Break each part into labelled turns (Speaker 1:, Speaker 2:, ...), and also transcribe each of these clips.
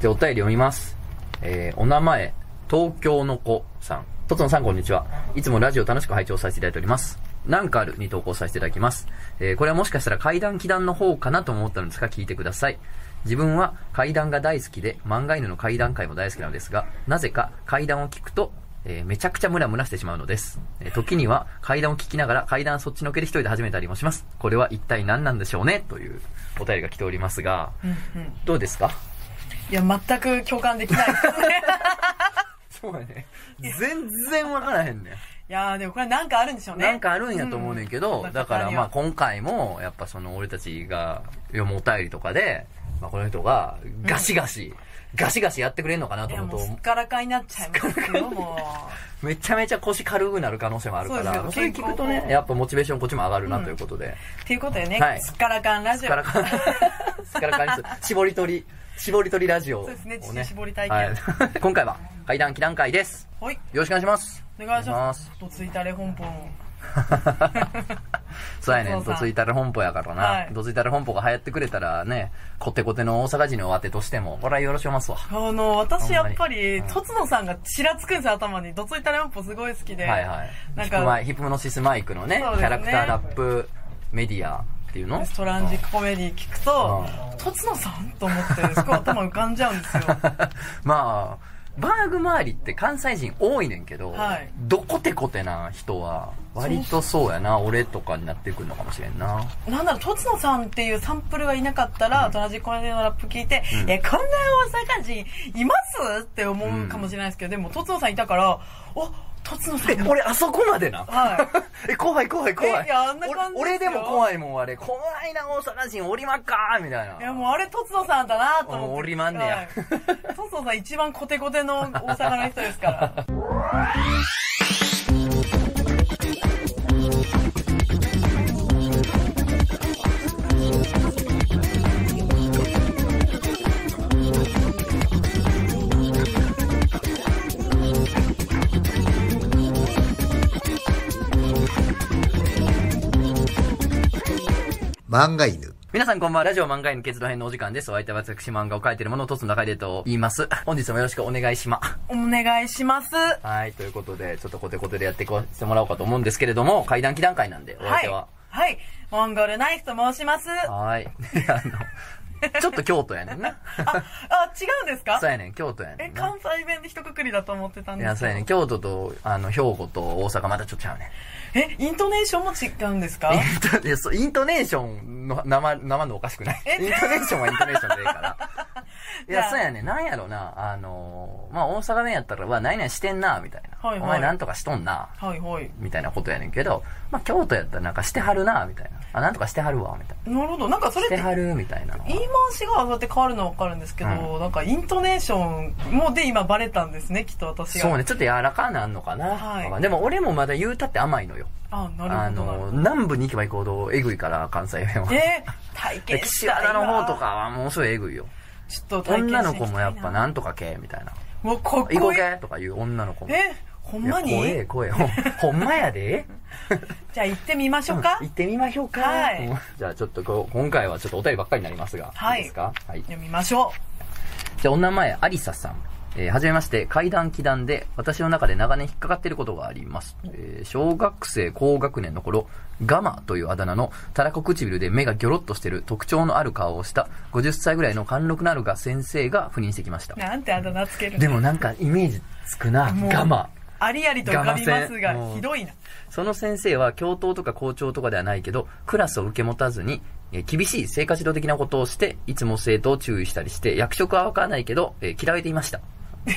Speaker 1: で、お便り読みます。えー、お名前、東京の子さん。とつのさん、こんにちは。いつもラジオ楽しく拝聴させていただいております。なんかあるに投稿させていただきます。えー、これはもしかしたら階段祈談の方かなと思ったのですが、聞いてください。自分は階段が大好きで、漫画犬の階段会も大好きなのですが、なぜか階段を聞くと、えーめちゃくちゃムラムラしてしまうのです。えー時には階段を聞きながら階段そっちのけで一人で始めたりもします。これは一体何なんでしょうねというお便りが来ておりますが、
Speaker 2: うんうん
Speaker 1: どうですか
Speaker 2: いや、全く共感できない。
Speaker 1: そうやね。全然わからへんね。
Speaker 2: いやーでもこれなんかあるんでしょうんね。
Speaker 1: なんかあるんやと思うねんけど、だからまあ今回も、やっぱその俺たちが読むお便りとかで、まあこの人がガシガシ、ガシガシやってくれんのかなと
Speaker 2: いや
Speaker 1: 思
Speaker 2: もう
Speaker 1: う
Speaker 2: すっ
Speaker 1: と、
Speaker 2: からかになっちゃいますよ、も
Speaker 1: めちゃめちゃ腰軽くなる可能性もあるか
Speaker 2: そうです
Speaker 1: ら、
Speaker 2: よ
Speaker 1: それ聞くと
Speaker 2: 健
Speaker 1: ね、
Speaker 2: 康
Speaker 1: やっぱモチベーションこっちも上がるなということで、
Speaker 2: う。っていうことでね、
Speaker 1: はい
Speaker 2: すっからかんラ
Speaker 1: す
Speaker 2: ジ
Speaker 1: っ
Speaker 2: オ。
Speaker 1: からかん、すっ からかんにす、絞り取り、絞り取りラジオを
Speaker 2: そう
Speaker 1: ね。
Speaker 2: ですね乳絞り体験
Speaker 1: はい 今回は階段祈談会です。
Speaker 2: はい、
Speaker 1: よろしくお願いします。
Speaker 2: お願いします。
Speaker 1: お願いし
Speaker 2: ちょっとついたれ本本。
Speaker 1: そうやねん、
Speaker 2: そうそ
Speaker 1: ど
Speaker 2: う
Speaker 1: ついたる本舗やから
Speaker 2: は
Speaker 1: な。
Speaker 2: い
Speaker 1: どついたる本舗が流行ってくれたらね、コテコテの大阪人のお当てとしても、これはよろしおますわ。
Speaker 2: あの、私やっぱり、
Speaker 1: ほんまに
Speaker 2: とつのさんがちらつくんですよ、頭に。どついたれ本本すごい好きで。
Speaker 1: はいはい。
Speaker 2: なん
Speaker 1: ヒップマ
Speaker 2: か
Speaker 1: イ、ヒプノシスマイクのね、キ
Speaker 2: そうですね
Speaker 1: ャラクターラップメディアっていうの
Speaker 2: トランジックコメディ聞くと、とつのさんと思って、すごい頭浮かんじゃうんですよ。
Speaker 1: まあ、バーグ周りって関西人多いねんけど、
Speaker 2: はい
Speaker 1: どこてこてな人は、割とそうやな、俺とかになってくるのかもしれんな。
Speaker 2: なんだろう、とつのさんっていうサンプルがいなかったら、トラジコネのラップ聞いて、え、こんな大阪人いますって思うかもしれないですけど、でも、とつのさんいたから、お、とつのさん
Speaker 1: え、
Speaker 2: も。
Speaker 1: 俺あそこまでな。
Speaker 2: は
Speaker 1: え、怖い怖い怖い。
Speaker 2: えいやあんな感じ
Speaker 1: 俺俺
Speaker 2: です
Speaker 1: で
Speaker 2: よ
Speaker 1: も怖いもん、あれ。怖いな、大阪人、おりまっかーみたいな。
Speaker 2: い。いや、もうあれ、とつのさんだなと思って。
Speaker 1: おりまんねや
Speaker 2: はいとつのさん一番コテコテの大阪の人で すから。
Speaker 3: 漫画犬。
Speaker 1: 皆さんこんばんは、ラジオ漫画への結論編のお時間です。お相手は私漫画を描いているものをトスの中でと言い ます。本日もよろしくお願いしま。
Speaker 2: お願いします。
Speaker 1: はい、ということで、ちょっとコテコテでやっていこうしてもらおうかと思うんですけれども、階段期段階なんで、お相
Speaker 2: はい
Speaker 1: 手は。。
Speaker 2: はい。モンゴルナイフと申します。あ、
Speaker 1: はい。 であの、ちょっと京都やねん な。
Speaker 2: あ違うんですか
Speaker 1: そうやねん、京都やね
Speaker 2: え、
Speaker 1: んな。
Speaker 2: 関西弁で一括りだと思ってたん
Speaker 1: い
Speaker 2: で
Speaker 1: や、
Speaker 2: す
Speaker 1: そうやねん、
Speaker 2: け
Speaker 1: 京都と、あの、兵庫と大阪またちょっとちゃうねん。
Speaker 2: ど。え、イントネーションも違うんですか
Speaker 1: えっといやそうイント ネーションの生、生のおかしくない。イントネーションはイントネーションでいい から。い
Speaker 2: じゃ
Speaker 1: や、
Speaker 2: あ
Speaker 1: そうやね。なんやろな。あのー、まあ、大阪弁やったら、わ、何々してんな、みたいな。
Speaker 2: はいはい
Speaker 1: お前なんとかしとんな、
Speaker 2: はいはい。
Speaker 1: みたいなことやねんけど、まあ、京都やったらなんかしてはるな、みたいな。あ、なんとかしてはるわ、みたいな。
Speaker 2: なるほど。なんかそれ
Speaker 1: し
Speaker 2: ってて、
Speaker 1: はる、みたいなのは。
Speaker 2: 言い回しがそうやって変わるのはわかるんですけど、なんかイントネーションもで今バレたんですね、きっと私が。
Speaker 1: そうね、ちょっと柔らかなんのかな。
Speaker 2: はい
Speaker 1: でも俺もまだ言うたって甘いのよ。
Speaker 2: あ、な
Speaker 1: あ
Speaker 2: るほどなる
Speaker 1: の
Speaker 2: ほ
Speaker 1: ー、
Speaker 2: ど。
Speaker 1: 南部に行けば行くほどえぐいから、関西弁は。
Speaker 2: えー、
Speaker 1: で
Speaker 2: 体験し
Speaker 1: 岸和
Speaker 2: たい
Speaker 1: 田
Speaker 2: な
Speaker 1: の方とか、はもうすごいえぐいよ。
Speaker 2: ちょっと体
Speaker 1: 女
Speaker 2: 験してみたいな
Speaker 1: の子もやっぱ。なんとか系みたいな。
Speaker 2: もうここ
Speaker 1: 行こうけとかいう女の子も。
Speaker 2: え、ほんま
Speaker 1: いや
Speaker 2: に
Speaker 1: 怖え怖え。ほんほん まやで。
Speaker 2: じゃあ行ってみましょうか
Speaker 1: 行。ってみましょうか。
Speaker 2: はい
Speaker 1: うんじゃあちょっとこう今回はちょっとお便りばっかりになりますが。
Speaker 2: はい
Speaker 1: いですかはい。
Speaker 2: 読みましょ
Speaker 1: じゃあお名前、アリサさん。えーはじめまして、階段祈談で、私の中で長年引っかかっていることがあります。えー小学生高学年の頃、ガマというあだ名の、たらこ唇で目がギョロッとしてる特徴のある顔をした、50歳ぐらいの貫禄のあるが先生が赴任してきました
Speaker 2: う。。なんてあだ名つける
Speaker 1: で
Speaker 2: の
Speaker 1: もなんかイメージつくな、
Speaker 2: もう
Speaker 1: ガマ。
Speaker 2: ありありと浮かびます
Speaker 1: 我慢せんも
Speaker 2: が、
Speaker 1: う
Speaker 2: ひどいな。
Speaker 1: その先生は教頭とか校長とかではないけど、クラスを受け持たずに、えー厳しい生活指導的なことをして、いつも生徒を注意したりして、役職はわからないけど、えー嫌われていました。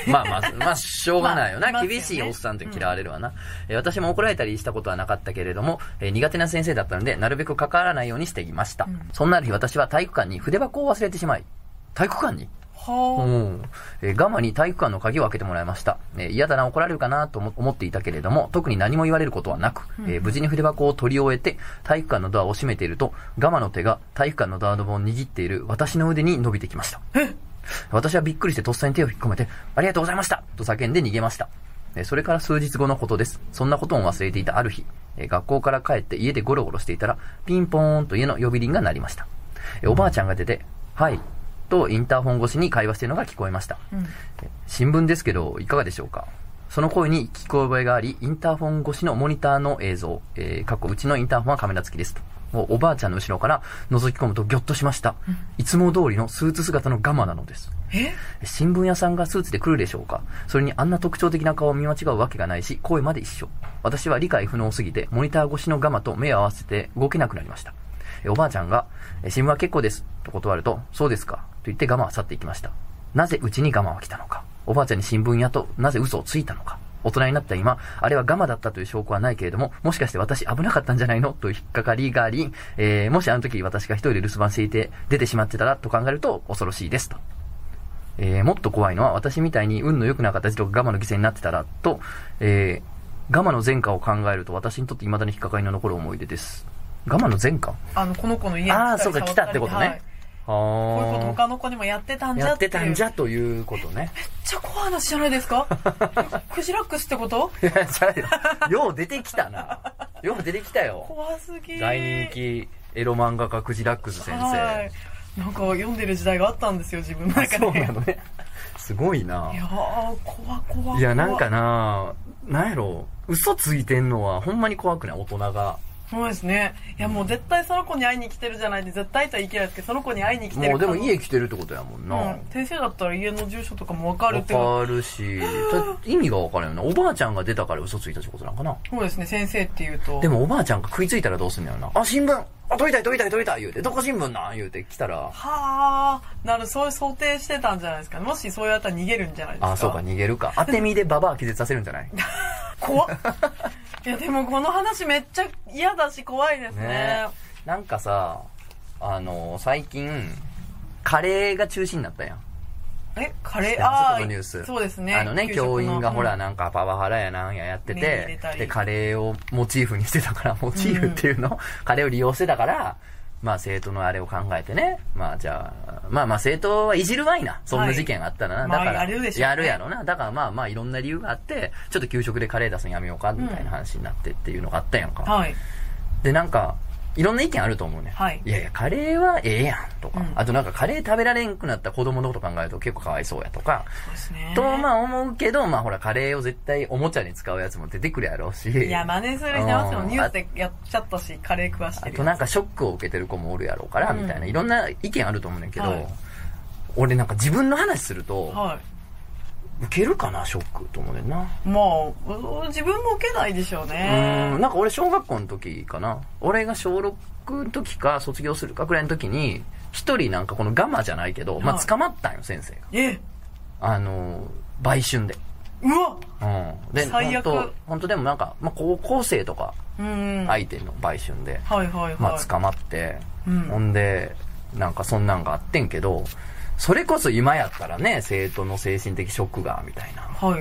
Speaker 1: まあまあ、 まあ、しょうがないよな。
Speaker 2: まあいますよね
Speaker 1: 厳しいおっさんって嫌われるわな、えー私も怒られたりしたことはなかったけれども、えー苦手な先生だったので、なるべく関わらないようにしていました。そんなある日、私は体育館に筆箱を忘れてしまい、体育館に
Speaker 2: は
Speaker 1: うん。えーガマに体育館の鍵を開けてもらいました。えー嫌だな、怒られるかなと思思っていたけれども、特に何も言われることはなく、えー無事に筆箱を取り終えて、体育館のドアを閉めていると、ガマの手が体育館のドアノブを握っている私の腕に伸びてきました。私はびっくりしてとっさに手を引っ込めて、ありがとうございましたと叫んで逃げました。えーそれから数日後のことです。そんなことも忘れていたある日、えー学校から帰って家でゴロゴロしていたら、ピンポーンと家の呼び鈴が鳴りました。えーおばあちゃんが出て、はい、とインターホン越しに会話しているのが聞こえました。
Speaker 2: うん
Speaker 1: 新聞ですけど、いかがでしょうかその声に聞こえがあり、インターホン越しのモニターの映像、えー、かっこうちのインターホンはカメラ付きですと。おおばあちゃんの後ろから覗き込むとギョッとしました。いつも通りのスーツ姿のガマなのです。
Speaker 2: え
Speaker 1: 新聞屋さんがスーツで来るでしょうかそれにあんな特徴的な顔を見間違うわけがないし、声まで一緒。私は理解不能すぎて、モニター越しのガマと目を合わせて動けなくなりました。えおばあちゃんが、え新聞は結構です、と断ると、そうですか、と言ってガマは去っていきました。なぜうちにガマは来たのかおばあちゃんに新聞屋となぜ嘘をついたのか大人になった今、あれはガマだったという証拠はないけれども、もしかして私危なかったんじゃないのという引っかかりがあり、えー、もしあの時私が一人で留守番していて出てしまってたらと考えると恐ろしいですと。えーもっと怖いのは私みたいに運の良くなかった児童がガマの犠牲になってたらと、えー、ガマの前科を考えると私にとって未だに引っかかりの残る思い出です。ガマの前科
Speaker 2: あのこの子の家に
Speaker 1: ああー、
Speaker 2: り
Speaker 1: そうか、
Speaker 2: 触
Speaker 1: 来
Speaker 2: り
Speaker 1: たってこと
Speaker 2: は
Speaker 1: ね
Speaker 2: い。
Speaker 1: あ
Speaker 2: こういうこと
Speaker 1: ー
Speaker 2: 他の子にもやってたんじゃ
Speaker 1: やってたんじ
Speaker 2: いう
Speaker 1: ゃということね。
Speaker 2: めっちゃ怖い話じゃないですか クジラックスってこと
Speaker 1: いや、ちゃうよ。よう出てきたな。よう出てきたよ。
Speaker 2: 怖すぎ
Speaker 1: 大人気エロ漫画家クジラックス先
Speaker 2: は
Speaker 1: 生。
Speaker 2: いなんか読んでる時代があったんですよ自分の
Speaker 1: あ
Speaker 2: 中で。
Speaker 1: そうなのね。すごいない
Speaker 2: やー怖怖怖
Speaker 1: いや、なんかな、なんやろ、嘘ついてんのはほんまに怖くない大人が。
Speaker 2: そうですねいやもう絶対その子に会いに来てるじゃないんで絶対とは言い切れないですけどその子に会いに来てる
Speaker 1: もうでも
Speaker 2: 可能
Speaker 1: 家来てるってことやもんな。
Speaker 2: うん、先生だったら家の住所とかも分かるってこと
Speaker 1: わかるし、だ意味がわからんよな。おばあちゃんが出たから嘘ついたってことなんかな。
Speaker 2: そうですね先生っていうと
Speaker 1: でもおばあちゃんが食いついたらどうすんのよな。あ、新聞あ、取りたい取りたい取りたい言うて、どこ新聞なん言うて来たら、
Speaker 2: はあなるそういう想定してたんじゃないですかもしそうやったら逃げるんじゃないですか
Speaker 1: あ、そうか、逃げる か。当て身でババア気絶させるんじゃない
Speaker 2: 怖っいやでもこの話めっちゃ嫌だし怖いですね
Speaker 1: ねなんかさ、あの、最近、カレーが中止になったやん。
Speaker 2: えカレ
Speaker 1: 知って
Speaker 2: ー
Speaker 1: ます
Speaker 2: あ
Speaker 1: こ
Speaker 2: ー
Speaker 1: のニュース。
Speaker 2: そうですね
Speaker 1: あのね、
Speaker 2: 給食の
Speaker 1: 教員がほら、
Speaker 2: うん
Speaker 1: なんかパワハラやなんややって
Speaker 2: 目に入れ
Speaker 1: て
Speaker 2: た、り
Speaker 1: で、カレーをモチーフにしてたから、モチーフっていうの、カレーを利用してたから、まあ生徒のあれを考えてね。まあじゃあ、まあまあ生徒はいじるわいな。そん
Speaker 2: は
Speaker 1: ない事件があったらな。
Speaker 2: ま
Speaker 1: だ
Speaker 2: あ
Speaker 1: から、
Speaker 2: やるでしょうね
Speaker 1: やるやろな。だからまあまあいろんな理由があって、ちょっと給食でカレー出すのやめようか、みたいな話になってっていうのがあったやんか。
Speaker 2: はい
Speaker 1: でなんかいろんな意見あると思うね、
Speaker 2: はい
Speaker 1: やいやカレーはええやんとか、
Speaker 2: うん
Speaker 1: あとなんかカレー食べられんくなった子供のこと考えると結構かわいそうやとか、
Speaker 2: そうですね
Speaker 1: とまあ思うけどまあほらカレーを絶対おもちゃに使うやつも出てくるやろうし
Speaker 2: いや真似する人いますよ
Speaker 1: うん
Speaker 2: ニュースでやっちゃったしカレー食わして
Speaker 1: あ
Speaker 2: る
Speaker 1: となんかショックを受けてる子もおるやろうから、
Speaker 2: うん
Speaker 1: みたいないろんな意見あると思うねんけど、
Speaker 2: はい
Speaker 1: 俺なんか自分の話すると、
Speaker 2: はい
Speaker 1: 受けるかなショックと思うねんな
Speaker 2: まあう自分も受けないでしょう
Speaker 1: う
Speaker 2: ね
Speaker 1: ーんなんか俺小学校の時かな俺が小6の時か卒業するかくらいの時に一人なんかこのガマじゃないけど、まあ、
Speaker 2: はい
Speaker 1: 捕まったんよ先生が
Speaker 2: え
Speaker 1: あのー売春で、
Speaker 2: うわ
Speaker 1: うん、で
Speaker 2: 最悪
Speaker 1: 本当本当でもなんか、まあ、高校生とか
Speaker 2: うんはい
Speaker 1: 相手の売春で、
Speaker 2: はいはい
Speaker 1: まあ、捕まって、
Speaker 2: うん
Speaker 1: ほんでなんかそんなんがあってんけどそれこそ今やったらね生徒の精神的ショックがみたいな
Speaker 2: は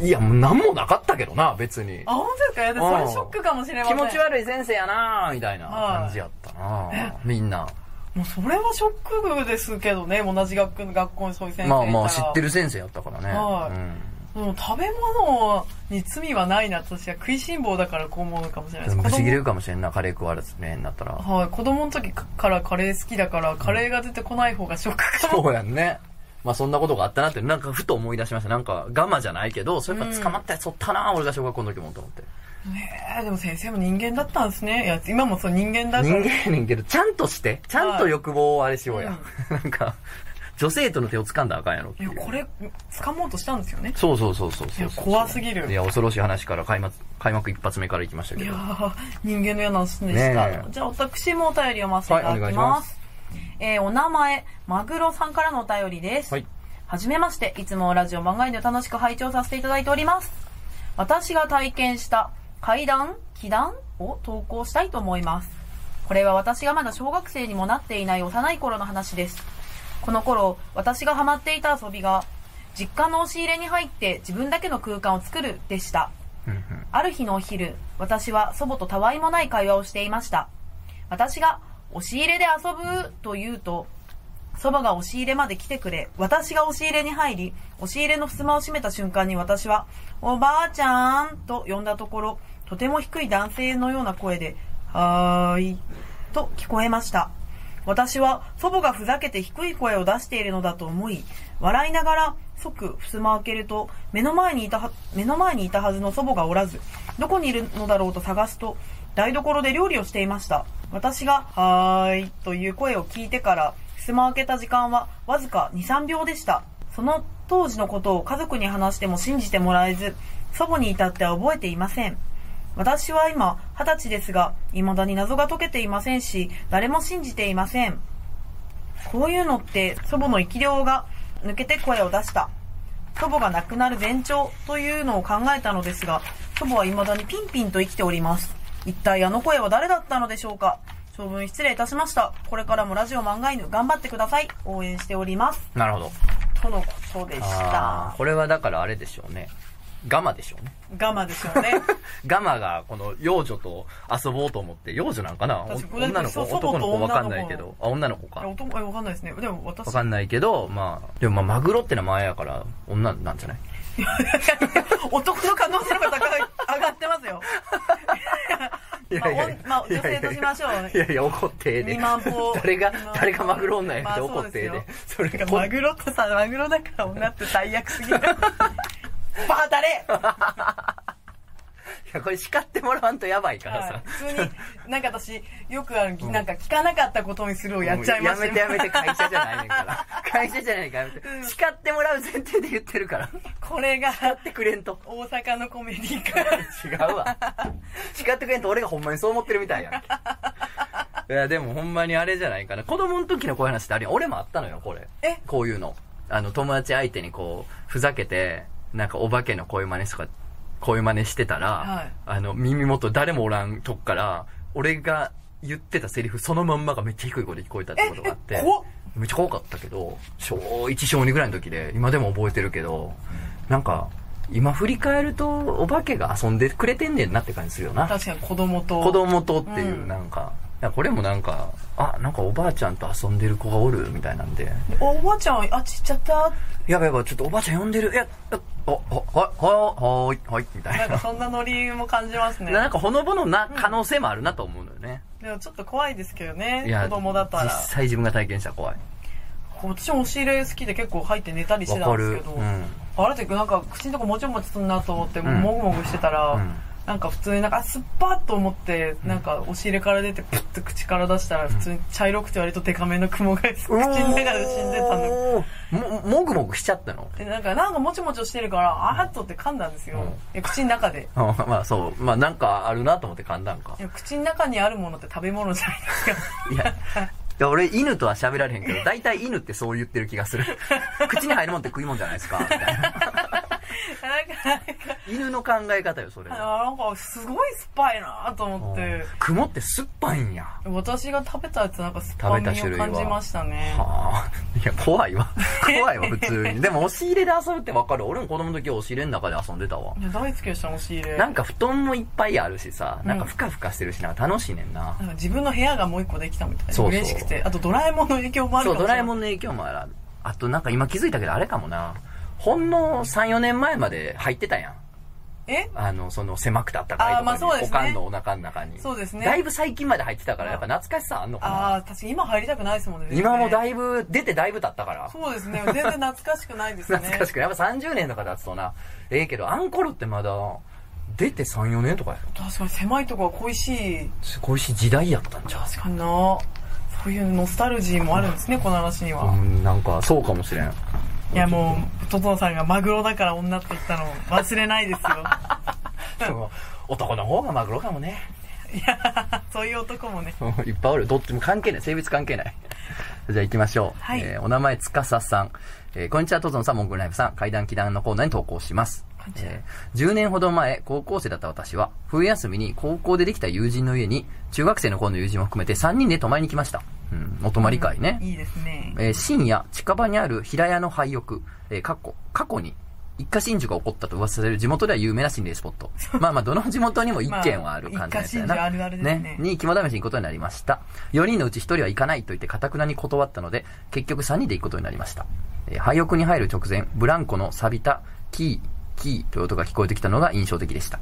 Speaker 2: い
Speaker 1: いやもう何もなかったけどな別に
Speaker 2: あ本当ですかいやでもそれショックかもしれませ
Speaker 1: 気
Speaker 2: ん
Speaker 1: 持ち悪い先生やなーみたいな感じやったな、みんな
Speaker 2: もうそれはショックですけどね同じ学校学校にそういう先生いた
Speaker 1: ま
Speaker 2: ら
Speaker 1: あまあ知ってる先生やったからね、
Speaker 2: はい
Speaker 1: うん
Speaker 2: でも食べ物に罪はないな私は食いしん坊だからこう思うのかもしれない
Speaker 1: で
Speaker 2: です
Speaker 1: もぶち切れ
Speaker 2: 子
Speaker 1: るかもしれんなカレー食われずねなったら
Speaker 2: 供はい子供の時からカレー好きだからカレーが出てこない方がショックかも
Speaker 1: そうやんねまあそんなことがあったなってなんかふと思い出しましたなんかガマじゃないけどそれから捕まったやつおったなー、俺が小学校の時もと思って
Speaker 2: えーでも先生も人間だったんですねいや今もそう人間だか
Speaker 1: 人
Speaker 2: ら
Speaker 1: 間やねんけどちゃんとしてちゃんと欲望をあれしようや、 なんか女性との手を掴んだらあかんやろって
Speaker 2: い
Speaker 1: い
Speaker 2: や
Speaker 1: う
Speaker 2: これ掴もうとしたんですよね
Speaker 1: そうそうそうそうそう
Speaker 2: いや怖すぎる
Speaker 1: いや恐ろしい話から開幕開幕一発目からいきましたけ
Speaker 2: い
Speaker 1: ど
Speaker 2: やー人間のような話でした、
Speaker 1: ねえ
Speaker 2: じゃあ私もお便り読ませていただき
Speaker 1: はいお願
Speaker 2: ま
Speaker 1: い
Speaker 2: す,、
Speaker 1: します
Speaker 2: えーお名前マグロさんからのお便りです、
Speaker 1: はい
Speaker 2: はじめましていつもラジオ番外で楽しく拝聴させていただいております私が体験した怪談奇談を投稿したいと思いますこれは私がまだ小学生にもなっていない幼い頃の話ですこの頃私がハマっていた遊びが実家の押し入れに入って自分だけの空間を作るでしたある日のお昼、私は祖母とたわいもない会話をしていました。私が、押し入れで遊ぶと言うと、祖母が押し入れまで来てくれ、私が押し入れに入り、押し入れの襖を閉めた瞬間に私は、おばあちゃんと呼んだところ、とても低い男性のような声で、はーい、と聞こえました。私は祖母がふざけて低い声を出しているのだと思い、笑いながら即襖を開けると、目の前にいたは、目の前にいたはずの祖母がおらず、どこにいるのだろうと探すと、台所で料理をしていました。私が、はーい、という声を聞いてから、襖を開けた時間はわずか2、3秒でした。その当時のことを家族に話しても信じてもらえず、祖母に至っては覚えていません。私は今、二十歳ですが、未だに謎が解けていませんし、誰も信じていません。こういうのって、祖母の生き量が抜けて声を出した。祖母が亡くなる前兆というのを考えたのですが、祖母は未だにピンピンと生きております。一体あの声は誰だったのでしょうか長文失礼いたしました。これからもラジオ漫画犬頑張ってください。応援しております。
Speaker 1: なるほど。
Speaker 2: とのことでし
Speaker 1: あー
Speaker 2: た。
Speaker 1: これはだからあれでしょうね。ガマでしょうね。
Speaker 2: ガマでしょうね。
Speaker 1: ガマがこの幼女と遊ぼうと思って、幼女なんかな
Speaker 2: 確か
Speaker 1: お
Speaker 2: に
Speaker 1: 女の子、
Speaker 2: そうそう
Speaker 1: 男の
Speaker 2: そう
Speaker 1: 子
Speaker 2: そう
Speaker 1: わかんないけど。あ、女の子か。
Speaker 2: 男、えわかんないですね。でも私
Speaker 1: わ、かんないけど、まあ、でもまあ、マグロって名前やから、女なんじゃない
Speaker 2: 男の可能性の方が高い上がってますよ。
Speaker 1: い
Speaker 2: まあおまあ女性としましょう
Speaker 1: いやいや、怒ってええで。
Speaker 2: 二万歩
Speaker 1: 誰が
Speaker 2: 二万、歩
Speaker 1: 誰がマグロ女やって
Speaker 2: まあ
Speaker 1: 怒ってええで。それ
Speaker 2: てか
Speaker 1: が、
Speaker 2: マグロってさ、マグロだから女って最悪すぎる。バータレ
Speaker 1: いや、これ叱ってもらわんとやばいから
Speaker 2: は
Speaker 1: さ
Speaker 2: い。普通に、なんか私、よくあの、なんか聞かなかったことにするをやっちゃいました。
Speaker 1: やめてやめて、会社じゃないねんから。 会社じゃないからやめて。叱ってもらう前提で言ってるから。叱
Speaker 2: これが、
Speaker 1: ってくれんと。
Speaker 2: 大阪のコメディから。
Speaker 1: 違うわ。叱ってくれんと俺がほんまにそう思ってるみたいやんけ。 いや、でもほんまにあれじゃないかな。子供の時のこういう話ってあるよ。俺もあったのよ、これ。
Speaker 2: え
Speaker 1: こういうの。あの、友達相手にこう、ふざけて、なんかお化けのこういう真似とか、こういう真似してたら、
Speaker 2: はい
Speaker 1: あの、耳元誰もおらんとこから、俺が言ってたセリフそのまんまがめっちゃ低い声で聞こえたってことがあって。
Speaker 2: ええ怖っ
Speaker 1: めっちゃ怖かったけど、小1、小2ぐらいの時で、今でも覚えてるけど、なんか、今振り返ると、お化けが遊んでくれてんねんなって感じするよな。
Speaker 2: 確かに子供と。
Speaker 1: 子供とっていうう、
Speaker 2: ん
Speaker 1: なんか、いやこれもなんか、あ、なんかおばあちゃんと遊んでる子がおるみたいなんで、
Speaker 2: おおばあちゃん、あ、ちっちゃった。
Speaker 1: やばいやばい、ちょっとおばあちゃん呼んでる、いや、あお、は、は、は、はーい、はい、みた
Speaker 2: ないんか
Speaker 1: な。
Speaker 2: そんなノリも感じます ね。
Speaker 1: なんかほのぼのな可能性もあるなと思うのよね。
Speaker 2: でもちょっと怖いですけど
Speaker 1: い
Speaker 2: ね
Speaker 1: や、。
Speaker 2: 子供だった
Speaker 1: 実
Speaker 2: ら。
Speaker 1: 際自分が体験したら怖い。
Speaker 2: 私も押し入れ好きで結構入って寝たりし
Speaker 1: わ
Speaker 2: てた
Speaker 1: か
Speaker 2: んです
Speaker 1: る
Speaker 2: け。ど、
Speaker 1: うん。
Speaker 2: ある時なんか口のとこもちもちすんなと思って、
Speaker 1: ん
Speaker 2: もぐもぐしてたら、
Speaker 1: うん
Speaker 2: なんか普通になんか、あすっぱーっと思って、なんか押し入れから出て、プッと口から出したら、普通に茶色くて割とデカめの雲が 口の中で死んでたの。
Speaker 1: のも、もぐもぐしちゃったの
Speaker 2: で、なんか、なんかもちもちしてるから、あーっとって噛んだんですよ。いや口の中で。
Speaker 1: あまあそう。まあなんかあるなと思って噛んだんか
Speaker 2: い。や口の中にあるものって食べ物じゃない ですか。
Speaker 1: いや、いや俺犬とは喋られへんけど、大体犬ってそう言ってる気 がする。口に入るもんって食いもんじゃないですか。みたいな
Speaker 2: なんか、なんか
Speaker 1: 犬の考え方よ、それは。
Speaker 2: あなんかすごい酸っぱいなと思って
Speaker 1: 雲って酸っぱいんや。
Speaker 2: 私が食べたやつなんか酸っぱ
Speaker 1: 食
Speaker 2: み
Speaker 1: べ
Speaker 2: を
Speaker 1: た種類
Speaker 2: 感
Speaker 1: は
Speaker 2: じましたね
Speaker 1: はあ、いや、怖い わ。怖いわ、普通に。でも、押し入れで遊ぶってわかる。俺も子供の時押し入れの中で遊んでたわ。
Speaker 2: いや大好きでした押し入れ
Speaker 1: な
Speaker 2: なんん
Speaker 1: か布団もいっぱいあるしさ、なんかふかふかしてるし、なんか楽しいねんな。
Speaker 2: か自分の部屋がもう一個できたみたいな
Speaker 1: そうそう
Speaker 2: 嬉しくてあとドラえもんの影響もある
Speaker 1: そ
Speaker 2: か
Speaker 1: う、ド
Speaker 2: もし
Speaker 1: ラ
Speaker 2: れな
Speaker 1: え
Speaker 2: い
Speaker 1: もんの影響もある。あとなんか今気づいたけど、あれかもな。ほんの3、4年前まで入ってたやん。
Speaker 2: え
Speaker 1: あの、その狭くてあったかい
Speaker 2: あーまあ
Speaker 1: とこ
Speaker 2: そう
Speaker 1: ろに、
Speaker 2: で
Speaker 1: お
Speaker 2: すね
Speaker 1: かんのお腹の中に。
Speaker 2: そうですね
Speaker 1: だいぶ最近まで入ってたから、やっぱ懐かしさあんのかな。
Speaker 2: ああ確かに今入りたくないですもんね
Speaker 1: 今もだ
Speaker 2: い
Speaker 1: いぶ、出てだいぶ経ったから。
Speaker 2: そうですね全然懐かしくないです ね
Speaker 1: 懐かしくないやっぱ30年とか経つとな。ええけど、アンコールってまだ、出て3、4年とかやろ。
Speaker 2: 確かに狭いとこは恋しい
Speaker 1: すごいし時代やったんちゃう
Speaker 2: 確かになそういうノスタルジーもあるんですねこの話には、
Speaker 1: うん、なんか、そうかもしれん。
Speaker 2: いやもうトトンさんがマグロだから女って言ったの忘れないですよ
Speaker 1: でも男の方がマグロかもね。
Speaker 2: いや、そういう男もね。
Speaker 1: うん いっぱいおる。どっちも関係ない。性別関係ない。 じゃあ行きましょう。
Speaker 2: はい
Speaker 1: えーお名前、つかささん。えーこんにちは、とぞんさん、モングルライブさん。階段祈談のコーナーに投稿します。
Speaker 2: こんにちは
Speaker 1: えー10年ほど前、高校生だった私は、冬休みに高校でできた友人の家に、中学生の頃の友人も含めて3人で泊まりに来ました。うん、お泊まり会ね。
Speaker 2: いいですね。
Speaker 1: えー深夜、近場にある平屋の廃屋、えー過去、過去に、一家真珠が起こったと噂される地元では有名な心霊スポッ ト。まあまあ、どの地元にも一軒はある感じのやつやな。
Speaker 2: まあ一家心中あるあるですね
Speaker 1: に肝試しに行くことになりました。4人のうち1人は行かないと言って、かたくなに断ったので、結局3人で行くことになりました。えー廃屋に入る直前、ブランコの錆びた、キー、キーという音が聞こえてきたのが印象的でした。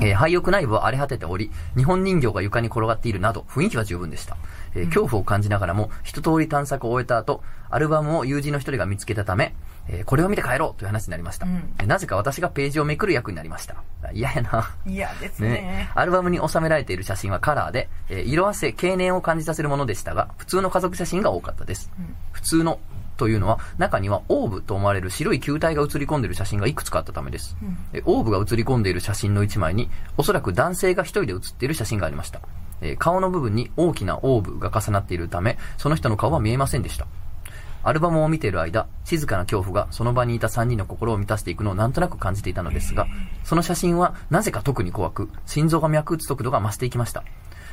Speaker 1: えー、廃屋内部は荒れ果てており、日本人形が床に転がっているなど、雰囲気は十分でした。えー恐怖を感じながらも、一通り探索を終えた後、アルバムを友人の一人が見つけたため、えーこれを見て帰ろうという話になりました。
Speaker 2: うん
Speaker 1: えーなぜか私がページをめくる役になりました。嫌やな。
Speaker 2: 嫌です
Speaker 1: ね
Speaker 2: ね。、
Speaker 1: アルバムに収められている写真はカラーで、えー色あせ、経年を感じさせるものでしたが、普通の家族写真が多かったです。普通のというのは、中にはオーブと思われる白い球体が写り込んでいる写真がいくつかあったためです。えーオーブが写り込んでいる写真の一枚に、おそらく男性が一人で写っている写真がありました。えー顔の部分に大きなオーブが重なっているため、その人の顔は見えませんでした。アルバムを見ている間、静かな恐怖がその場にいた3人の心を満たしていくのをなんとなく感じていたのですが、その写真はなぜか特に怖く、心臓が脈打つ速度が増していきました。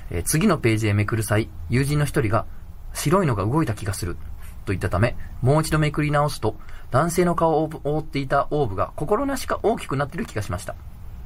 Speaker 1: えー次のページへめくる際、友人の一人が、白いのが動いた気がする、と言ったため、もう一度めくり直すと、男性の顔を覆っていたオーブが心なしか大きくなっている気がしました。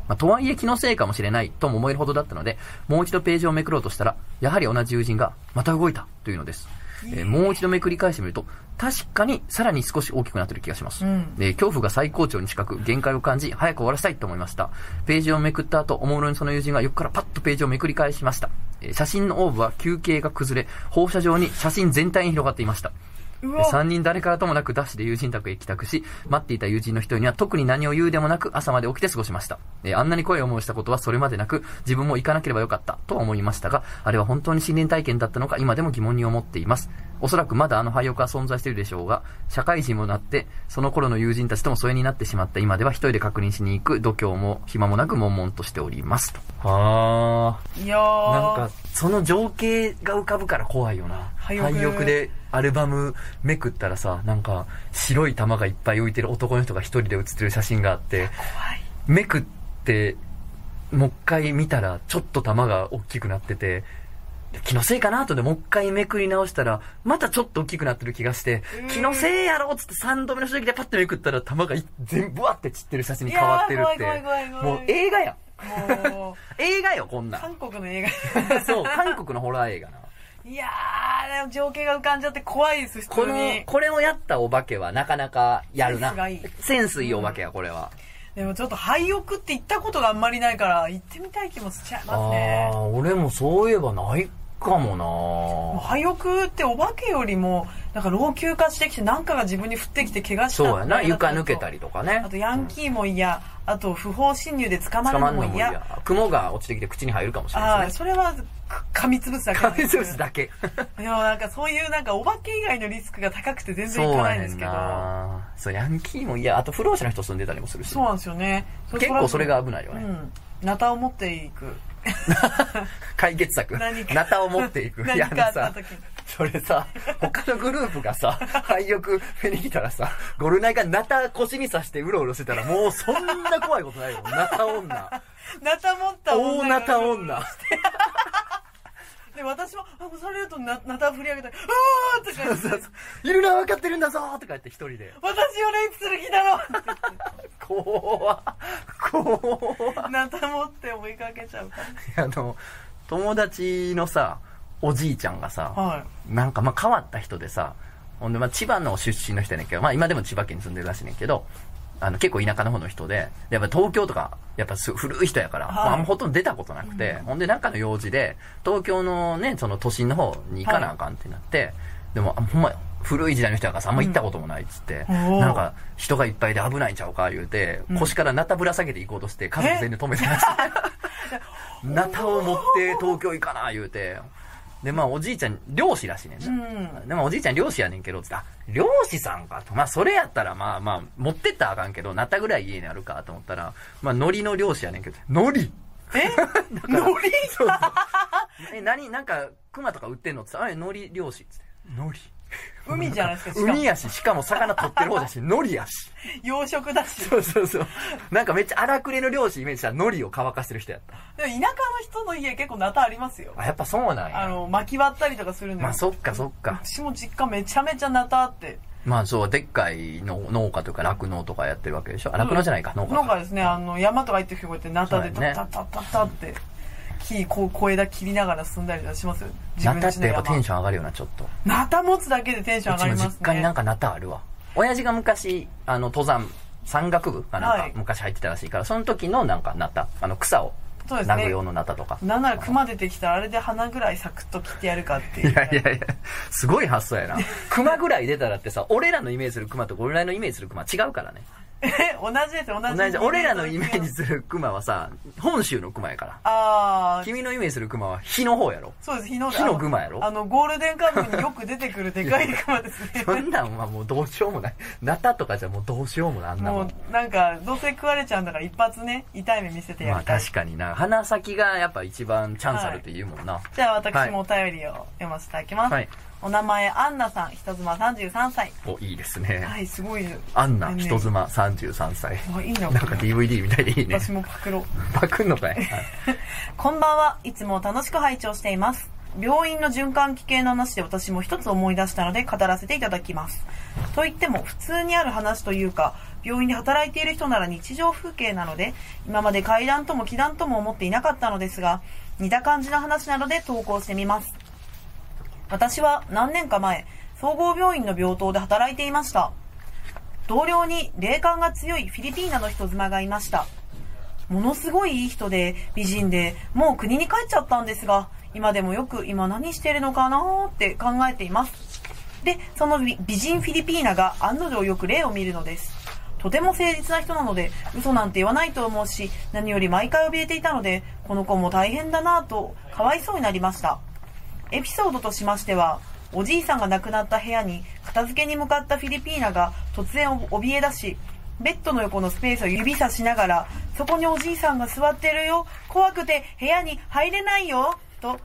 Speaker 1: まあ、とはいえ気のせいかもしれないとも思えるほどだったので、もう一度ページをめくろうとしたら、やはり同じ友人が、また動いたというのです。えーもう一度めくり返してみると、確かにさらに少し大きくなっている気がします。
Speaker 2: うん
Speaker 1: えー恐怖が最高潮に近く、限界を感じ、早く終わらせたいと思いました。ページをめくった後、おもむろにその友人が横からパッとページをめくり返しました。えー写真のオーブは球形が崩れ、放射状に写真全体に広がっていました。
Speaker 2: う
Speaker 1: えー
Speaker 2: わ、
Speaker 1: 三人誰からともなくダッシュで友人宅へ帰宅し、待っていた友人の一人には特に何を言うでもなく朝まで起きて過ごしました。えーあんなに怖い思いをしたことはそれまでなく、自分も行かなければよかったとは思いましたが、あれは本当に信念体験だったのか今でも疑問に思っています。おそらくまだあの廃屋は存在しているでしょうが、社会人もなって、その頃の友人たちとも疎遠になってしまった今では一人で確認しに行く度胸も暇もなく悶々としております。あー。
Speaker 2: いやー
Speaker 1: なんか、その情景が浮かぶから怖いよな。
Speaker 2: 廃
Speaker 1: 廃
Speaker 2: 屋
Speaker 1: 屋でアルバムめくったらさ、なんか、白い玉がいっぱい浮いてる男の人が一人で写ってる写真があって、
Speaker 2: 怖い。
Speaker 1: めくって、もう一回見たら、ちょっと玉が大きくなってて、気のせいかなとでもう一回めくり直したら、またちょっと大きくなってる気がして
Speaker 2: うん、
Speaker 1: 気のせいやろっつって3度目の正直でパッとめくったら、玉がい全部わって散ってる写真に変わってるっ
Speaker 2: いやー
Speaker 1: て。
Speaker 2: 怖い怖い怖い怖い
Speaker 1: もう映画やん。
Speaker 2: もう、
Speaker 1: 映画よ、こんなん。
Speaker 2: 韓国の映画。
Speaker 1: そう、韓国のホラー映画な。
Speaker 2: いやー、でも情景が浮かんじゃって怖いです、普
Speaker 1: こ
Speaker 2: 通
Speaker 1: の
Speaker 2: に、。
Speaker 1: これをやったお化けはなかなかやる
Speaker 2: セン
Speaker 1: な
Speaker 2: スがいい。
Speaker 1: センスいいお化けや、これは。
Speaker 2: でもちょっと廃屋って行ったことがあんまりないから、行ってみたい気もしちゃいますね。
Speaker 1: ー、俺もそういえばないか
Speaker 2: もう
Speaker 1: も
Speaker 2: 廃屋ってお化けよりも、なんか老朽化してきて、なんかが自分に降ってきて怪我した
Speaker 1: そうや な、床抜けた
Speaker 2: り。
Speaker 1: りとかね
Speaker 2: あ。とヤンキーも嫌、あと不法侵入で捕まる
Speaker 1: 捕ま
Speaker 2: の
Speaker 1: ん
Speaker 2: も
Speaker 1: のもいい
Speaker 2: 嫌。
Speaker 1: や。雲が落ちてきて口に入るかもしれ
Speaker 2: あ
Speaker 1: ない
Speaker 2: あ、
Speaker 1: ですね。
Speaker 2: それはか噛みつぶすだけなん
Speaker 1: 紙
Speaker 2: です
Speaker 1: 潰しだけ。
Speaker 2: でもなんかそういうなんかお化け以外のリスクが高くて全
Speaker 1: そ
Speaker 2: 然いうか
Speaker 1: や
Speaker 2: ないん
Speaker 1: ね
Speaker 2: です
Speaker 1: ん
Speaker 2: けど。
Speaker 1: な。そう、ヤンキーもいや、あと不老者の人住んでたりもするし
Speaker 2: そう。なんですよね。
Speaker 1: 結構それが危ないよ
Speaker 2: う
Speaker 1: ね。
Speaker 2: ん。なたを持っていく。
Speaker 1: 解決策。
Speaker 2: 何 か
Speaker 1: なたを持 っていく。
Speaker 2: 何
Speaker 1: いや
Speaker 2: かあった時に。
Speaker 1: それさ、他のグループがさ、廃屋見に来たらさ、ゴルナイがナタ腰に刺してうろうろしてたら、もうそんな怖いことないよ。ナタ女。
Speaker 2: なた持った
Speaker 1: 大
Speaker 2: 女
Speaker 1: ナ
Speaker 2: が
Speaker 1: タ女。
Speaker 2: で、私も、あ、もうされるとな、なたを振り上げたら、うわーって
Speaker 1: そ
Speaker 2: 感
Speaker 1: う
Speaker 2: じで
Speaker 1: そうそういるのは分かってるんだぞとか言って一人で。
Speaker 2: 私をレイプする気だろ
Speaker 1: 怖っ怖 っ
Speaker 2: なた持って追いかけちゃうか
Speaker 1: あの、友達のさ、おじいちゃんがさ、
Speaker 2: ら。はい。
Speaker 1: なんかまあ変わった人でさ、ほんでまあ千葉の出身の人やねんけど、まあ今でも千葉県に住んでるらしいねんけど、あの結構田舎の方の人で、でやっぱ東京とか、やっぱす古い人やから、
Speaker 2: はい
Speaker 1: まああんまほとんど出たことなくて、ほんでなんかの用事で、東京のね、その都心の方に行かなあかんってなって、でもあほんま古い時代の人やからさ、あんま行ったこともないっつって、
Speaker 2: うんおー
Speaker 1: なんか人がいっぱいで危ないんちゃうか言うて、腰からナタぶら下げて行こうとして、家族全員で止めてま した。ナタを持って東京行かな言うて。で、まあおじいちゃん、漁師らしいねんな。でもおじいちゃん漁師やねんけど、つったら、漁師さんかと。まあそれやったらまあまあ、持ってったらあかんけど、ナタぐらい家にあるかと思ったら、まあ海苔の漁師やねんけど、海苔
Speaker 2: えノリ
Speaker 1: そうそうえ、何なんか、熊とか売ってんのつって言ったら、あれ、海苔漁師っつって。海苔
Speaker 2: 海じゃないですか、しか
Speaker 1: 海
Speaker 2: も。
Speaker 1: やし、しかも魚取ってる方 だし、海苔やし。
Speaker 2: 養殖だし。
Speaker 1: そうそうそう。なんかめっちゃ荒くれの漁師イメージしたら、海苔を乾かしてる人やっ
Speaker 2: でも田舎の人の家結構なたありますよ
Speaker 1: た。。あ、やっぱそうなん
Speaker 2: あ
Speaker 1: や。
Speaker 2: の、巻き割ったりとかするんで。
Speaker 1: まあそっかそっか。
Speaker 2: 私も実家めちゃめちゃなたあって。
Speaker 1: まあそう、でっかいの農家というか酪農とかやってるわけでしょあ酪農じゃないか、農家か。
Speaker 2: 農家ですね、あの、山とか行ってくるこうやってなたで
Speaker 1: そ
Speaker 2: タ
Speaker 1: うやね
Speaker 2: ッタッタッタッタって、木、こう、小枝切りながら進んだりとかしますよ。
Speaker 1: ナタっ
Speaker 2: ち
Speaker 1: てやっぱテン
Speaker 2: シ
Speaker 1: ション上がるよな、ちょっと。
Speaker 2: ョン。なた持つだけでテンション
Speaker 1: う
Speaker 2: 上
Speaker 1: ち
Speaker 2: がり
Speaker 1: の
Speaker 2: ますね。
Speaker 1: 実家になんかナタあるわ。親父が昔、あの、登山山岳部がなん
Speaker 4: は
Speaker 1: か
Speaker 4: い
Speaker 1: 昔入ってたらしいから、その時のなんかナタ、あの草を
Speaker 4: そうですね
Speaker 1: 殴る用のナタとか。
Speaker 4: なんなら熊出てきたらあれで鼻ぐらいサクッと切ってやるかってい。
Speaker 1: いうやいやいや、すごい発想やな。 熊ぐらい出たらってさ、俺らのイメージする熊と俺らのイメージする熊違うからね。
Speaker 4: え、同じです、同じ。
Speaker 1: 同じ、俺らのイメージ。する熊はさ、本州の熊やから。
Speaker 4: あー、
Speaker 1: 君のイメージする熊は火の方やろ。
Speaker 4: そうです、日の
Speaker 1: 火の熊やろ
Speaker 4: あの、ゴールデンカムによく出てくるでかい熊ですね。
Speaker 1: そんなんはもうどうしようもない。ナタとかじゃもうどうしようもない、あ んなも
Speaker 4: も
Speaker 1: ん。
Speaker 4: う、なんか、どうせ食われちゃうんだから一発ね、痛い目見せてや
Speaker 1: まあ
Speaker 4: りたい。
Speaker 1: 確かにな。鼻先がやっぱ一番チャンスあるって言うもんな。
Speaker 4: じゃあ私もお便りを読ませていただきます。
Speaker 1: はい
Speaker 4: お名前、アンナさん、人妻33歳。
Speaker 1: お、いいですね。
Speaker 4: はい、すごい。
Speaker 1: アンナ、
Speaker 4: ね
Speaker 1: 人妻、33歳。
Speaker 4: あいいな、
Speaker 1: なんか DVD みたいでいいね。
Speaker 4: 私もパクろう。
Speaker 1: パクんのかいはい
Speaker 4: こんばんは。いつも楽しく拝聴しています。病院の循環器系の話で私も一つ思い出したので語らせていただきます。と言っても普通にある話というか、病院で働いている人なら日常風景なので、今まで階段とも気段とも思っていなかったのですが、似た感じの話なので投稿してみます。私は何年か前、総合病院の病棟で働いていました。同僚に霊感が強いフィリピーナの人妻がいました。ものすごいいい人で美人でもう国に帰っちゃったんですが今でもよく今何してるのかなーって考えていますでその美美人フィリピーナが案の定よく霊を見るのですとても誠実な人なので嘘なんて言わないと思うし何より毎回怯えていたのでこの子も大変だなぁとかわいそうになりましたエピソードとしましてはおじいさんが亡くなった部屋に片付けに向かったフィリピーナが突然怯え出しベッドの横のスペースを指さしながらそこにおじいさんが座ってるよ怖くて部屋に入れないよと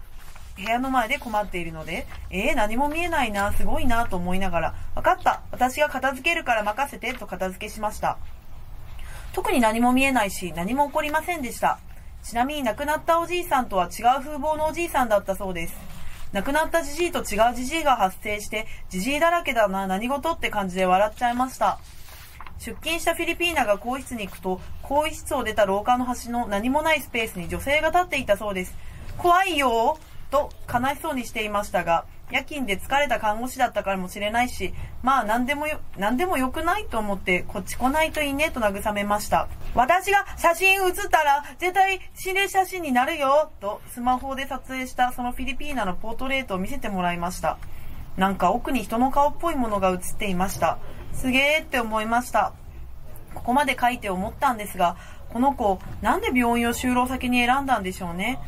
Speaker 4: 部屋の前で困っているのでえー、何も見えないなすごいなと思いながら分かった私が片付けるから任せてと片付けしました特に何も見えないし何も起こりませんでしたちなみに亡くなったおじいさんとは違う風貌のおじいさんだったそうです亡くなったじじいと違うじじいが発生してじじいだらけだな何事って感じで笑っちゃいました出勤したフィリピーナが更衣室に行くと更衣室を出た廊下の端の何もないスペースに女性が立っていたそうです怖いよーと悲しそうにしていましたが夜勤で疲れた看護師だったからもしれないしまあ何でもよ何でもよくないと思ってこっち来ないといいねと慰めました私が写真写ったら絶対心霊写真になるよとスマホで撮影したそのフィリピーナのポートレートを見せてもらいましたなんか奥に人の顔っぽいものが映っていましたすげーって思いましたここまで書いて思ったんですがこの子なんで病院を就労先に選んだんでしょうね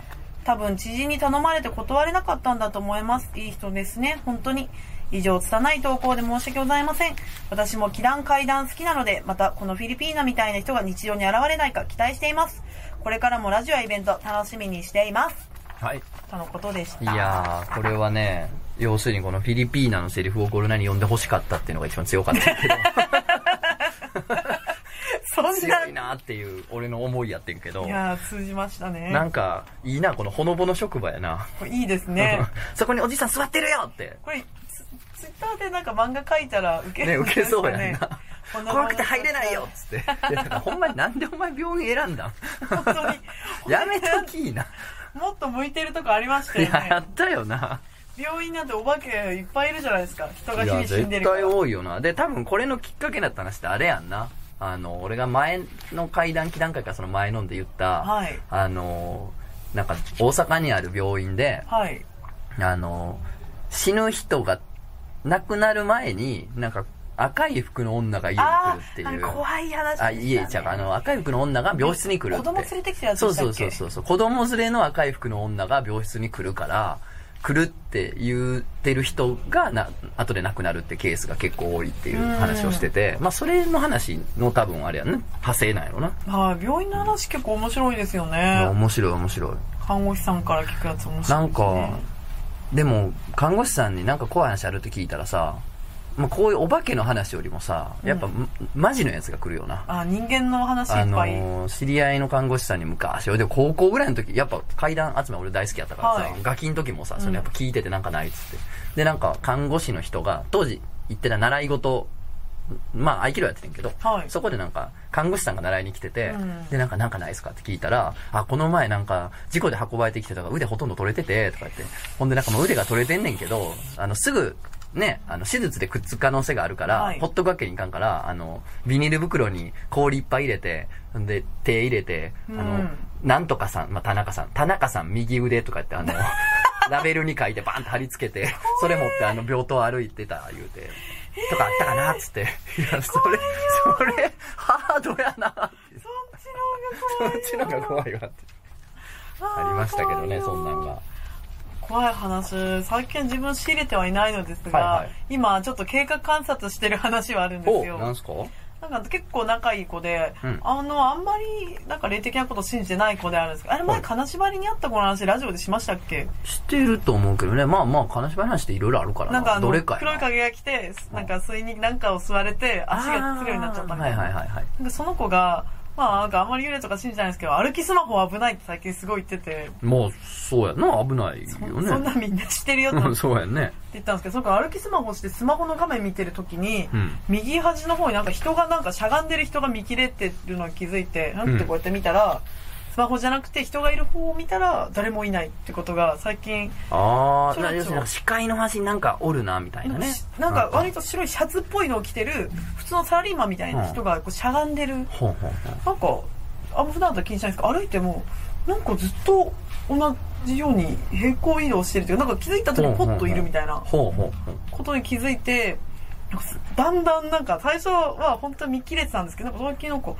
Speaker 4: 多分知人に頼まれて断れなかったんだと思いますいい人ですね本当に以上拙い投稿で申し訳ございません私も祈願階段好きなのでまたこのフィリピーナみたいな人が日常に現れないか期待していますこれからもラジオやイベント楽しみにしています
Speaker 1: はい。
Speaker 4: とのことでした
Speaker 1: いやー、これはね、要するにこのフィリピーナのセリフをゴルナに読んで欲しかったっていうのが一番強かったけど、
Speaker 4: そんない
Speaker 1: 強いなーっていう俺の思いやってんけど、
Speaker 4: やー通じましたね
Speaker 1: なんか、いいな、このほのぼの職場やな。
Speaker 4: これいいで すね
Speaker 1: そこにおじさん座ってるよって。
Speaker 4: これツツイッターでなんか漫画描いたらウケ
Speaker 1: ね、
Speaker 4: るん
Speaker 1: 受
Speaker 4: じゃ
Speaker 1: け
Speaker 4: ないです
Speaker 1: そう
Speaker 4: か
Speaker 1: やん
Speaker 4: ね
Speaker 1: な。
Speaker 4: こんな 漫画
Speaker 1: 怖くて入れないよっつって。いやだからほんまになんでお前病院選んだん
Speaker 4: 本当に
Speaker 1: やめときいな。
Speaker 4: もっと向いてるとこありまし
Speaker 1: い
Speaker 4: たよ
Speaker 1: や、や
Speaker 4: ね
Speaker 1: ったよな。
Speaker 4: 病院なんてお化けいっぱいいるじゃないですか人が
Speaker 1: い
Speaker 4: 日
Speaker 1: や、
Speaker 4: 々死んで
Speaker 1: 絶
Speaker 4: るから
Speaker 1: 対多いよな。で、多分これのきっかけだった話ってあれやんな。あの、俺が前の階段、期段階かその前のんで言った、
Speaker 4: はい
Speaker 1: あの、なんか大阪にある病院で、
Speaker 4: はい
Speaker 1: あの、死ぬ人が亡くなる前に、なんか赤い服の女が家に来
Speaker 4: あ
Speaker 1: るってい
Speaker 4: ーあ
Speaker 1: う。
Speaker 4: の怖い話でした、ね、
Speaker 1: あ、家ちゃうか、あの、赤い服の女が病室に来るって。
Speaker 4: 子供連れてきたやつ
Speaker 1: そ
Speaker 4: で
Speaker 1: う
Speaker 4: した
Speaker 1: そ
Speaker 4: っ
Speaker 1: うそう
Speaker 4: け
Speaker 1: そうそう。子供連れの赤い服の女が病室に来るから、来るって言ってる人がな、後で亡くなるってケースが結構多いっていう話をしてて、まあそれの話の多分あれやね、派生なんやろな。
Speaker 4: はい病院の話結構面白いですよ
Speaker 1: いや
Speaker 4: ね
Speaker 1: 面白い面白い。
Speaker 4: 看護師さんから聞くやつ面白いです、ね、
Speaker 1: なんか、でも、看護師さんになんか怖い話あるって聞いたらさ、まあこういうお化けの話よりもさ、やっぱ、マジのやつが来るよな。
Speaker 4: あ人間の話い
Speaker 1: あ
Speaker 4: っ
Speaker 1: の
Speaker 4: ぱい、
Speaker 1: ー知り合いの看護師さんに昔、俺でも高校ぐらいの時、やっぱ階段集め俺大好きやったからさ、
Speaker 4: はい
Speaker 1: ガキの時もさ、それやっぱ聞いててなんかないっつって。で、なんか看護師の人が、当時行ってた習い事、まあ合気道やっててんけど、
Speaker 4: はい
Speaker 1: そこでなんか看護師さんが習いに来てて、
Speaker 4: うん
Speaker 1: で、なんかなんかないですかって聞いたら、あ、この前なんか事故で運ばれてきてたから腕ほとんど取れてて、とか言って。ほんでなんかもう腕が取れてんねんけど、あの、すぐ、ね、あの、手術でくっつく可能性があるから、
Speaker 2: はい
Speaker 1: ほっとくわけにいかんから、あの、ビニール袋に氷いっぱい入れて、んで、手入れて、あの、
Speaker 2: うん
Speaker 1: なんとかさん、まあ、田中さん、田中さん右腕とかって、あ の、ラベルに書いてバンと貼り付けて、それ持ってあの、病棟歩いてた、言うて。とかあったかなっつって。いや、それ、それ、ハードやなって。
Speaker 2: そっち
Speaker 1: そ
Speaker 2: の方
Speaker 1: っちの方
Speaker 2: が怖い
Speaker 1: が怖いわって。ありましたけどね、そんなんが。
Speaker 2: 怖い話最近自分仕入れてはいないのですが、
Speaker 1: はいはい
Speaker 2: 今ちょっと経過観察してる話はあるんで
Speaker 1: お
Speaker 2: すよ
Speaker 1: なんすか
Speaker 2: なんか結構仲いい子で、
Speaker 1: うん
Speaker 2: あのあんまりなんか霊的なこと信じてない子であるんですけどあれ前
Speaker 1: はい
Speaker 2: 金縛りにあった子の話ラジオでしましたっけ
Speaker 1: してると思うけどね。まあまあ、悲しみ話っていろいろあるから
Speaker 2: なんかあ
Speaker 1: な。
Speaker 2: の
Speaker 1: どれ
Speaker 2: 黒い
Speaker 1: かやな。
Speaker 2: 影が来てなんか水になんかを吸われて足がつるようになっちゃったみたいな,、
Speaker 1: あーはいはいはいはい。
Speaker 2: なんかその子がまあなんかあんまり幽霊とか信じてないんですけど歩きスマホは危ないって最近すごい言ってて、
Speaker 1: もう、そうやな、危ないよね。
Speaker 2: そんなみんな知ってるよって
Speaker 1: うん、そうやね。
Speaker 2: って言ったんで すけど、その子歩きスマホしてスマホの画面見てる時に、
Speaker 1: うん
Speaker 2: 右端の方になんか人がなんかしゃがんでる人が見切れてるのに気づいて、なんてこうやって見たら、スマホじゃなくて人がいる方を見たら誰もいないってことが最近、
Speaker 1: あ
Speaker 2: そ
Speaker 1: あ、
Speaker 2: うそ
Speaker 1: な
Speaker 2: う
Speaker 1: 要するになんか視界の端になんかおるな、みたいなね。
Speaker 2: なんか割と白いシャツっぽいのを着てる普通のサラリーマンみたいな人がこうしゃがんでる、
Speaker 1: ほんほんほん。
Speaker 2: なんかあんま普段と気にしないんですけど歩いてもなんかずっと同じように平行移動してるというかなんか気づいた時にポッといるみたいな
Speaker 1: ほうほうほう。
Speaker 2: ことに気づいてなんかすだんだんなんか最初は本当に見切れてたんですけどなんか最近なんか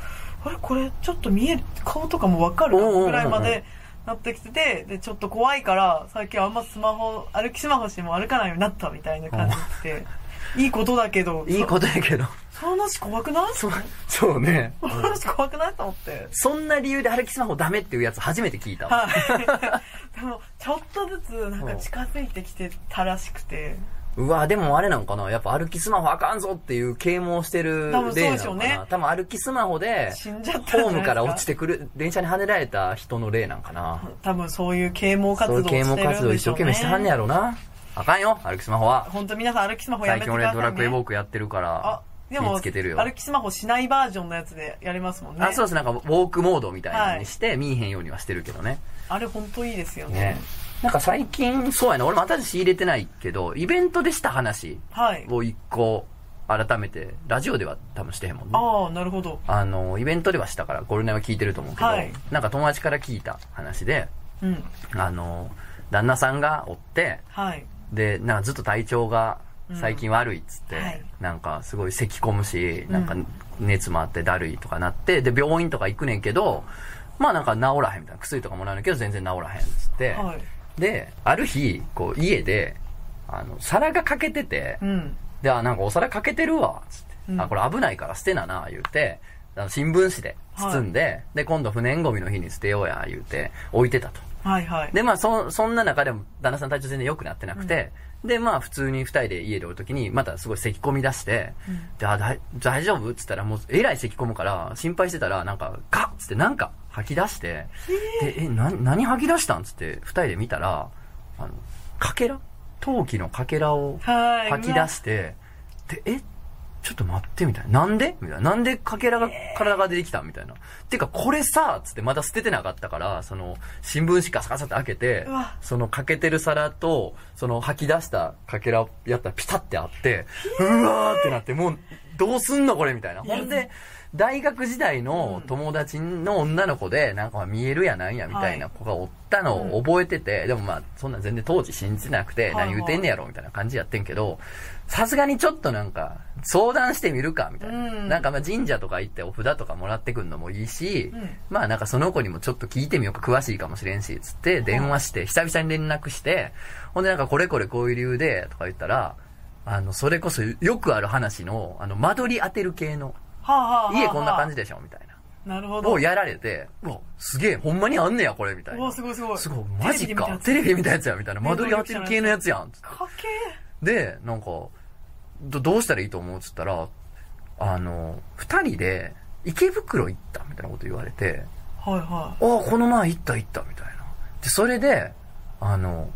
Speaker 2: あれこれちょっと見える顔とかもわかる
Speaker 1: うんうんうんうん
Speaker 2: ぐらいまでなってきててでちょっと怖いから最近あんまスマホ歩きスマホしても歩かないようになったみたいな感じで いいことだけど
Speaker 1: いいことやけど。
Speaker 2: そその話怖くないそ
Speaker 1: そ
Speaker 2: の、
Speaker 1: そうね。
Speaker 2: 話怖くないと思って。
Speaker 1: そんな理由で歩きスマホダメっていうやつ初めて聞いたわ。
Speaker 2: はい。でも、ちょっとずつ、なんか近づいてきてたらしくて。
Speaker 1: うわ、でもあれなんかなやっぱ歩きスマホあかんぞっていう啓蒙してる例な
Speaker 2: 多
Speaker 1: の
Speaker 2: 分
Speaker 1: か
Speaker 2: そう
Speaker 1: な
Speaker 2: でしょうね
Speaker 1: 多分歩きスマホで、
Speaker 2: 死んじゃったんじゃないですか
Speaker 1: ホームから落ちてくる、電車にはねられた人の例なんかな。
Speaker 2: 多分そういう啓蒙活
Speaker 1: そうい
Speaker 2: 動
Speaker 1: う
Speaker 2: をして
Speaker 1: 啓蒙
Speaker 2: るんでしょうね。
Speaker 1: 活動一生懸命してはんねやろな。あかんよ、歩きスマホは。
Speaker 2: 本当皆さん歩きスマホやめ
Speaker 1: 最
Speaker 2: て
Speaker 1: 近
Speaker 2: く
Speaker 1: 俺
Speaker 2: ださい、ね。
Speaker 1: ドラクエウォークやってるから
Speaker 2: あ、、で
Speaker 1: 見
Speaker 2: も、
Speaker 1: つけてるよ。
Speaker 2: 歩きスマホしないバージョンのやつでやりますもんね。
Speaker 1: あ、そうです。なんか、ウォークモードみたいなのにして、見えへんようにはしてるけどね。
Speaker 2: あれ本当いいですよね。
Speaker 1: ね。なんか最近、そうやな。俺また仕入れてないけど、イベントでした話
Speaker 2: はい。
Speaker 1: を一個、改めて、ラジオでは多分してへんもんね。
Speaker 2: ああ、なるほど。
Speaker 1: あの、イベントではしたから、ゴールデンは聞いてると思うけど、
Speaker 2: はい
Speaker 1: なんか友達から聞いた話で、
Speaker 2: うん。
Speaker 1: あの、旦那さんがおって、
Speaker 2: はい。
Speaker 1: で、なんかずっと体調が最近悪いっつって、
Speaker 2: うんはい
Speaker 1: なんかすごい咳込むし、なんか
Speaker 2: うん
Speaker 1: 熱もあってだるいとかなって、で、病院とか行くねんけど、まあなんか治らへんみたいな、薬とかもらうねんけど全然治らへんっつって、
Speaker 2: はい。
Speaker 1: で、ある日、こう家で、あの、皿が欠けてて
Speaker 2: う、ん。
Speaker 1: で、あ、なんかお皿欠けてるわ、つって、
Speaker 2: うん
Speaker 1: あ、これ危ないから捨てなな、言うて、あの新聞紙で包んで、で、今度不燃ゴミの日に捨てようや、言うて、置いてたと。
Speaker 2: はいはい。
Speaker 1: で、まあ、そ、そんな中でも、旦那さん体調全然良くなってなくて、で、まあ、普通に二人で家でおるときに、またすごい咳込み出して、で、あ、だい大丈夫っつったら、もう、えらい咳込むから、心配してたら、なんか、ガッつってなんか吐き出して、で、え、な、何吐き出したんつって、二人で見たら、あの、かけら陶器のかけらを
Speaker 2: はい
Speaker 1: 吐き出して、で、えちょっと待ってみたいな。なんでみたいな。なんでかけらが、体が出てきたみたいな。てか、これさ、つってまだ捨ててなかったから、その、新聞紙カサカサって開けて
Speaker 2: うわ、
Speaker 1: その、かけてる皿と、その、吐き出したかけらやったらピタってあって、うわーってなって、もう、どうすんのこれみたいな。ほんで、大学時代の友達の女の子で、なんか見えるやなんやみたいな子がおったのを覚えてて、でもまあ、そんなん全然当時信じてなくて、
Speaker 2: はいはい
Speaker 1: 何言うてんねやろみたいな感じやってんけど、さすがにちょっとなんか、相談してみるかみたいな。
Speaker 2: うん
Speaker 1: なんかまあ神社とか行ってお札とかもらってくんのもいいし、
Speaker 2: うん
Speaker 1: まあなんかその子にもちょっと聞いてみようか、詳しいかもしれんし、つって電話して、久々に連絡して、ほんでなんかこれこれこういう理由で、とか言ったら、あの、それこそよくある話の、あの、間取り当てる系の、
Speaker 2: はあ、はあはあ、
Speaker 1: 家こんな感じでしょみたいな。
Speaker 2: じ。なるほど。
Speaker 1: をやられて、うわ、すげえ、ほんまにあんねや、これ、みたいう
Speaker 2: わ
Speaker 1: な。
Speaker 2: すごいすごい
Speaker 1: すごい、マジか。
Speaker 2: テ
Speaker 1: テ
Speaker 2: レ
Speaker 1: レビ見たやつや、みたいな。間取り当てる系のやつやん。
Speaker 2: かけ
Speaker 1: で、なんか、ど、どうしたらいいと思うっつったら、あの、二人で池袋行った、みたいなこと言われて、
Speaker 2: はいは
Speaker 1: ああ、この前行った行った、みたいな。で、それで、あの、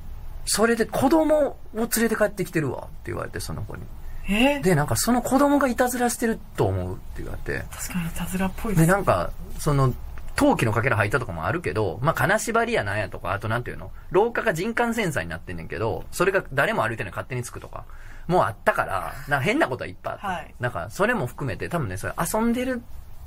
Speaker 1: それで子供を連れて帰ってきてるわ、って言われて、その子に。
Speaker 2: い。え
Speaker 1: で、なんかその子供がいたずらしてると思うって言われて、
Speaker 2: 確かにいたずらっぽいで。
Speaker 1: ですなんかその陶器のかけら履いたとかもあるけど、まあ、金縛りやなんやとか、あとなんていうの廊下が人感センサーになってんねんけど、それが誰も歩いてない勝手につくとか、もうあったから、なんか変なことはいっぱいあった。
Speaker 2: はい
Speaker 1: なんか、それも含めて、多分ね、それ遊んでる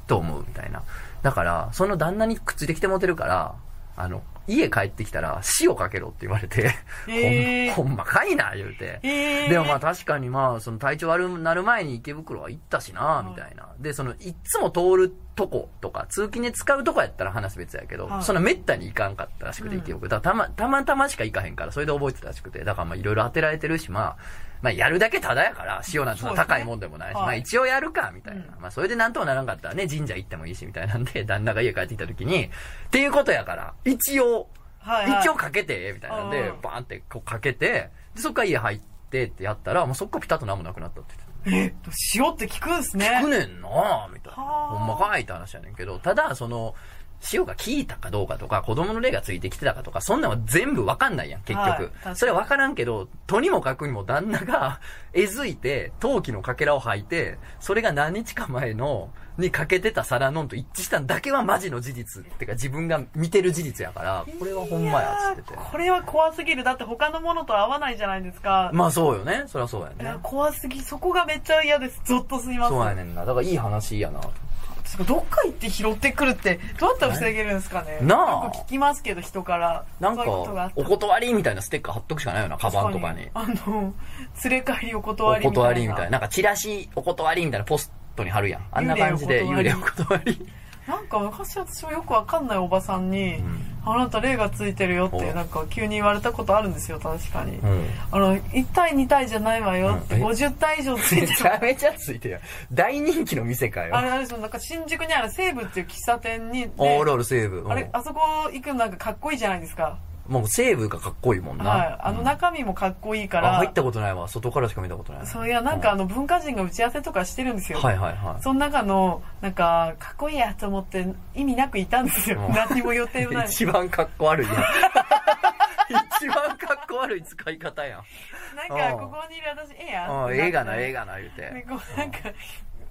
Speaker 1: と思うみたいな。だから、その旦那にくっついてきてもてるから、あの、家帰ってきたら、死をかけろって言われて、
Speaker 2: へー
Speaker 1: ほんま、ほんまかいな、言うて。
Speaker 2: えー、
Speaker 1: でもまあ確かにまあ、その体調悪くなる前に池袋は行ったしな、みたいな。で、その、いっつも通るとことか、通勤で使うとこやったら話別やけど
Speaker 2: は、い
Speaker 1: そんなめったに行かんかったらしくて、
Speaker 2: うん
Speaker 1: 池袋。だからたま、たまたましか行かへんから、それで覚えてたらしくて。だからまあいろいろ当てられてるし、まあ、まあやるだけただやから、塩なんて
Speaker 2: そうですね
Speaker 1: 高いもんでもないし、
Speaker 2: はい
Speaker 1: まあ一応やるか、みたいな。
Speaker 2: う
Speaker 1: まあそれでなんともならんかったらね、神社行ってもいいし、みたいなんで、旦那が家帰ってきた時に、っていうことやから、一応、
Speaker 2: はいはい
Speaker 1: 一応かけて、みたいなんで
Speaker 2: うん、
Speaker 1: バーンってこうかけて、で、そっから家入ってってやったら、もうそっからピタッと何もなくなったって
Speaker 2: えっと、塩って聞くんすね。
Speaker 1: 言ってた。聞くねんなぁ、みたいな。
Speaker 2: はあ
Speaker 1: ほんまかいって話やねんけど、ただ、その、塩が効いたかどうかとか、子供の霊がついてきてたかとか、そんなんは全部わかんないやん、結局。
Speaker 2: はい確かに
Speaker 1: それはわからんけど、とにもかくにも旦那が えずいて、陶器のかけらを履いて、それが何日か前の、にかけてたサラノンと一致したんだけはマジの事実。ってか自分が見てる事実やから、これはほんまや、つって
Speaker 2: い
Speaker 1: て
Speaker 2: やー。これは怖すぎる。だって他のものと合わないじゃないですか。
Speaker 1: まあそうよね。そりゃそうや
Speaker 2: いや
Speaker 1: ね。
Speaker 2: 怖すぎ。そこがめっちゃ嫌です。ゾッとすみます。
Speaker 1: そうやねんな。だからいい話やな。
Speaker 2: つうかどっか行って拾ってくるって、どうやったら防げるんですかね。
Speaker 1: なあ
Speaker 2: よく聞きますけど、人から。
Speaker 1: なんか
Speaker 2: そういうことがあっ、た
Speaker 1: お断りみたいなステッカー貼っとくしかないよな、カバンとかに。
Speaker 2: 確かにあの、連れ帰りお断
Speaker 1: お
Speaker 2: りみたいな。
Speaker 1: 断りみたいな。なんかチラシ、お断りみたいなポストに貼るやん。あんな感じで幽
Speaker 2: 幽
Speaker 1: 霊
Speaker 2: 霊
Speaker 1: お
Speaker 2: お
Speaker 1: 断り。
Speaker 2: なんか昔私もよくわかんないおばさんに、
Speaker 1: ん
Speaker 2: あなた霊がついてるよっ
Speaker 1: お
Speaker 2: て、なんか急に言われたことあるんですよ、確かに。
Speaker 1: うん。
Speaker 2: あの、1体2体じゃないわよって、
Speaker 1: うんえ
Speaker 2: 50体以上つ
Speaker 1: め
Speaker 2: いてる
Speaker 1: ちゃめちゃついてるやん。大人気の店かよ
Speaker 2: あ。れ、あれですよ、なんか新宿にある西武っていう喫茶店に、で
Speaker 1: オールオール西武。うん
Speaker 2: あれ、あそこ行くのなんかかっこいいじゃないですか。
Speaker 1: もう西武がかっこいいもんな。
Speaker 2: はい。あ
Speaker 1: う
Speaker 2: の
Speaker 1: ん
Speaker 2: 中身もかっこいいか
Speaker 1: あ
Speaker 2: ら、
Speaker 1: 入ったことないわ。外からしか見たことない。
Speaker 2: そういや、なんかあの文化人が打ち合わせとかしてるんですよ。
Speaker 1: はいはいはい。
Speaker 2: その中の、なんか、かっこいいやと思って、意味なくいたんですよ
Speaker 1: う。ん
Speaker 2: 何も予定もな い。
Speaker 1: 一番かっこ悪いやん。 一番かっこ悪い使い方やん。
Speaker 2: なんか、ここにいる私、ええや
Speaker 1: うん、
Speaker 2: って
Speaker 1: 映画な、
Speaker 2: って
Speaker 1: 映画な、言うて。
Speaker 2: でこうなんか、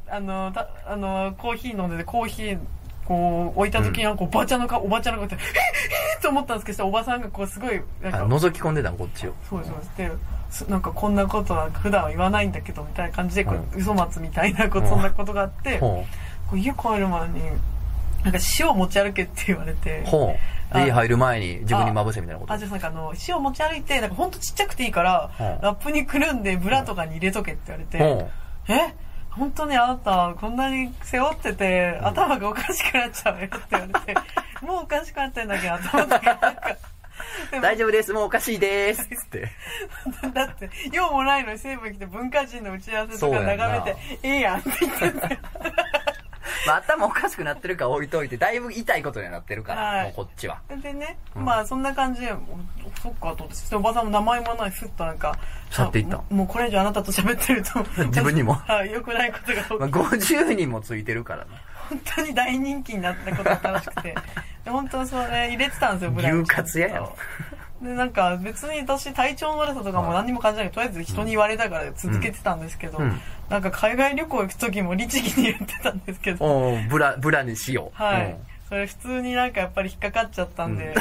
Speaker 2: あの、たあの、コーヒー飲んでて、コーヒー、こう、置いた時に、こう、おばちゃんの顔、おばちゃんの顔って、えっえっと思ったんですけど、おばさんがこう、すごい、なん
Speaker 1: あ
Speaker 2: か、
Speaker 1: 覗き込んでたんこっちを
Speaker 2: そうですそうですですなんかこんなことは普段は言わないんだけどみたいな感じでこう、
Speaker 1: う
Speaker 2: 嘘松みたいなこう、
Speaker 1: うん
Speaker 2: そんなことがあって、こ
Speaker 1: ほ
Speaker 2: う家帰る前になんか塩持ち歩けって言われて
Speaker 1: うほう
Speaker 2: あ
Speaker 1: で家入る前に自分にまぶせみたいなこと
Speaker 2: あじゃあなんかあの塩持ち歩いてなんかほんとちっちゃくていいから、
Speaker 1: うん
Speaker 2: ラップにくるんでブラとかに入れとけって言われて、
Speaker 1: ほ
Speaker 2: え本当にあなたこんなに背負ってて頭がおかしくなっちゃうよって言わ れて、もうおかしくなってんだけど頭がなんか
Speaker 1: う大丈夫ですもうおかしいですっつって
Speaker 2: だって、用もないのに西部来て文化人の打ち合わせとか眺めて、いいやんって言ってんだよ
Speaker 1: まあ頭おかしくなってるから置いといてだいぶ痛いことにはなってるから、
Speaker 2: はい
Speaker 1: もうこっちは
Speaker 2: でね、
Speaker 1: うん
Speaker 2: まあそんな感じで、おそっかと思って、そしておばさんも名前もない、すっとなんか、
Speaker 1: 去っていった、
Speaker 2: もうもうこれ以上あなたと喋ってると
Speaker 1: 自分にも
Speaker 2: はい、良くないことが起きて
Speaker 1: まあ、50人もついてるから
Speaker 2: 本当に大人気になったことが楽しくて。で本当それ入れてたんですよ、ブラウン
Speaker 1: 牛カツ屋やろ
Speaker 2: で、なんか別に私体調の悪さとかも何にも感じないけど、とりあえず人に言われたから続けてたんですけど、
Speaker 1: うん
Speaker 2: なんか海外旅行行く時も律儀に言ってたんですけ
Speaker 1: な
Speaker 2: ど、
Speaker 1: おうブラブラにしよう、
Speaker 2: はい、
Speaker 1: うん
Speaker 2: それ普通になんかやっぱり引っかかっちゃったんで、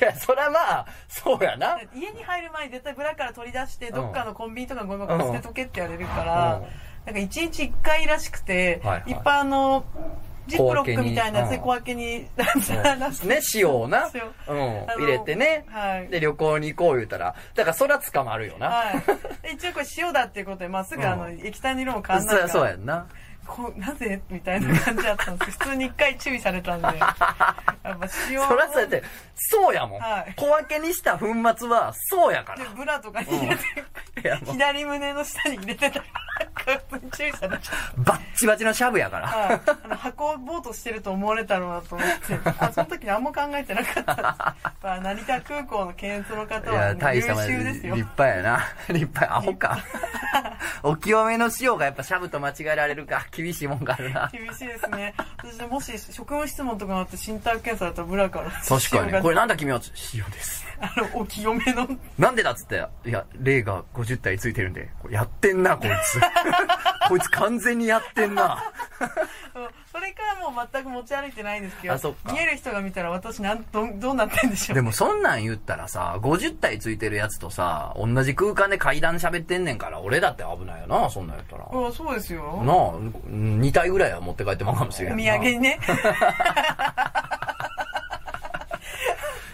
Speaker 1: いやそりゃまあそうやな
Speaker 2: 家に入る前に絶対ブラから取り出して、どっかのコンビニとかゴ
Speaker 1: う
Speaker 2: ミ
Speaker 1: ん
Speaker 2: 箱捨てとけって言われる
Speaker 1: う
Speaker 2: か
Speaker 1: ん
Speaker 2: ら、なんか一日一回らしくて、
Speaker 1: はいはい
Speaker 2: いっぱいあの、ジップロックみたいなやつで
Speaker 1: 小
Speaker 2: 小分けに、なんちゃららし
Speaker 1: ね塩をな、
Speaker 2: そう
Speaker 1: うん、
Speaker 2: あ の
Speaker 1: 入れてね、
Speaker 2: はい
Speaker 1: で旅行に行こう言うたらだからそら捕まるよな、
Speaker 2: はい。一応これ塩だっていうことで、まあ、すぐあの、
Speaker 1: うん
Speaker 2: 液体の色も変わんない
Speaker 1: そりゃ
Speaker 2: から。
Speaker 1: そうやんな
Speaker 2: こうなぜみたいな感じだったんですけど普通に一回注意されたんで。やっぱ塩を。
Speaker 1: そらそうやって、そうやもん。
Speaker 2: はい
Speaker 1: 小分けにした粉末は、そうやから
Speaker 2: で。ブラとかに入れて、
Speaker 1: いやもう
Speaker 2: 左胸の下に入れてたら、こいつ注意されちゃっ
Speaker 1: バッチバチのシャブやから。
Speaker 2: た。はい。あの、運ぼうとしてると思われたろうなと思っ て。あ、その時何も考えてなかったんです。やっぱ成田空港の検閲の
Speaker 1: い
Speaker 2: 方は、
Speaker 1: や、
Speaker 2: ね、
Speaker 1: 大
Speaker 2: 優
Speaker 1: したもん
Speaker 2: 秀
Speaker 1: や
Speaker 2: です
Speaker 1: 立
Speaker 2: よ。
Speaker 1: 派やな。 立派、アホ か。お清めの塩がやっぱシャブと間違えられるか、厳しいもんがある な。
Speaker 2: 厳しいですね。私もし職務質問とかなって身体検査だったらブラから。
Speaker 1: 確かに。こ
Speaker 2: こ
Speaker 1: れ
Speaker 2: れ。
Speaker 1: なんだ君は塩です。
Speaker 2: あの、お清めの。
Speaker 1: なんでだっつって、いや、霊が50体ついてるんで、これや ってんな、こいつ。こいつ完全にやってんな。
Speaker 2: うんそれからもうは全く持ち歩いてないんですけど
Speaker 1: あそっか
Speaker 2: 見える人が見たら私なんどどうなってんでしょ う
Speaker 1: でもそんなん言ったらさ、50体ついてるやつとさ、同じ空間で階段喋ってんねんから、俺だって危ないよな、そんなん言ったら。
Speaker 2: あそうですよ
Speaker 1: なあ、2体ぐらいは持って帰ってまうかもしれん
Speaker 2: お
Speaker 1: な
Speaker 2: 土産にね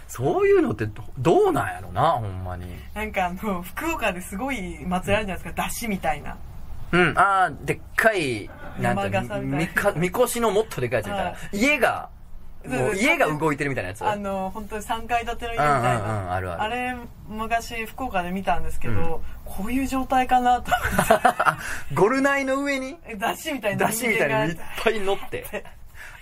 Speaker 1: そういうのってどどうなんやろな、ほんまに。
Speaker 2: なんかあの福岡ですごい祭られるじゃないですか出汁みたいな
Speaker 1: うん、ああ、でっかい、なん
Speaker 2: 山
Speaker 1: て、
Speaker 2: 笠みたいな
Speaker 1: みか、みこしのもっとでかいやつみたい
Speaker 2: は
Speaker 1: な。家が、
Speaker 2: そう
Speaker 1: もう
Speaker 2: そう
Speaker 1: 家が動いてるみたいなやつ。
Speaker 2: あの本当に3階建ての家みたい
Speaker 1: うんうんうん
Speaker 2: な
Speaker 1: あるある
Speaker 2: れ昔福岡で見たんですけど、
Speaker 1: うん
Speaker 2: こういう状態か なと思って
Speaker 1: ゴルナイの上に、
Speaker 2: え出汁みたいな
Speaker 1: 出汁みたいなのいっ
Speaker 2: 人間が
Speaker 1: ぱい乗 って。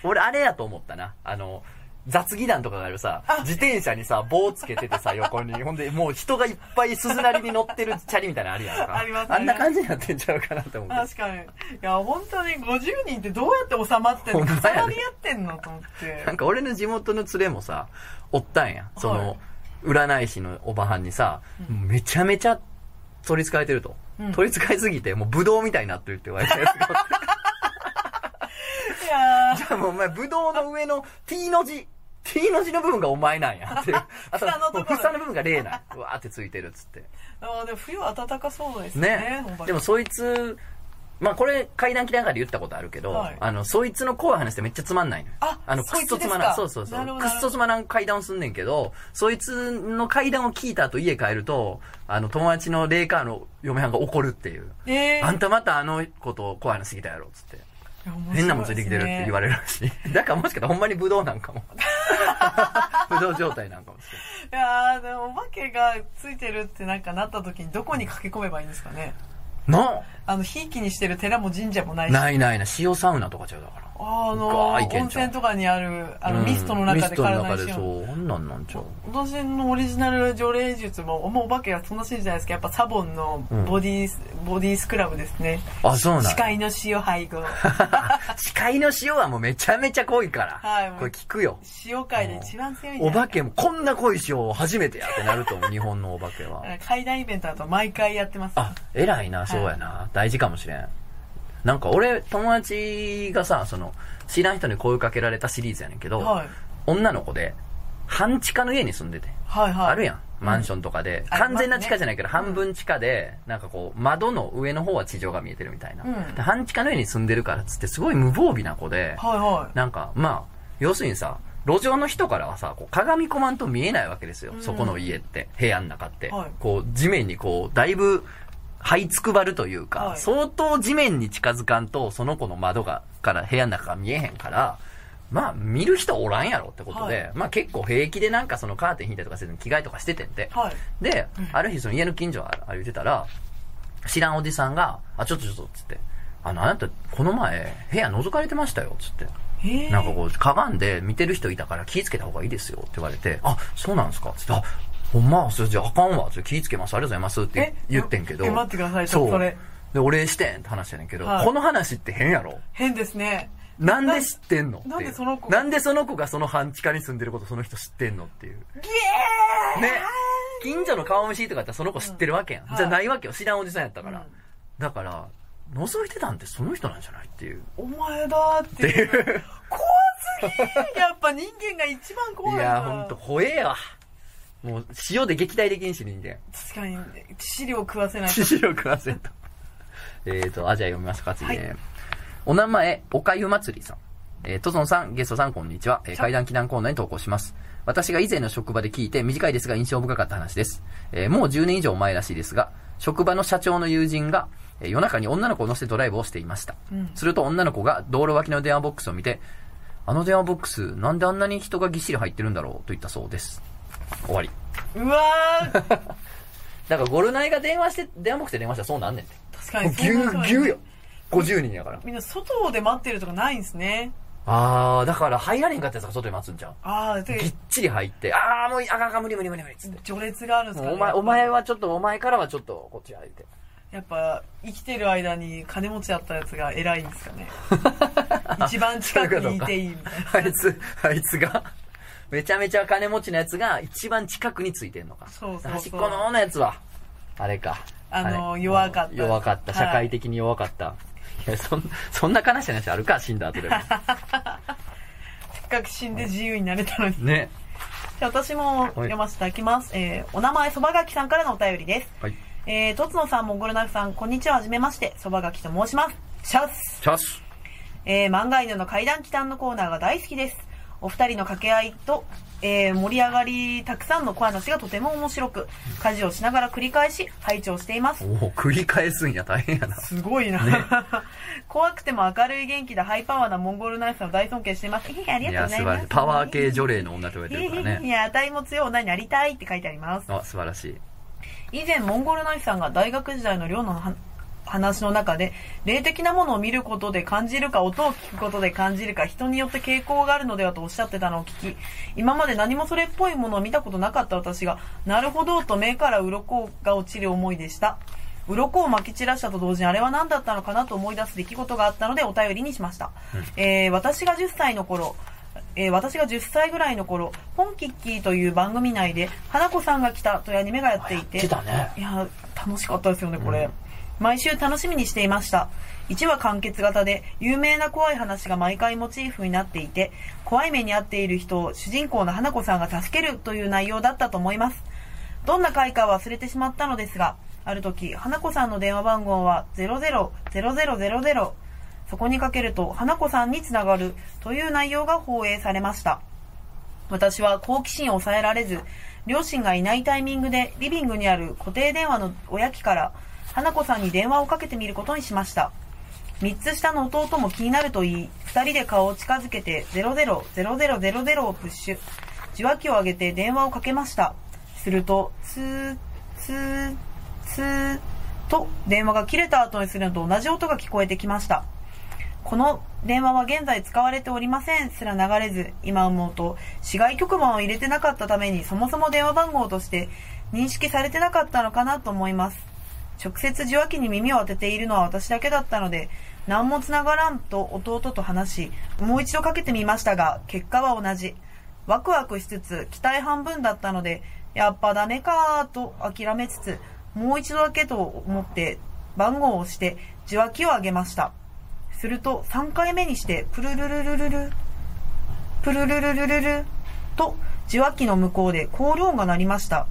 Speaker 1: 俺、あれやと思ったな。あの、雑技団とかがあるさ、自転車にさ、棒つけててさ、横に。ほんで、もう人がいっぱい鈴なりに乗ってるチャリみたいなのあるやんか。
Speaker 2: ありますね
Speaker 1: あんな感じになってんちゃうかなって思うけど。
Speaker 2: 確かにいや本当に50人ってどうやって収まってんの
Speaker 1: ほんま
Speaker 2: 重
Speaker 1: やね
Speaker 2: なり合ってんのと思って
Speaker 1: なんか俺の地元の連れもさ、おったんや。その、
Speaker 2: はい
Speaker 1: 占い師のおばはんにさ、めちゃめちゃ取り憑かれてると。
Speaker 2: うん
Speaker 1: 取り憑かれすぎて、もうブドウみたいになってるって言われた やつがおっ
Speaker 2: いやー
Speaker 1: て。もうお前、ブドウの上の T の字。T の字の部分がお前なんやって いう。あと
Speaker 2: 草のところ
Speaker 1: もう草の部分が霊なんや。うわーってついてるっつって。
Speaker 2: あーでも冬は暖かそうですね
Speaker 1: ね
Speaker 2: 本。場
Speaker 1: でもそいつ、まあこれ階段切りながら言ったことあるけど、
Speaker 2: はい
Speaker 1: あの、そいつの怖い話ってめっちゃつまんないのよ。
Speaker 2: あ
Speaker 1: の、
Speaker 2: そ
Speaker 1: く
Speaker 2: い
Speaker 1: っ
Speaker 2: つ
Speaker 1: そ
Speaker 2: で
Speaker 1: つ
Speaker 2: す
Speaker 1: ま
Speaker 2: から
Speaker 1: ん、そうそうそ
Speaker 2: なる
Speaker 1: う。
Speaker 2: ほ
Speaker 1: く
Speaker 2: ど
Speaker 1: っそつまらん階段をすんねんけど、そいつの階段を聞いた後家帰ると、あの、友達のレイカーの嫁はんが怒るっていう。
Speaker 2: えー
Speaker 1: あんたまたあの子と怖い話してきたやろ、つって。
Speaker 2: いや面白いですね
Speaker 1: 変なもんついてきてるって言われるらしい。だからもしかしたらほんまにブドウなんか も。ブドウ状態なんかもしれない。
Speaker 2: いやーでもお化けがついてるってなんかなった時にどこに駆け込めばいいんですかね
Speaker 1: の
Speaker 2: あのひいきにしてる寺も神社もないし
Speaker 1: ないないない。塩サウナとかちゃうだから。
Speaker 2: あー
Speaker 1: ガ
Speaker 2: あの
Speaker 1: ーいけんちゃう
Speaker 2: 温泉とかにあるあ
Speaker 1: う
Speaker 2: の
Speaker 1: ん
Speaker 2: ミストの中で体
Speaker 1: ミストの中
Speaker 2: にし
Speaker 1: で
Speaker 2: よう
Speaker 1: そう、あんなんなんちゃう。
Speaker 2: 私のオリジナル除霊術も、もうお化けがそんなシーンじゃないですけど、やっぱサボンのボディー、ボディースクラブですね。
Speaker 1: あ、そうなん
Speaker 2: 視
Speaker 1: や
Speaker 2: 界の塩配合。
Speaker 1: 視界の塩はもうめちゃめちゃ濃いから。
Speaker 2: はい
Speaker 1: これ聞くよ。
Speaker 2: 塩界で一番強いんじ
Speaker 1: お
Speaker 2: ゃない
Speaker 1: 化けもこんな濃い塩初めてやってなると 思う、日本のお化けは。
Speaker 2: 階段イベントだと毎回やってます。
Speaker 1: あ、偉いな、そうやな。大事かもしれん。なんか俺、友達がさ、その、知らん人に声かけられたシリーズやねんけど、
Speaker 2: はい。
Speaker 1: 女の子で、半地下の家に住んでて。
Speaker 2: はいはい。
Speaker 1: あるやん。マンションとかで。
Speaker 2: あ
Speaker 1: 完全な地下じゃないけど、
Speaker 2: まあね
Speaker 1: 半分地下で、なんかこう、窓の上の方は地上が見えてるみたいな。
Speaker 2: うん
Speaker 1: で半地下の家に住んでるからっつって、すごい無防備な子で、
Speaker 2: はいはい。
Speaker 1: なんか、まあ、要するにさ、路上の人からはさ、こう鏡込まんと見えないわけですよ。
Speaker 2: うん
Speaker 1: そこの家って、部屋の中って。
Speaker 2: はい
Speaker 1: こう、地面にこう、だいぶ、這いつくばるというか、
Speaker 2: はい
Speaker 1: 相当地面に近づかんと、その子の窓が、から部屋の中が見えへんから、まあ、見る人おらんやろってことで、
Speaker 2: はい
Speaker 1: まあ結構平気でなんかそのカーテン引いたりとかせずに着替えとかしててんて。
Speaker 2: はい。
Speaker 1: で、ある日その家の近所を歩いてたら、知らんおじさんが、あ、ちょっとちょっと、つって、あの、あなた、この前、部屋覗かれてましたよ、つって。
Speaker 2: へえ。
Speaker 1: なんかこう、かがんで見てる人いたから気ぃつけた方がいいですよって言われて、あ、そうなんですかつって、あ、ほんま、それじゃああかんわ。それ気ぃつけます。ありがとうございます。って
Speaker 2: え
Speaker 1: 言ってんけど。
Speaker 2: え待ってくださいちょ
Speaker 1: そ
Speaker 2: っと
Speaker 1: う。
Speaker 2: それ
Speaker 1: で、お礼してんって話やねんけど、
Speaker 2: はい
Speaker 1: この話って変やろ
Speaker 2: 変ですね。
Speaker 1: なんで知ってんのっていう
Speaker 2: なんでその子が
Speaker 1: なんでその子がその半地下に住んでることその人知ってんのっていう。
Speaker 2: ゲー
Speaker 1: ね。近所の顔見知りとかやったらその子知ってるわけやん。
Speaker 2: はい
Speaker 1: じゃないわけよ。知らんおじさんやったから。
Speaker 2: うん
Speaker 1: だから、覗いてたんってその人なんじゃないっていう。
Speaker 2: お前だーっていう。怖すぎやっぱ人間が一番怖い
Speaker 1: い
Speaker 2: な
Speaker 1: やー、ほんと、怖えわ。もう、塩で撃退できんし、人間。
Speaker 2: 確かに、資料食わせない。
Speaker 1: 指示を食わせんと。えーと、あ、じゃあ読みますか、次ね。
Speaker 2: はい
Speaker 1: お名前、おかゆ祭りさん。えー、トソンさん、ゲストさん、こんにちは。えー、階段祈願コーナーに投稿します。私が以前の職場で聞いて、短いですが印象深かった話です。えー、もう10年以上前らしいですが、職場の社長の友人が、えー夜中に女の子を乗せてドライブをしていました。
Speaker 2: うん
Speaker 1: すると女の子が道路脇の電話ボックスを見て、あの電話ボックス、なんであんなに人がぎっしり入ってるんだろうと言ったそうです。終わり。
Speaker 2: うわー、
Speaker 1: だから、ゴルナイが電話して、電話ボックスで電話したらそうなんねんて。
Speaker 2: 確か
Speaker 1: もう
Speaker 2: に
Speaker 1: ぎゅ
Speaker 2: そうう
Speaker 1: ぎゅうよ。50人やから。
Speaker 2: みんな外で待ってるとかないんですね。
Speaker 1: あー、だから入られんかったやつが外で待つんじゃん。
Speaker 2: ああ、で
Speaker 1: ぎっ、ちり入って、あーもういい、あかんあかん無理無理無理無理っつって。
Speaker 2: 序列があるんですか、
Speaker 1: もう
Speaker 2: ね、
Speaker 1: お前、お前はちょっと、お前からはちょっと、こっち歩いて。
Speaker 2: やっぱ、生きてる間に金持ちだったやつが偉いんです かね。一番近くにいていいみたいな。
Speaker 1: あいつ、あいつが、めちゃめちゃ金持ちのやつが一番近くについてんのか。
Speaker 2: そうそうそう
Speaker 1: 端っこの方のやつは、あれか。
Speaker 2: あの
Speaker 1: れ
Speaker 2: 弱かった
Speaker 1: 弱かった。
Speaker 2: はい
Speaker 1: 社会的に弱かった。いや、そん、そんな悲しい話あるか、死んだ後でも。
Speaker 4: かく死んで自由になれたのに。
Speaker 1: ね。
Speaker 4: じゃあ私も読ませていただきます。えー、お名前、そばがきさんからのお便りです。
Speaker 1: はい。
Speaker 4: えー、とつのさん、もぐるなふさん、こんにちは、はじめまして、そばがきと申します。シャス
Speaker 1: チャス。
Speaker 4: えー、漫画犬の怪談祈祷のコーナーが大好きです。お二人の掛け合いと、えー盛り上がり、たくさんの小話がとても面白く、家事をしながら繰り返し、拝聴しています。
Speaker 1: おお、繰り返すんや、大変やな。
Speaker 4: すごいな、怖くても明るい元気でハイパワーなモンゴルナイフさんを大尊敬しています。えへあり
Speaker 1: い
Speaker 4: がと
Speaker 1: や、素
Speaker 4: うござい
Speaker 1: 晴
Speaker 4: ま
Speaker 1: ら
Speaker 4: す
Speaker 1: し。い。パワー系除霊の女と言われてるから
Speaker 4: い
Speaker 1: ね。
Speaker 4: や、値も強い女になりたいって書いてあります。
Speaker 1: あ、素晴らしい。
Speaker 4: 以前、モンゴルナイフさんが大学時代の寮のは話の中で、霊的なものを見ることで感じるか、音を聞くことで感じるか、人によって傾向があるのではとおっしゃってたのを聞き、今まで何もそれっぽいものを見たことなかった私が、なるほどと目から鱗が落ちる思いでした。鱗を撒き散らしたと同時にあれは何だったのかなと思い出す出来事があったのでお便りにしました。えー私が10歳の頃、えー私が10歳ぐらいの頃、ポンキッキーという番組内で、花子さんが来たというアニメがやっていて、
Speaker 1: ね。
Speaker 4: いや、楽しかったですよね、これ。毎週楽しみにしていました。1話完結型で、有名な怖い話が毎回モチーフになっていて、怖い目に遭っている人を主人公の花子さんが助けるという内容だったと思います。どんな回かは忘れてしまったのですが、ある時、花子さんの電話番号は000000、そこにかけると花子さんにつながるという内容が放映されました。私は好奇心を抑えられず、両親がいないタイミングでリビングにある固定電話の親機から、花子さんに電話をかけてみることにしました。3つ下の弟も気になると言い、2人で顔を近づけて、000000をプッシュ。受話器を上げて電話をかけました。すると、ツー、ツー、ツー、と電話が切れた後にするのと同じ音が聞こえてきました。この電話は現在使われておりませんすら流れず、今思うと、市外局番を入れてなかったために、そもそも電話番号として認識されてなかったのかなと思います。直接受話器に耳を当てているのは私だけだったので、何も繋がらんと弟と話し、もう一度かけてみましたが、結果は同じ。ワクワクしつつ、期待半分だったので、やっぱダメかーと諦めつつ、もう一度だけと思って、番号を押して、受話器を上げました。すると3回目にしてプルルルルルルプルルルルルルと受話器の向こうでコール音が鳴りました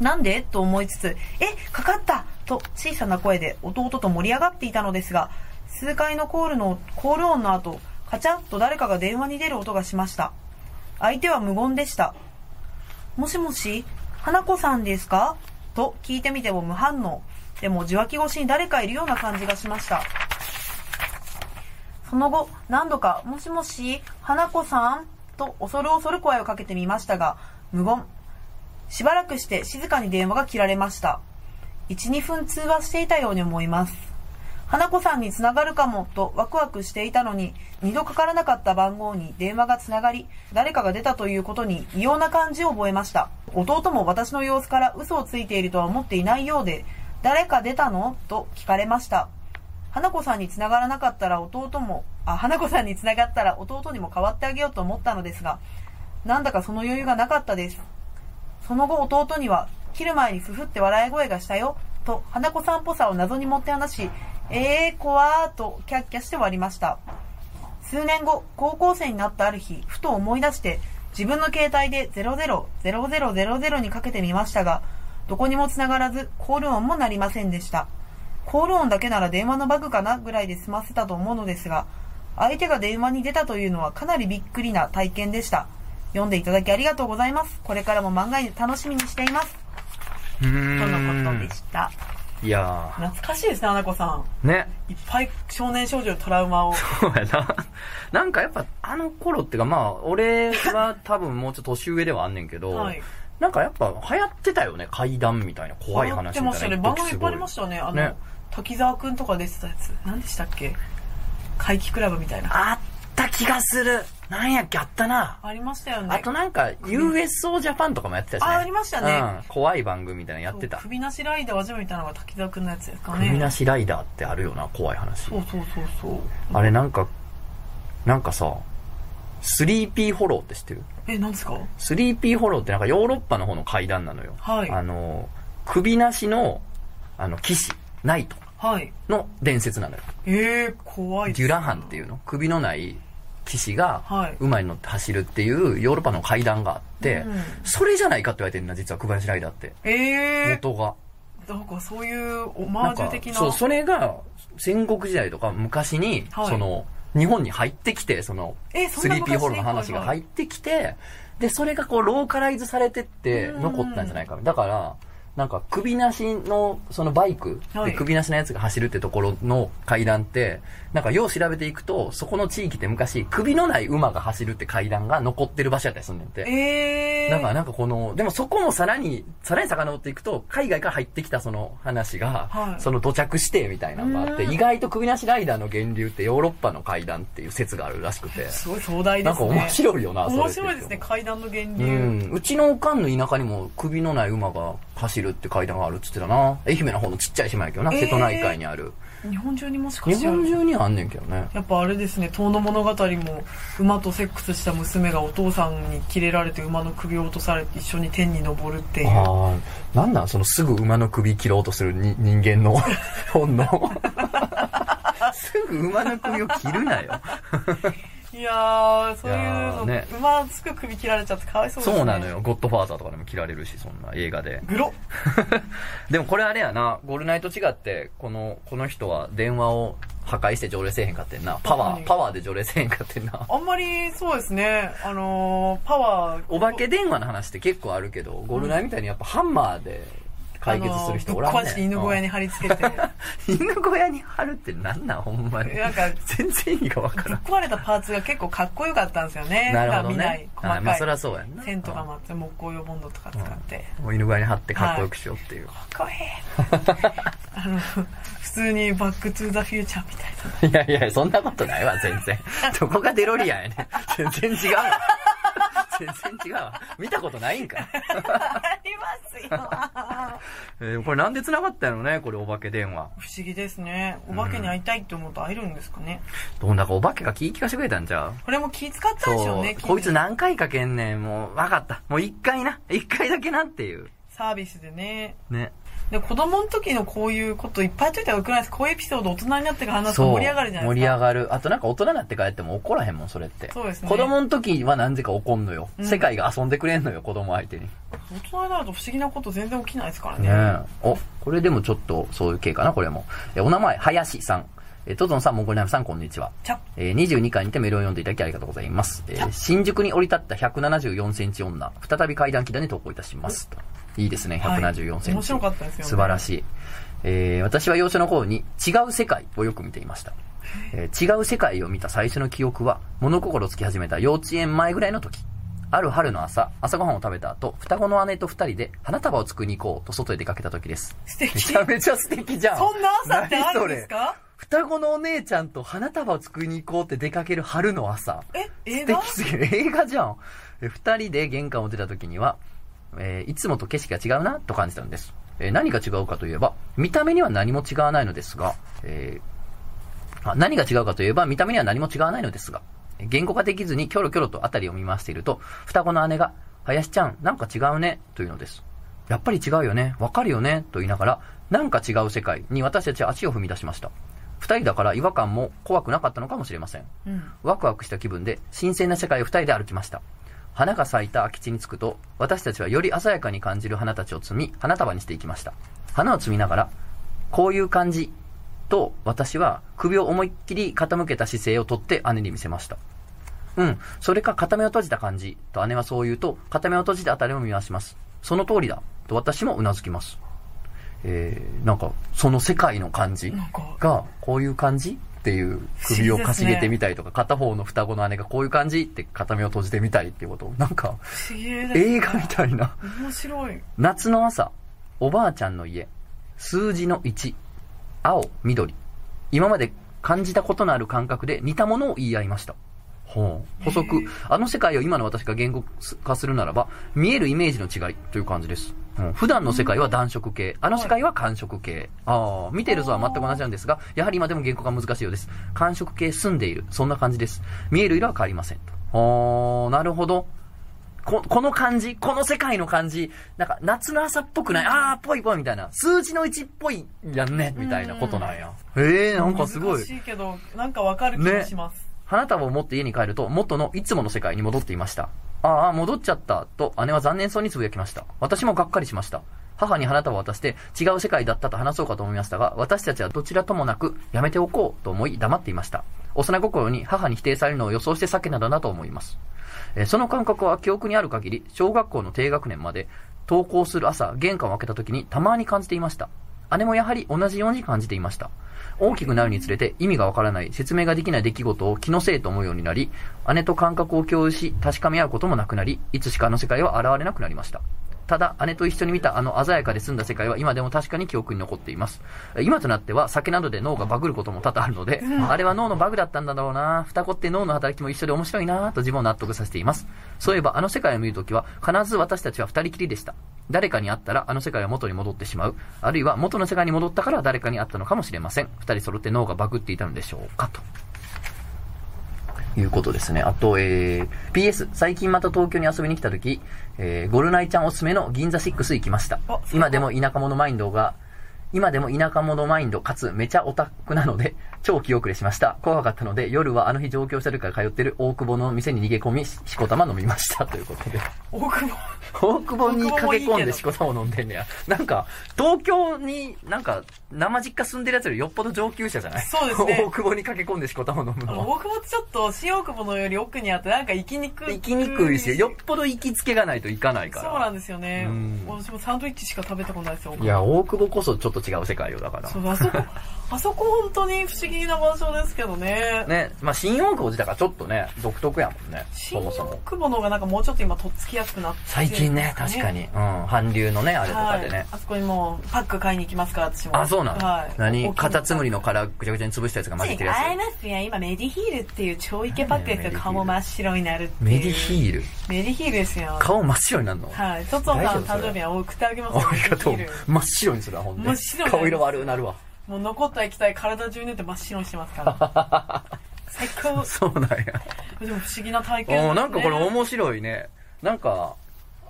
Speaker 4: なんでと思いつつ「えかかった!」と小さな声で弟と盛り上がっていたのですが数回のコールのコール音の後カチャッと誰かが電話に出る音がしました相手は無言でしたもしもし、花子さんですかと聞いてみても無反応。でも受話器越しに誰かいるような感じがしました。その後、何度か、もしもし、花子さんと恐る恐る声をかけてみましたが、無言。しばらくして静かに電話が切られました。1、2分通話していたように思います。花子さんにつながるかもとワクワクしていたのに、二度かからなかった番号に電話がつながり、誰かが出たということに異様な感じを覚えました。弟も私の様子から嘘をついているとは思っていないようで、誰か出たのと聞かれました。花子さんに繋がらなかったら弟も、あ、花子さんに繋がったら弟にも代わってあげようと思ったのですが、なんだかその余裕がなかったです。その後弟には、切る前にふふって笑い声がしたよ、と花子さんっぽさを謎に持って話し、えー、怖ーとキャッキャして終わりました。数年後、高校生になったある日、ふと思い出して、自分の携帯で000000にかけてみましたが、どこにも繋がらず、コール音も鳴りませんでした。コール音だけなら電話のバグかなぐらいで済ませたと思うのですが、相手が電話に出たというのはかなりびっくりな体験でした。読んでいただきありがとうございます。これからも漫画に楽しみにしています。
Speaker 1: う
Speaker 4: とのこと
Speaker 1: ーん
Speaker 4: で。した。
Speaker 1: いや
Speaker 4: 懐かしいですね、花子さ
Speaker 1: ー。ね。
Speaker 4: ん。いっぱい少年少女のトラウマを。
Speaker 1: そうやな。なんかやっぱ、あの頃ってか、まあ、俺は多分もうちょっと年上ではあんねんけど、
Speaker 4: はい
Speaker 1: なんかやっぱ流行ってたよね。怪談みたいな怖い話みたいな。
Speaker 4: やってましたね。
Speaker 1: 一
Speaker 4: 番
Speaker 1: 時
Speaker 4: 組い
Speaker 1: す
Speaker 4: っぱ
Speaker 1: ご
Speaker 4: いありましたよね。あの、
Speaker 1: ね
Speaker 4: 滝沢くんとか出てたやつ。何でしたっけ怪奇クラブみたいな。
Speaker 1: あった気がする。なんやっけ、あったな。
Speaker 4: ありましたよね。
Speaker 1: あとなんか、USO ジャパンとかもやってたしね。
Speaker 4: あありましたね
Speaker 1: うん。怖い番組みたいなのやってた。
Speaker 4: 首なしライダーは初めて見たのが滝沢くんのやつですかね。
Speaker 1: 首なしライダーってあるよな、怖い話
Speaker 4: そ。うそうそうそう。
Speaker 1: あれなんか、なんかさ、スリーピーホローって知ってる
Speaker 4: え、なんですか
Speaker 1: スリーピーホローってなんかヨーロッパの方の階段なのよ。
Speaker 4: はい
Speaker 1: あの、首なしの、あの、騎士、ナイト
Speaker 4: はい。
Speaker 1: の伝説なのよ。
Speaker 4: えー、怖い
Speaker 1: デュラハンっていうの首のない騎士が
Speaker 2: はい
Speaker 1: 馬に乗って走るっていうヨーロッパの階段があって、
Speaker 2: うん
Speaker 1: それじゃないかって言われてるんだ実は小林ライダーって
Speaker 2: ええ
Speaker 1: 元が。
Speaker 2: ー、なんかそういうオ
Speaker 1: な
Speaker 2: マ
Speaker 1: ん
Speaker 2: ージュ
Speaker 1: か
Speaker 2: 的な。
Speaker 1: そうそれが戦国時代とか昔に、
Speaker 2: はい
Speaker 1: その日本に入ってきてその
Speaker 2: えそんな昔
Speaker 1: 3P ホールの話が入ってきてでそれがこうローカライズされてって
Speaker 2: うん
Speaker 1: 残ったんじゃないかだからなんか首なしのそのバイク
Speaker 2: は
Speaker 1: で
Speaker 2: い
Speaker 1: 首なしのやつが走るってところの階段ってなんかよう調べていくとそこの地域って昔首のない馬が走るって階段が残ってる場所やったりすんねんて。
Speaker 2: ええー。
Speaker 1: だからなんかこの、でもそこもさらに、さらに遡っていくと、海外から入ってきたその話が、
Speaker 2: はい
Speaker 1: その土着してみたいなのがあって、
Speaker 2: うん
Speaker 1: 意外と首なしライダーの源流ってヨーロッパの階段っていう説があるらしくて、
Speaker 2: すごい壮大ですね。
Speaker 1: なんか面白いよな、それ
Speaker 2: 面白いですね、
Speaker 1: って
Speaker 2: 階段の源
Speaker 1: う
Speaker 2: 流。
Speaker 1: ん、うちのおかんの田舎にも首のない馬が走るって階段があるっつってたな。愛媛の方のちっちゃい島やけどな、
Speaker 2: えー
Speaker 1: 瀬戸内海にある。
Speaker 2: 日本中にもしか
Speaker 1: 日
Speaker 2: してある
Speaker 1: 本中にはあんねんけどね。
Speaker 2: やっぱあれですね、遠の物語も、馬とセックスした娘がお父さんにキレられて馬の首を落とされて一緒に天に登るっていう。
Speaker 1: ああ、なんなんそのすぐ馬の首切ろうとするに人間 の本能。すぐ馬の首を切るなよ。
Speaker 2: いやー、そう
Speaker 1: い
Speaker 2: いう
Speaker 1: やー
Speaker 2: の、
Speaker 1: ね
Speaker 2: 馬すぐ首切られちゃってかわいそうですね。
Speaker 1: そうなの。よ。ゴッドファーザーとかでも切られるし、そんな映画で。
Speaker 2: グロ
Speaker 1: でもこれあれやな、ゴールナイト違って、この、この人は電話を破壊して条例せえへんかってんな。パワ
Speaker 2: はい
Speaker 1: ー、パワーで条例せえへんかってんな。
Speaker 2: あんまりそうですね、あのー、パワー。
Speaker 1: お化け電話の話って結構あるけど、ゴールナイみたいにやっぱハンマーで解決する人おらん
Speaker 2: あのーぶっ壊して
Speaker 1: ねん。
Speaker 2: 犬小屋に貼り 付けて、
Speaker 1: うん。犬小屋に貼るってなんなんほんまに。
Speaker 2: なんか、
Speaker 1: 全然意味がわからん。
Speaker 2: 壊れたパーツが結構かっこよかったんですよね。
Speaker 1: なるほど
Speaker 2: 普段見ない
Speaker 1: ね。、
Speaker 2: 細
Speaker 1: は
Speaker 2: か
Speaker 1: い、
Speaker 2: い。
Speaker 1: まあそりゃそうやんな。
Speaker 2: 線とかもあって、木工用ボンドとか使って。
Speaker 1: うんもう犬小屋に貼ってかっこよくしようっていう。
Speaker 2: かっこいいあの、普通にバックトゥーザフューチャーみたいな。
Speaker 1: い、やいや、そんなことないわ、全 然。どこがデロリアンやねん。全然違うわ。全然違うわ。見たことないんか。
Speaker 2: あります よ。
Speaker 1: えーこれなんで繋がったのね、これお化け電話。
Speaker 2: 不思議ですね。お化けに会いたいって思うと会えるんですかね。
Speaker 1: どうなんかお化けが気ぃ利かしてくれたんじゃう
Speaker 2: これも気使ったんでしょう
Speaker 1: そ
Speaker 2: ね、
Speaker 1: う。
Speaker 2: きっと
Speaker 1: こいつ何回かけんねん。もう、わかった。もう一回な。一回だけなっていう。
Speaker 2: サービスでね。
Speaker 1: ね。
Speaker 2: で、子供の時のこういうこといっぱいやっといたらよくないですかこういうエピソード大人になってから話すと盛り上がるじゃない
Speaker 1: 盛
Speaker 2: で
Speaker 1: り
Speaker 2: すか。
Speaker 1: 上がる。あとなんか大人になって帰っても怒らへんもん、それって。
Speaker 2: そうですね
Speaker 1: 子供の時は何故か怒んのよ。
Speaker 2: うん
Speaker 1: 世界が遊んでくれんのよ、子供相手に。ね
Speaker 2: 大人になると不思議なこと全然起きないですからね。
Speaker 1: え。お、これでもちょっとそういう系かな、これも。え、お名前、林さん。え、トトンさん、モンゴリナムさん、こんにちは。
Speaker 2: ちゃっ
Speaker 1: えー22回にてメールを読んでいただきありがとうございます。えー新宿に降り立った174センチ女、再び階段木段に投稿いたします。といいですね、174センチ。
Speaker 2: はい面白かったですよね
Speaker 1: 素晴らしい。えー私は幼少の頃に違う世界をよく見ていました。えー違う世界を見た最初の記憶は、物心つき始めた幼稚園前ぐらいの時。ある春の朝、朝ごはんを食べた後、双子の姉と二人で花束を作りに行こうと外へ出かけた時です。
Speaker 2: 素
Speaker 1: め
Speaker 2: 敵。
Speaker 1: ちゃめちゃ素敵じゃん。
Speaker 2: そんな朝ってあるん
Speaker 1: 何そ
Speaker 2: です
Speaker 1: れ
Speaker 2: か
Speaker 1: 双子のお姉ちゃんと花束を作りに行こうって出かける春の朝。
Speaker 2: え、映
Speaker 1: 素
Speaker 2: 画
Speaker 1: 敵すぎる。映画じゃん。え二人で玄関を出た時には、えーいつもと景色が違うなと感じたんです。えー何が違うかといえば、見た目には何も違わないのですが、えーあ何が違うかといえば、見た目には何も違わないのですが、えー言語化できずにキョロキョロと辺りを見回していると、双子の姉が、林ちゃん、なんか違うね、というのです。やっぱり違うよね、わかるよね、と言いながら、なんか違う世界に私たちは足を踏み出しました。二人だから違和感も怖くなかったのかもしれません。
Speaker 2: うん。
Speaker 1: ワクワクした気分で新鮮な社会を二人で歩きました。花が咲いた空き地に着くと、私たちはより鮮やかに感じる花たちを摘み、花束にしていきました。花を摘みながら、こういう感じと私は首を思いっきり傾けた姿勢をとって姉に見せました。うん、それか片目を閉じた感じと姉はそう言うと、片目を閉じて辺りを見回します。その通りだと私もうなずきます。えー、なんか、その世界の感じ。
Speaker 2: なんか、
Speaker 1: がこういう感じっていう首をかしげてみたりとか、片方の双子の姉がこういう感じって片目を閉じてみたりっていうことなんか
Speaker 2: 不思議です、ね。
Speaker 1: 映画みたいな
Speaker 2: 面白い。
Speaker 1: 夏の朝おばあちゃんの家数字の1青緑今まで感じたことのある感覚で似たものを言い合いましたほう補
Speaker 2: へ
Speaker 1: 足
Speaker 2: え
Speaker 1: あの世界を今の私が言語化するならば見えるイメージの違いという感じです、うん普段の世界は暖色系あの世界は寒色系ああ見てるぞは全く同じなんですがやはり今でも言語化難しいようです寒色系住んでいるそんな感じです見える色は変わりませんとおーなるほどここの感じこの世界の感じなんか夏の朝っぽくないああぽいぽいみたいな数字の1っぽいやんねみたいなことなんやへえなんかすごい
Speaker 2: 難しいけど、なんかわかる気がします。
Speaker 1: 花束を持って家に帰ると、元のいつもの世界に戻っていました。ああ、戻っちゃった、と姉は残念そうにつぶやきました。私もがっかりしました。母に花束を渡して、違う世界だったと話そうかと思いましたが、私たちはどちらともなく、やめておこうと思い黙っていました。幼心に母に否定されるのを予想して避けなだなと思います。えーその感覚は記憶にある限り、小学校の低学年まで、登校する朝、玄関を開けた時にたまに感じていました。姉もやはり同じように感じていました。大きくなるにつれて意味がわからない、説明ができない出来事を気のせいと思うようになり、姉と感覚を共有し、確かめ合うこともなくなり、いつしかあの世界は現れなくなりました。ただ、姉と一緒に見たあの鮮やかで澄んだ世界は今でも確かに記憶に残っています。え今となっては酒などで脳がバグることも多々あるので、あれは脳のバグだったんだろうな双子って脳の働きも一緒で面白いなと自分を納得させています。そういえば、あの世界を見るときは、必ず私たちは二人きりでした。誰かに会ったらあの世界は元に戻ってしまう。あるいは元の世界に戻ったから誰かに会ったのかもしれません。二人揃って脳がバグっていたのでしょうかと。いうことですね。あと、えー、PS、最近また東京に遊びに来た時、えー、ゴルナイちゃんおすすめの銀座6行きました
Speaker 2: あ。
Speaker 1: 今でも田舎者マインドが、今でも田舎者マインド、かつめちゃオタクなので、超気遅れしました。怖かったので、夜はあの日上京した時から通ってる大久保の店に逃げ込み、ししこたま飲みました。ということで。
Speaker 2: 大久保。
Speaker 1: 大久保に駆け込んでしこたま飲んでんねや。なんか、東京に、なんか、生実家住んでるやつよりよっぽど上級者じゃない
Speaker 2: そうです ね
Speaker 1: 大久保に駆け込んでしこたま飲む
Speaker 2: あ
Speaker 1: の
Speaker 2: の
Speaker 1: は。
Speaker 2: 大久保ってちょっと、新大久保のより奥にあって、なんか行きにくい。
Speaker 1: 行きにくいし、よっぽど行きつけがないと行かないか
Speaker 2: そう
Speaker 1: ら。
Speaker 2: なんですよね
Speaker 1: うん。
Speaker 2: 私もサンドイッチしか食べたことないですよ。
Speaker 1: いや、大久保こそちょっと違う世界よ、だから
Speaker 2: そ。う、あそこ、 あそこ本当に不思議な場所ですけどね。
Speaker 1: ね、まあ新大久保自体がちょっとね、独特やもんね、
Speaker 2: 新
Speaker 1: そもそ
Speaker 2: 大
Speaker 1: も。
Speaker 2: 久保の方がなんかもうちょっと今とっつきやすくなってるんですか、
Speaker 1: 最近ね、確かに。うん、韓流のね、あれとかで
Speaker 2: はい
Speaker 1: ね。
Speaker 2: あそこにもうパック買いに行きますから私も
Speaker 1: あ、そうなの、
Speaker 2: はい
Speaker 1: 何カタツムリ
Speaker 2: リ
Speaker 1: の殻ぐちゃぐちゃに潰したやつが混じって
Speaker 2: 違い
Speaker 1: るやつ。
Speaker 2: ますよ今メディヒールっていう超イケパックです
Speaker 1: ねメディヒール
Speaker 2: よ顔も真っ白になるっていう
Speaker 1: メディヒール。
Speaker 2: メディヒールですよ
Speaker 1: 顔真っ白になるの
Speaker 2: はいトツオさん
Speaker 1: 大丈夫それ
Speaker 2: 誕生日は送ってあげますよ
Speaker 1: ありがとう
Speaker 2: メディヒー。
Speaker 1: 真っ白にするわ、ほんで
Speaker 2: 真っ白。になります
Speaker 1: 顔色悪くなるわ。
Speaker 2: ルもう残った液体体中に塗って真っ白にしてますから 最高
Speaker 1: そうなん
Speaker 2: でも不思議な体験です、
Speaker 1: や。
Speaker 2: ね、
Speaker 1: おなんかこれ面白いね。なんか、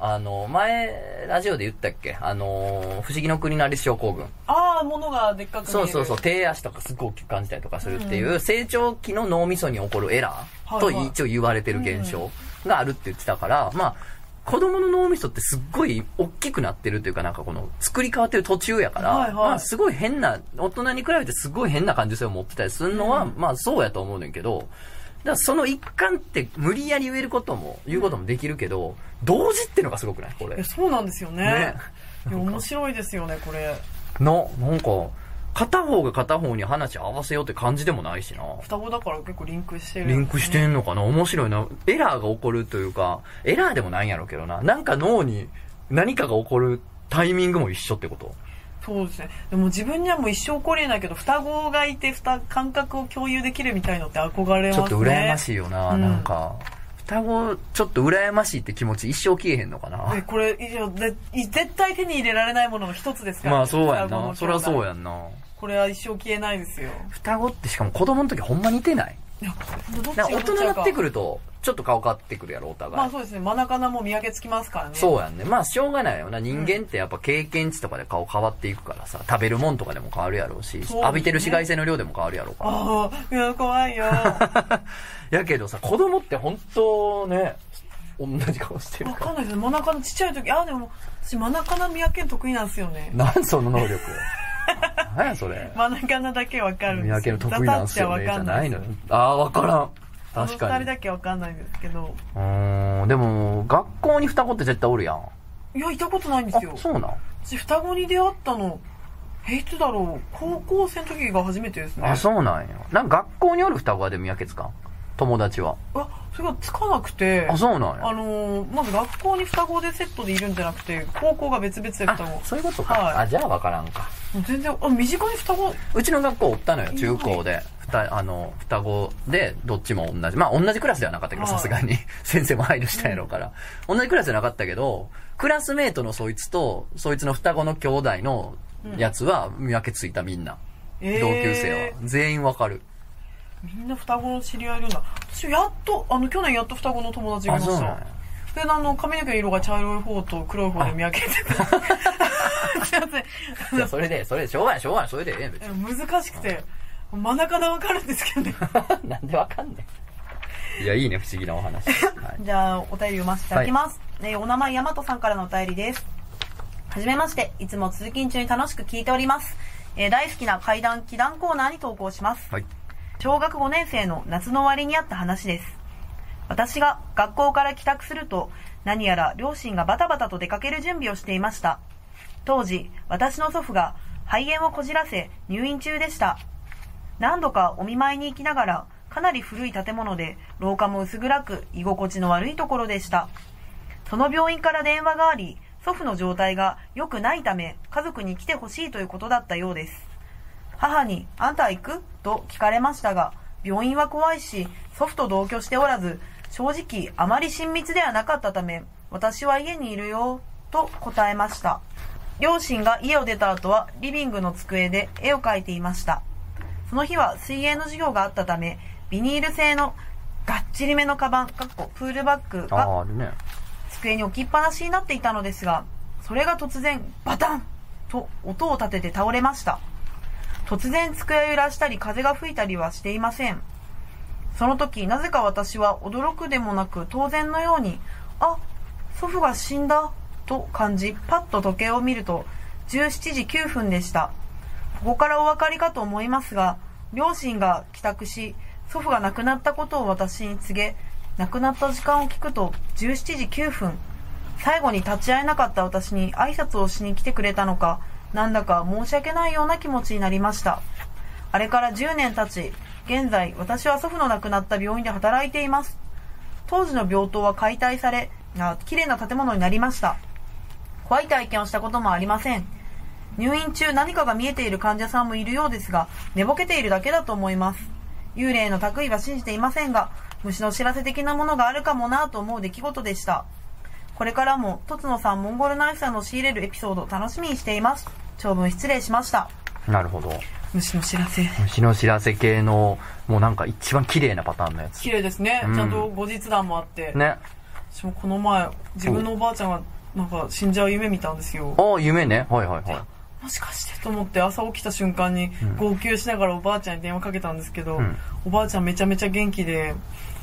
Speaker 1: あの、前、ラジオで言ったっけあの、不思議の国のアリス症候群。
Speaker 2: ああ物がでっかく見え
Speaker 1: そ
Speaker 2: る
Speaker 1: うそうそう、手足とかすごく大きく感じたりとかするっていう、成長期の脳みそに起こるエラーと
Speaker 2: はいはい
Speaker 1: 一応言われてる現象があるって言ってたから、まあ、子供の脳みそってすっごい大きくなってるというかなんかこの作り変わってる途中やから、
Speaker 2: はいはい
Speaker 1: まあすごい変な、大人に比べてすごい変な感受性を持ってたりするのは、まあそうやと思うねんけど、だからその一環って無理やり言えることも、言うこともできるけど、同時ってのがすごくないこれ。
Speaker 2: えそうなんですよね
Speaker 1: ね
Speaker 2: いや面白いですよねこれ
Speaker 1: な、なんか、片方が片方に話合わせようって感じでもないしな。
Speaker 2: 双子だから結構リンクしてる、
Speaker 1: リンクしてんのかな面白いな。エラーが起こるというか、エラーでもないんやろうけどな。なんか脳に何かが起こるタイミングも一緒ってこと
Speaker 2: そうですねでも自分にはもう一生起こりえないけど双子がいて双感覚を共有できるみたいのって憧れますね
Speaker 1: ちょっと羨ま
Speaker 2: い
Speaker 1: しいよな、
Speaker 2: うん
Speaker 1: なんか。双子、ちょっと羨ましいって気持ち一生消えへんのか
Speaker 2: え
Speaker 1: な。
Speaker 2: これ以上ぜ絶対手に入れられないものの一つですから、
Speaker 1: まあそうやんな。そ
Speaker 2: 双子
Speaker 1: り
Speaker 2: の兄
Speaker 1: ゃ
Speaker 2: 弟
Speaker 1: そうやんな。
Speaker 2: これは一生消えないですよ
Speaker 1: 双子ってしかも子供の時ほんま似てない。
Speaker 2: いやどっち
Speaker 1: なん
Speaker 2: が
Speaker 1: か大人になってく
Speaker 2: る
Speaker 1: ると、ちょっと顔変わってくるやろ、お互い。
Speaker 2: まあそうですね真中なも見分けつきますからね
Speaker 1: そううやんね。まあ、しょうがないよな。人間ってやっぱ経験値とかで顔変わっていくからさ、食べるもんとかでも変わるやろうし、
Speaker 2: すね
Speaker 1: 浴びてる紫外線の量でも変わるやろうか
Speaker 2: ああいや怖 いよ
Speaker 1: ら。やけどさ、子供って本当ね、同じ顔してる
Speaker 2: わ
Speaker 1: か
Speaker 2: かんないです真中のちっちゃい時ああでも私真中な見分け得意なんですよね
Speaker 1: ら。 なんその能力。何やそれ。
Speaker 2: 真中なだけわかる
Speaker 1: 見
Speaker 2: んで
Speaker 1: 分
Speaker 2: す
Speaker 1: け
Speaker 2: よ
Speaker 1: の得意なんすよね。
Speaker 2: ザ
Speaker 1: じ
Speaker 2: タ
Speaker 1: ゃ
Speaker 2: ッチはわかんな
Speaker 1: ないい
Speaker 2: で
Speaker 1: の
Speaker 2: す
Speaker 1: よ。ああー、わからん。確
Speaker 2: あの
Speaker 1: か
Speaker 2: 二人
Speaker 1: に。
Speaker 2: だけわかんないんですけど
Speaker 1: うーん、でも、学校に双子って絶対おるやん。
Speaker 2: いやいたことないんで
Speaker 1: あ
Speaker 2: すよ、
Speaker 1: そうなん。
Speaker 2: 私双子に出会ったのえいつだろう高校生の時が初めてですね
Speaker 1: あ、そうなんや。なんか学校におる双子はでも見分けつかん。友達は。
Speaker 2: うわそれがつかなくて
Speaker 1: あ、そうなんや。
Speaker 2: あのーまず学校に双子でセットでいるんじゃなくて高校が別々で双子
Speaker 1: あそういうことか、
Speaker 2: はい
Speaker 1: あじゃあ分からんか
Speaker 2: もう全然あ身近に双子
Speaker 1: うちの学校おったのよ中高で双あの双子でどっちも同じまあ同じクラスではなかったけど
Speaker 2: はい
Speaker 1: さすがに 先生も配慮したんやろうから、同じクラスじゃなかったけどクラスメートのそいつとそいつの双子の兄弟のやつは見分けついたみんな、
Speaker 2: えー
Speaker 1: 同級生は全員わかる
Speaker 2: みんな双子の知り合いいるんだ私やっとあの去年やっと双子の友達がい
Speaker 1: あ
Speaker 2: まし
Speaker 1: そうなん
Speaker 2: た
Speaker 1: や
Speaker 2: で、あの、髪の毛の色が茶色い方と黒い方で見分けて た。すいませ
Speaker 1: い
Speaker 2: ん
Speaker 1: やそれでそれでしょうがないしょうがないそれでええやん別
Speaker 2: え。難しくて、真ん中でわかるんですけどね。
Speaker 1: になんでわかんねんいや、いいね、不思議なお話。 はい、
Speaker 4: じゃあ、お便り読ませていただきます。えーお名前、大和さんからのお便りです。はじめまして、いつも通勤中に楽しく聞いております。えー大好きな怪談、祈談コーナーに投稿します。
Speaker 1: はい。
Speaker 4: 小学5年生の夏の終わりにあった話です私が学校から帰宅すると何やら両親がバタバタと出かける準備をしていました当時私の祖父が肺炎をこじらせ入院中でした何度かお見舞いに行きながらかなり古い建物で廊下も薄暗く居心地の悪いところでしたその病院から電話があり祖父の状態が良くないため家族に来てほしいということだったようです母に「あんた行く?」と聞かれましたが病院は怖いし祖父と同居しておらず正直あまり親密ではなかったため私は家にいるよと答えました両親が家を出た後はリビングの机で絵を描いていましたその日は水泳の授業があったためビニール製のがっちりめのカバンかっこプールバッグが
Speaker 1: ああ、あるね。
Speaker 4: 机に置きっぱなしになっていたのですがそれが突然バタンと音を立てて倒れました突然机を揺らしたり風が吹いたりはしていませんその時なぜか私は驚くでもなく当然のようにあ祖父が死んだと感じパッと時計を見ると17時9分でしたここからお分かりかと思いますが両親が帰宅し祖父が亡くなったことを私に告げ亡くなった時間を聞くと17時9分最後に立ち会えなかった私に挨拶をしに来てくれたのかなんだか申し訳ないような気持ちになりましたあれから10年経ち現在私は祖父の亡くなった病院で働いています当時の病棟は解体されあ綺麗な建物になりました怖い体験をしたこともありません入院中何かが見えている患者さんもいるようですが寝ぼけているだけだと思います幽霊の類いは信じていませんが虫の知らせ的なものがあるかもなぁと思う出来事でしたこれからもとつのさんモンゴルナイフさんの仕入れるエピソードを楽しみにしています長文失礼しました
Speaker 1: なるほど。
Speaker 4: 虫の知らせ
Speaker 1: 虫の知らせ系の、もうなんか一番綺麗なパターンのやつ。
Speaker 4: 綺麗ですね、
Speaker 1: うん
Speaker 4: ちゃんと後日談もあって、
Speaker 1: ね。
Speaker 4: 私もこの前自分のおばあちゃんがなんか死んじゃう夢見たんですよ
Speaker 1: ああ、夢ね。はいはいは
Speaker 4: もしかしてと思って朝起きた瞬間に
Speaker 1: ん
Speaker 4: 号泣しながらおばあちゃんに電話かけたんですけど、
Speaker 1: うん
Speaker 4: おばあちゃんめちゃめちゃ元気で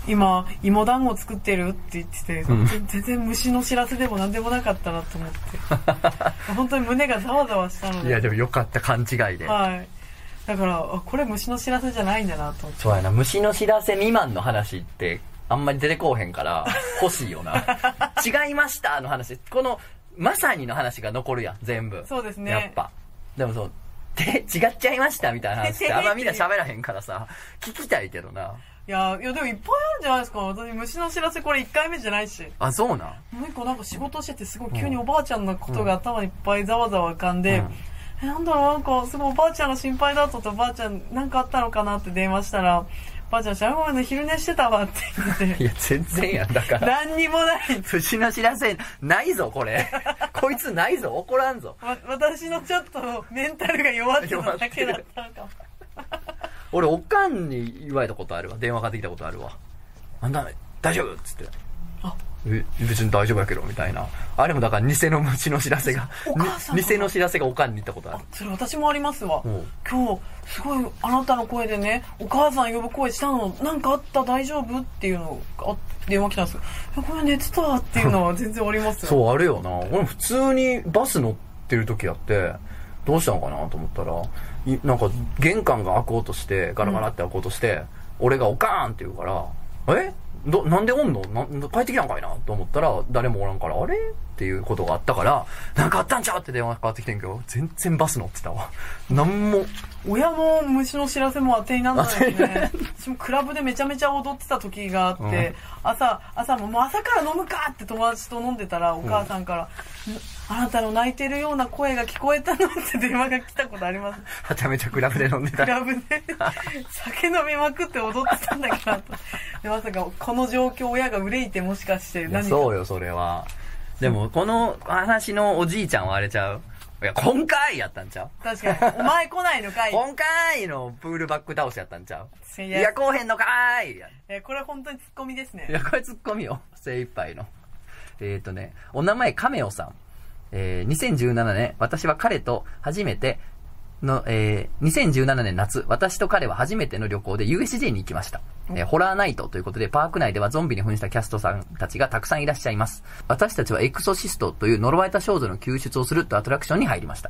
Speaker 4: 今芋団子作ってるって言ってて、
Speaker 1: ん
Speaker 4: 全全然虫の知らせでも何でもなかったなと思って 本当に胸がざわざわしたの
Speaker 1: い。
Speaker 4: で
Speaker 1: いや、でもよかった、勘違いで。
Speaker 4: はい、だからあこれ虫の知らせじゃないんだなと思って
Speaker 1: そうやな、虫の知らせ未満の話って、あんまり出てこうへん から、欲しいよな。違いましたの話。この、まさにの話が残るやん、全部。
Speaker 4: そうですね
Speaker 1: やっぱ。でもそう、て、違っちゃいましたみたいな話 って、あんまみんな喋らへんからさ、聞きたいけどな。
Speaker 4: いやいやでもいっぱいあるんじゃないですか私虫の知らせこれ1回目じゃないし
Speaker 1: あ、そうなん。
Speaker 4: もう一個なんか仕事しててすごい急におばあちゃんのことが頭いっぱいざわざわ浮かんで、
Speaker 1: うん
Speaker 4: えなんだろうなんかすごいおばあちゃんが心配だと思っておばあちゃんなんかあったのかなって電話したらおばあちゃんがしゃごめんね昼寝してたわって言 って
Speaker 1: いや、全然やん。だから。
Speaker 4: 何にもない
Speaker 1: 虫の知らせ、ないぞ、こ れ。こいつないぞ、怒らんぞ。
Speaker 4: わ私のちょっとメンタルが弱ってただけだったのかも
Speaker 1: 俺、おかんに言われたことあるわ。電話かかってきたことあるわ。あんた、大丈夫っつって。
Speaker 4: あ
Speaker 1: え、別に大丈夫やけど、みたいな。あれもだから、偽の虫の知らせが
Speaker 4: お母さん、
Speaker 1: に
Speaker 4: が
Speaker 1: 偽の知らせがおかんに言ったことある。
Speaker 4: それ私もありますわ
Speaker 1: おう
Speaker 4: 今日すごいあなたの声でねお母さん呼ぶ声したのなんかあった大丈夫っていうのがあ電話来たんですけどえごめん寝てたっていうのは全然ありますよ
Speaker 1: そう、あるよな。俺も普通にバス乗ってる時やって、どうしたのかなと思ったら、いなんか玄関が開こうとして、ガラガラって開こうとして、俺がおかーんって言うから、えど、なんでおんのなん帰ってきたんかいなと思ったら、誰もおらんから、あれっていうことがあったから、なんかあったんちゃうって電話かかってきてんけど、全然バス乗ってたわ。なんも、
Speaker 4: 親も虫の知らせも当てになんだよ
Speaker 1: 当てにな
Speaker 4: ね私もクラブでめちゃめちゃ踊ってた時があって、
Speaker 1: うん
Speaker 4: 朝朝ももう朝から飲むかって友達と飲んでたらお母さんから、んあなたの泣いてるような声が聞こえたのって電話が来たことあります
Speaker 1: はちゃめちゃクラブで飲んでた
Speaker 4: ク。ラブ で酒飲みまくって踊ってたんだけどでまさかこの状況親が憂いてもしかして
Speaker 1: いや
Speaker 4: 何か
Speaker 1: そうよ、それは。でも、この話のおじいちゃんはあれちゃういや、今回やったんちゃう
Speaker 4: 確かに「お前来ない のかい」
Speaker 1: 今回のプールバック倒しやったんちゃうい
Speaker 4: い
Speaker 1: や、
Speaker 4: や
Speaker 1: こうへんのかーいいや
Speaker 4: えこれは本当にツッコミです
Speaker 1: い
Speaker 4: ね
Speaker 1: や、これツッコミよ。精一杯の。えっ、ー、とね、お名前、カメオさん。えー、2017年、私は彼と初めての、えー2017年夏、私と彼は初めての旅行で USJ に行きました。えーホラーナイトということで、パーク内ではゾンビに扮したキャストさんたちがたくさんいらっしゃいます。私たちはエクソシストという呪われた少女の救出をするとアトラクションに入りました。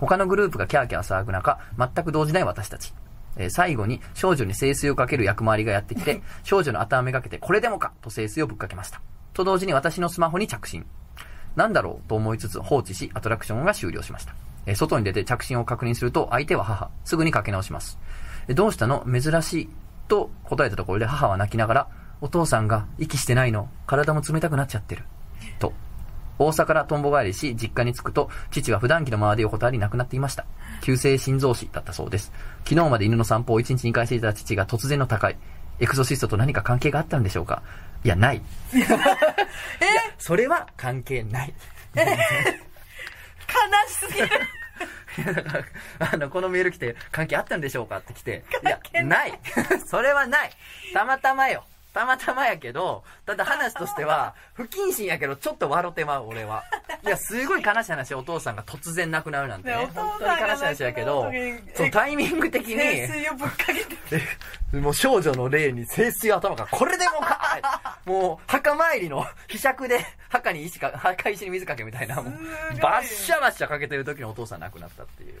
Speaker 1: 他のグループがキャーキャー騒ぐ中、全く動じない私たち。えー最後に少女に聖水をかける役回りがやってきて、少女の頭めがけてこれでもかと聖水をぶっかけました。と同時に私のスマホに着信。なんだろうと思いつつ放置し、アトラクションが終了しました。えー外に出て着信を確認すると、相手は母。すぐにかけ直します。えどうしたの珍しい。と答えたところで母は泣きながら、お父さんが息してないの。体も冷たくなっちゃってる。と。大阪からとんぼ帰りし、実家に着くと、父は普段着のままで横たわり亡くなっていました。急性心臓死だったそうです。昨日まで犬の散歩を1日2回していた父が突然の他界。エクソシストと何か関係があったんでしょうかいや、ない。それは関係ない。
Speaker 2: 悲しすぎる。
Speaker 1: だから あの、このメール来て、関係あったんでしょうかって来て、
Speaker 2: 関係
Speaker 1: ない や、ないそれはないたまたまよたまたまやけど、ただ話としては、不謹慎やけど、ちょっと笑ってまう、俺は。いや、すごい悲しい話、お父さんが突然亡くなるなんてね
Speaker 2: ね。お
Speaker 1: 本当
Speaker 2: 父さん
Speaker 1: に
Speaker 2: が
Speaker 1: 悲しい話やけど
Speaker 2: 亡くなる時に、
Speaker 1: そう、タイミング的に、
Speaker 2: 冷水をぶっかけて。
Speaker 1: でもう少女の霊に清水頭がこれでもか もう墓参りの秘釈で墓に石か墓石に水かけみたいなもう
Speaker 2: すごい
Speaker 1: バッシャバッシャかけてる時にお父さん亡くなったっていう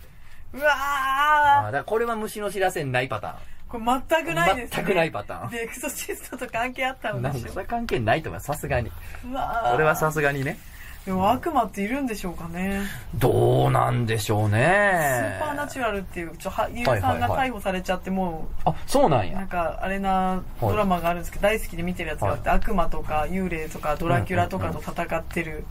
Speaker 2: う
Speaker 1: あ
Speaker 2: わ
Speaker 1: ーだからこれは虫の知らせないパタ
Speaker 2: ー。これ全くないです、ね。
Speaker 1: 全くないパターン
Speaker 2: で、エクソシストと関係あった
Speaker 1: ーン
Speaker 2: ん
Speaker 1: な
Speaker 2: で
Speaker 1: ん
Speaker 2: し
Speaker 1: でそ
Speaker 2: ょ。
Speaker 1: れ関係ないと思いますさすがに
Speaker 2: うわー
Speaker 1: それはさすがにね
Speaker 2: でも悪魔っているんでしょうかね。
Speaker 1: どうなんでしょう
Speaker 2: ス
Speaker 1: ね
Speaker 2: ーパーナチュラルっていう、ちょ、は、ゆう
Speaker 1: はい
Speaker 2: さんが
Speaker 1: はい
Speaker 2: 逮捕されちゃって、も
Speaker 1: あそうなん
Speaker 2: う、なん
Speaker 1: や
Speaker 2: か、あれなドラマがあるんですけど、大好きで見てるやつがあって、悪魔とか幽霊とかドラキュラとかと戦ってる、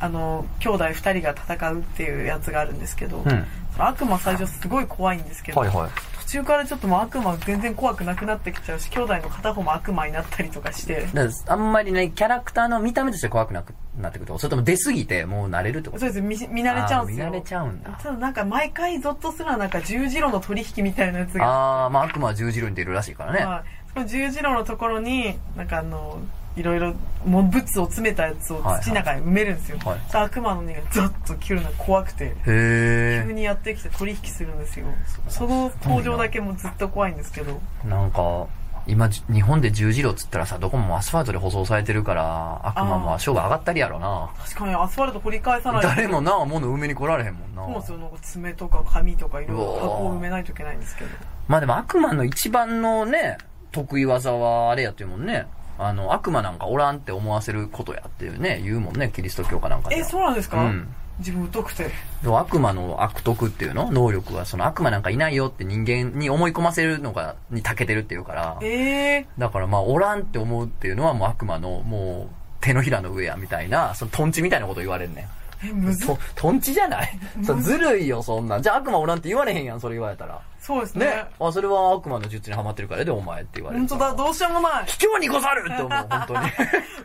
Speaker 2: あの、兄弟二人が戦うっていうやつがあるんですけど、
Speaker 1: うん
Speaker 2: その悪魔最初すごい怖いんですけど、
Speaker 1: はいはい
Speaker 2: 途中からちょっともう悪魔全然怖くなくなってきちゃうし、兄弟の片方も悪魔になったりとかして、
Speaker 1: だからあんまりねキャラクターの見た目として怖くなくなってくるとそれとも出すぎてもう慣れるってこと
Speaker 2: そうです、見見慣れちゃうんですよ。
Speaker 1: あー見慣れちゃうんだ
Speaker 2: ただなんか毎回ゾッとするのはなんか十字路の取引みたいなやつが
Speaker 1: ああまあ悪魔は十字路に出るらしいからね、
Speaker 2: はい、その十字路のところになんかあのいろいろ物物を詰めたやつを土の中に埋めるんですよ、
Speaker 1: はいはい
Speaker 2: さあ悪魔の匂いがザッと切るのが怖くて
Speaker 1: へ
Speaker 2: 急
Speaker 1: え。
Speaker 2: にやってきて取引するんですよその登場だけもずっと怖いんですけど
Speaker 1: なんか、今、じ日本で十字路っつったらさ、どこもアスファルトで舗装されてるから、悪魔も生涯上がったりやろな。
Speaker 2: 確かにアスファルト掘り返さないと
Speaker 1: 誰もな、もの埋めに来られへんもん
Speaker 2: そうなん
Speaker 1: な
Speaker 2: です。よなんか爪とか髪とかいろいうろ
Speaker 1: わー
Speaker 2: 箱を埋めないといけないんですけど
Speaker 1: まあでも悪魔の一番のね、得意技はあれやっていうもんね。あの、悪魔なんかおらんって思わせることやっていうね、言うもんね、キリスト教かなんかでは。
Speaker 2: えそうなんですか、
Speaker 1: うん
Speaker 2: 自分疎くて
Speaker 1: でも悪魔の悪徳っていうの能力は、その悪魔なんかいないよって人間に思い込ませるのが、に長けてるっていうから。
Speaker 2: ええ
Speaker 1: だからまあ、おらんって思うっていうのはもう悪魔の、もう、手のひらの上や、みたいな、その、トンチみたいなこと言われんね
Speaker 2: えむ
Speaker 1: ん。
Speaker 2: ず
Speaker 1: と、トンチじゃないそうずるいよ、そんなん。じゃあ悪魔おらんって言われへんやん、それ言われたら。
Speaker 2: そうですね
Speaker 1: ね。あ、それは悪魔の術にハマってるからやで、お前って言われる。
Speaker 2: 本当だ。どうしようもない
Speaker 1: 卑怯にござるって思う、 本当に。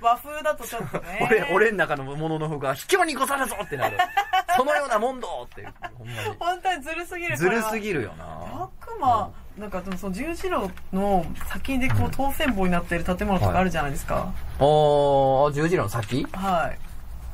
Speaker 2: 和風だとちょっとね
Speaker 1: 俺、俺の中のものの方が、卑怯にござるぞって なる。そのようなもんどって、ほんまに。
Speaker 2: 本当にずるすぎる
Speaker 1: ずるす
Speaker 2: る
Speaker 1: ぎるよな。
Speaker 2: 悪魔なんかでもその十字路の先でこう当選棒になってる建物とかあるじゃないですか、
Speaker 1: おー、十字路の先
Speaker 2: はい
Speaker 1: は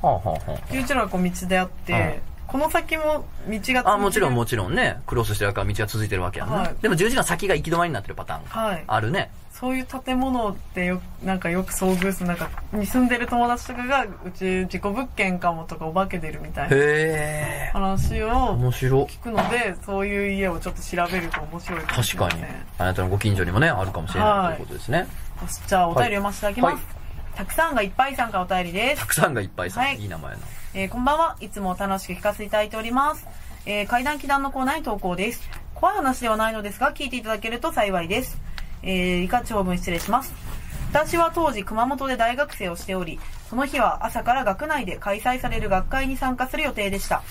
Speaker 1: あ、はあは
Speaker 2: 十字路がこう道であって、
Speaker 1: はい
Speaker 2: この先も道が続いてる
Speaker 1: あ、あ、もちろんもちろんね、クロスしてるから道が続いてるわけやんな、
Speaker 2: はい
Speaker 1: でも十字架の先が行き止まりになってるパターンが
Speaker 2: はい
Speaker 1: あるね。
Speaker 2: そういう建物ってよなんかよく遭遇するなんかに住んでる友達とかがうち事故物件かもとかお化け出るみたいな
Speaker 1: へえ。
Speaker 2: 話を
Speaker 1: 面白。
Speaker 2: 聞くのでそういう家をちょっと調べると面白いかもし
Speaker 1: 確
Speaker 2: れま
Speaker 1: か
Speaker 2: せん
Speaker 1: に。あなたのご近所にもね、あるかもしれな
Speaker 2: はいい
Speaker 1: ということですね。
Speaker 2: よしじゃあお便り読ませていただきます、
Speaker 1: は
Speaker 2: たくさんがいっぱいさんからお便りです
Speaker 1: たくさんがいっぱいさ、
Speaker 2: はい
Speaker 1: い、い名前の。
Speaker 2: えーこんばんは。いつも楽しく聞かせていただいております。えー、階段祈願のコーナーに投稿です。怖い話ではないのですが、聞いていただけると幸いです。えー、以下長文失礼します。私は当時熊本で大学生をしており、その日は朝から学内で開催される学会に参加する予定でした。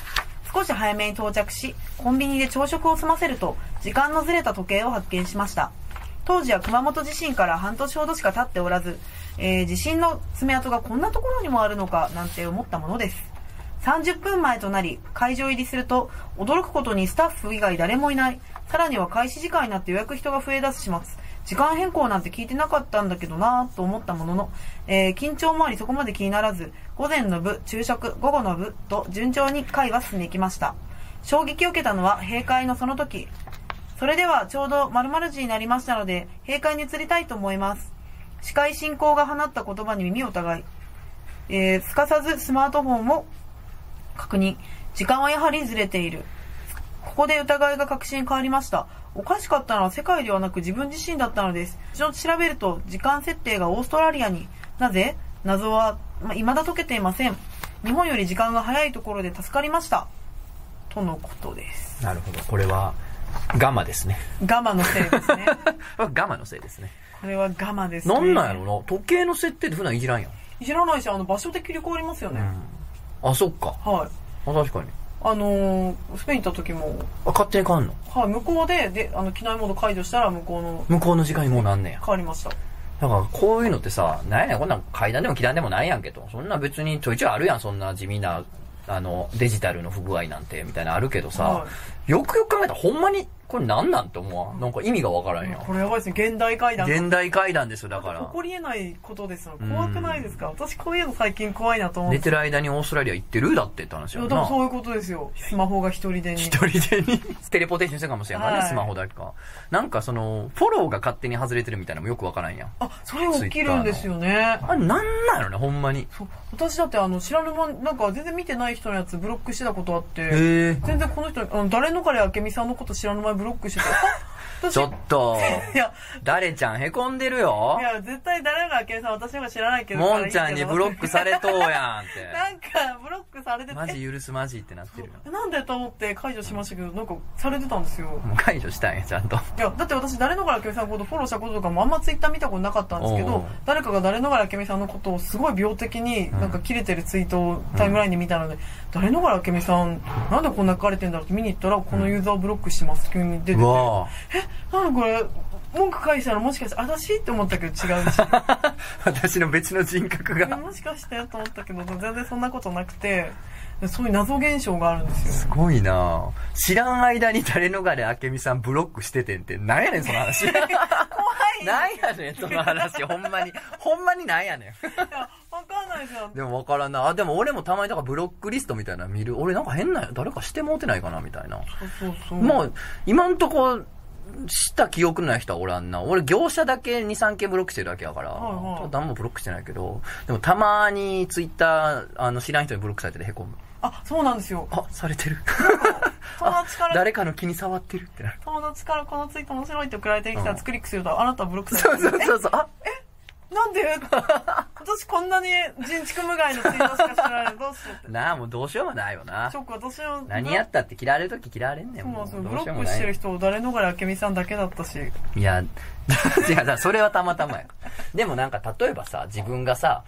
Speaker 2: 少し早めに到着し、コンビニで朝食を済ませると、時間のずれた時計を発見しました。当時は熊本地震から半年ほどしか経っておらず、えー地震の爪痕がこんなところにもあるのかなんて思ったものです。30分前となり、会場入りすると、驚くことにスタッフ以外誰もいない。さらには開始時間になって予約人が増え出す始末。時間変更なんて聞いてなかったんだけどなぁと思ったものの、えー緊張もありそこまで気にならず、午前の部、昼食、午後の部と順調に会が進んでいきました。衝撃を受けたのは閉会のその時。それではちょうど〇〇時になりましたので、閉会に移りたいと思います。司会進行が放った言葉に耳を疑い、えーすかさずスマートフォンを確認。時間はやはりずれている。ここで疑いが確信に変わりました。おかしかったのは世界ではなく自分自身だったのです。後々調べると、時間設定がオーストラリアに。なぜ謎は、まあ、未だ解けていません。日本より時間が早いところで助かりました。とのことです。
Speaker 1: なるほど。これは、ガマですね。
Speaker 2: ガマのせいですね。
Speaker 1: ガマのせいですね。
Speaker 2: これはガマですね。
Speaker 1: なんなんやろな。時計の設定って普段いじらんやん。
Speaker 2: 知らないし、あの、場所で切り替わりますよね。
Speaker 1: あ、そっか。
Speaker 2: はい。
Speaker 1: あ、確かに。
Speaker 2: あのースペイン行った時も、
Speaker 1: あ、勝手に変わんの
Speaker 2: はい、向こうで、で、あの、機内モード解除したら向こうの
Speaker 1: 向こうの時間にもうなんねや。
Speaker 2: 変わりました。
Speaker 1: だからこういうのってさ、なんやねん、こんなん階段でも祈段でもないやんけと。そんな別にちょいちょいあるやん、そんな地味な、あの、デジタルの不具合なんて、みたいなのあるけどさ、
Speaker 2: は
Speaker 1: よくよく考えたらほんまに、これなんなんて思わん。なんか意味がわからんやん。
Speaker 2: これやばいですね、現代階段。
Speaker 1: 現代階段ですよ、だか
Speaker 2: 起
Speaker 1: ら。
Speaker 2: こりえないことですよ。怖くないですか私こういうの最近怖いなと思っ
Speaker 1: 寝
Speaker 2: て。
Speaker 1: てる間にオーストラリア行ってるだってって話
Speaker 2: い
Speaker 1: や
Speaker 2: や
Speaker 1: ん
Speaker 2: でも
Speaker 1: な。
Speaker 2: そういうことですよ。スマホが一人でに。
Speaker 1: 一人でにテレポテーションしてるかもしれんからね、
Speaker 2: はい
Speaker 1: スマホだけか。なんかその、フォローが勝手に外れてるみたいなのもよくわからんやん。
Speaker 2: あ、それ起きるんですよね。
Speaker 1: あれなんなんやろね、ほんまに。
Speaker 2: そう私だってあの、知らぬ間に、なんか全然見てない人のやつブロックしてたことあって、
Speaker 1: へえ。
Speaker 2: 全然この人、あの誰の彼明美さんのこと知らぬ間にブロックしてた。あ 私
Speaker 1: ちょっと、
Speaker 2: いや、
Speaker 1: 誰ちゃんへこんでるよ
Speaker 2: い。や、絶対誰が明美さん私の方が知らないけど。
Speaker 1: もんちゃんにブロックされとうやんって。
Speaker 2: なんか、ブロックされてて。
Speaker 1: マジ許すマジってなってるよ。
Speaker 2: えなんでと思って解除しましたけど、なんかされてたんですよ。
Speaker 1: もう解除したんや、ちゃんと。
Speaker 2: いや、だって私、誰のからけみさんのことフォローしたこととかもあんまツイッター見たことなかったんですけ
Speaker 1: おう
Speaker 2: ど、誰かが誰のからけみさんのことをすごい病的に、なんか切れてるツイートをタイムラインで見たので、誰のからけみさん、なんでこんな書かれてんだろうって見に行ったら、このユーザーをブロックしてます、急に出てて。
Speaker 1: うわ
Speaker 2: なんでこれ、文句書いてたらもしかして、私って思ったけど違うし、
Speaker 1: ぁ。私の別の人格
Speaker 2: え
Speaker 1: が。
Speaker 2: もしかしてと思ったけど、全然そんなことなくて、そういう謎現象があるんですよ。
Speaker 1: すごいなぁ。知らん間に誰のがれ明美さんブロックしててんって、なんやねん、その 話。なんやねん、その話。ほんまに。ほんまになんやねん。
Speaker 2: いやわかんないじゃん。
Speaker 1: でもわからんな。あ、でも俺もたまにだからブロックリストみたいなの見る。俺なんか変な、誰かしてもうてないかな、みたいな。
Speaker 2: そうそうそう。
Speaker 1: もう、今んとこ、した記憶ない人はおらんな。俺、業者だけ2、3件ブロックしてるだけやから、
Speaker 2: はいはい
Speaker 1: ちょっと何もブロックしてないけど、でもたまにツイッター、あの、知らん人にブロックされててへこむ。
Speaker 2: あ、そうなんですよ。
Speaker 1: あ、されてる。
Speaker 2: 友達から
Speaker 1: 誰かの気に触ってるって なる。
Speaker 2: 友達からこのツイート面白いって送られてきた
Speaker 1: う
Speaker 2: ら
Speaker 1: ん
Speaker 2: クリックするとあなたはブロックさ
Speaker 1: そ
Speaker 2: れ
Speaker 1: うそ
Speaker 2: てる
Speaker 1: うそうそう。あ、
Speaker 2: なんで私こんなに人畜無害のツイートしか知らないどうしようって
Speaker 1: なあ、もうどうしようもないよな
Speaker 2: ショ。ック私は
Speaker 1: 何やったって嫌われるとき嫌われんねん。
Speaker 2: そうなん
Speaker 1: も
Speaker 2: です
Speaker 1: う
Speaker 2: よ
Speaker 1: ど
Speaker 2: ブ
Speaker 1: う
Speaker 2: ロ
Speaker 1: しよう
Speaker 2: ッ
Speaker 1: も
Speaker 2: ク
Speaker 1: な
Speaker 2: してる
Speaker 1: い。
Speaker 2: 人を誰のが明美さんだけだったし
Speaker 1: いや、 いや、だそれはたまたまや。でもなんか、例えばさ、自分がさ、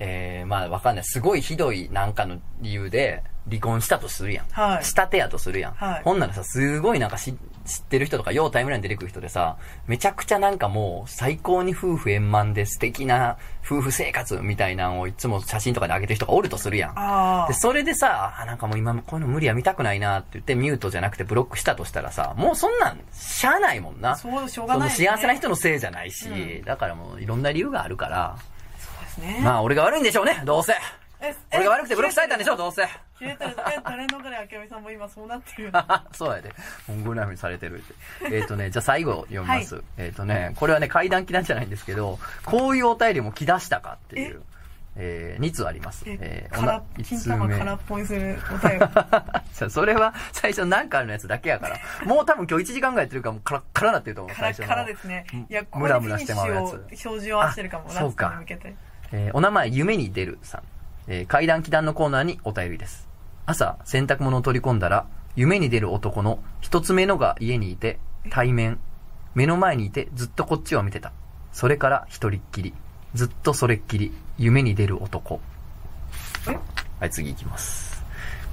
Speaker 1: えー、まあわかんない。すごいひどいなんかの理由で離婚したとするやん。
Speaker 2: はい
Speaker 1: したてやとするやん。
Speaker 2: はい
Speaker 1: ほんならさ、すごいなんかし知ってる人とか、ようタイムラインに出てくる人でさ、めちゃくちゃなんかもう、最高に夫婦円満で素敵な夫婦生活みたいなのをいつも写真とかで上げてる人がおるとするやん。
Speaker 2: あ
Speaker 1: で、それでさ、あなんかもう今こういうの無理や見たくないなって言ってミュートじゃなくてブロックしたとしたらさ、もうそんなん、しゃあないもんな。
Speaker 2: あそうしょうがないです
Speaker 1: そ
Speaker 2: ね
Speaker 1: の幸せな人のせいじゃないし、
Speaker 2: う
Speaker 1: だからもういろんな理由があるから、
Speaker 2: そうですね、
Speaker 1: まあ俺が悪いんでしょうね、どうせ。
Speaker 2: え
Speaker 1: 俺が悪くてブロックされたんでしょう、どうせ。
Speaker 2: 切れてるえ誰のが明美さんも今そうなって るよ
Speaker 1: そうやで。もうグラミーされてるって。えっ、と ね、じゃあ最後読みます。えっ、とね、これはね、階段気なんじゃないんですけど、こういうお便りも気出したかっていう、えー、2通あります。
Speaker 2: え
Speaker 1: ーおな
Speaker 2: 空金
Speaker 1: 一通目
Speaker 2: 玉空っぽにするお 便り
Speaker 1: じゃあそれは最初なんかあるのやつだけやから。もう多分今日1時間ぐらいやってるから、もうカラッカラになってると思う、
Speaker 2: カ
Speaker 1: 最
Speaker 2: ラ
Speaker 1: 初
Speaker 2: ッ
Speaker 1: の。
Speaker 2: カラですねいやこ
Speaker 1: ム
Speaker 2: れで
Speaker 1: ラ
Speaker 2: フ
Speaker 1: ムラ
Speaker 2: ィニッ
Speaker 1: し
Speaker 2: シ
Speaker 1: てまうや
Speaker 2: ュを
Speaker 1: つ。
Speaker 2: 表示を合わせてるかも
Speaker 1: あ
Speaker 2: ラ
Speaker 1: そう
Speaker 2: スト
Speaker 1: か
Speaker 2: に向けて
Speaker 1: えーお名前、夢に出るさん。えー階段祈段のコーナーにお便りです。朝、洗濯物を取り込んだら、夢に出る男の一つ目のが家にいて、対面。目の前にいてずっとこっちを見てた。それから一人っきり。ずっとそれっきり。夢に出る男。
Speaker 2: え
Speaker 1: はい、次行きます。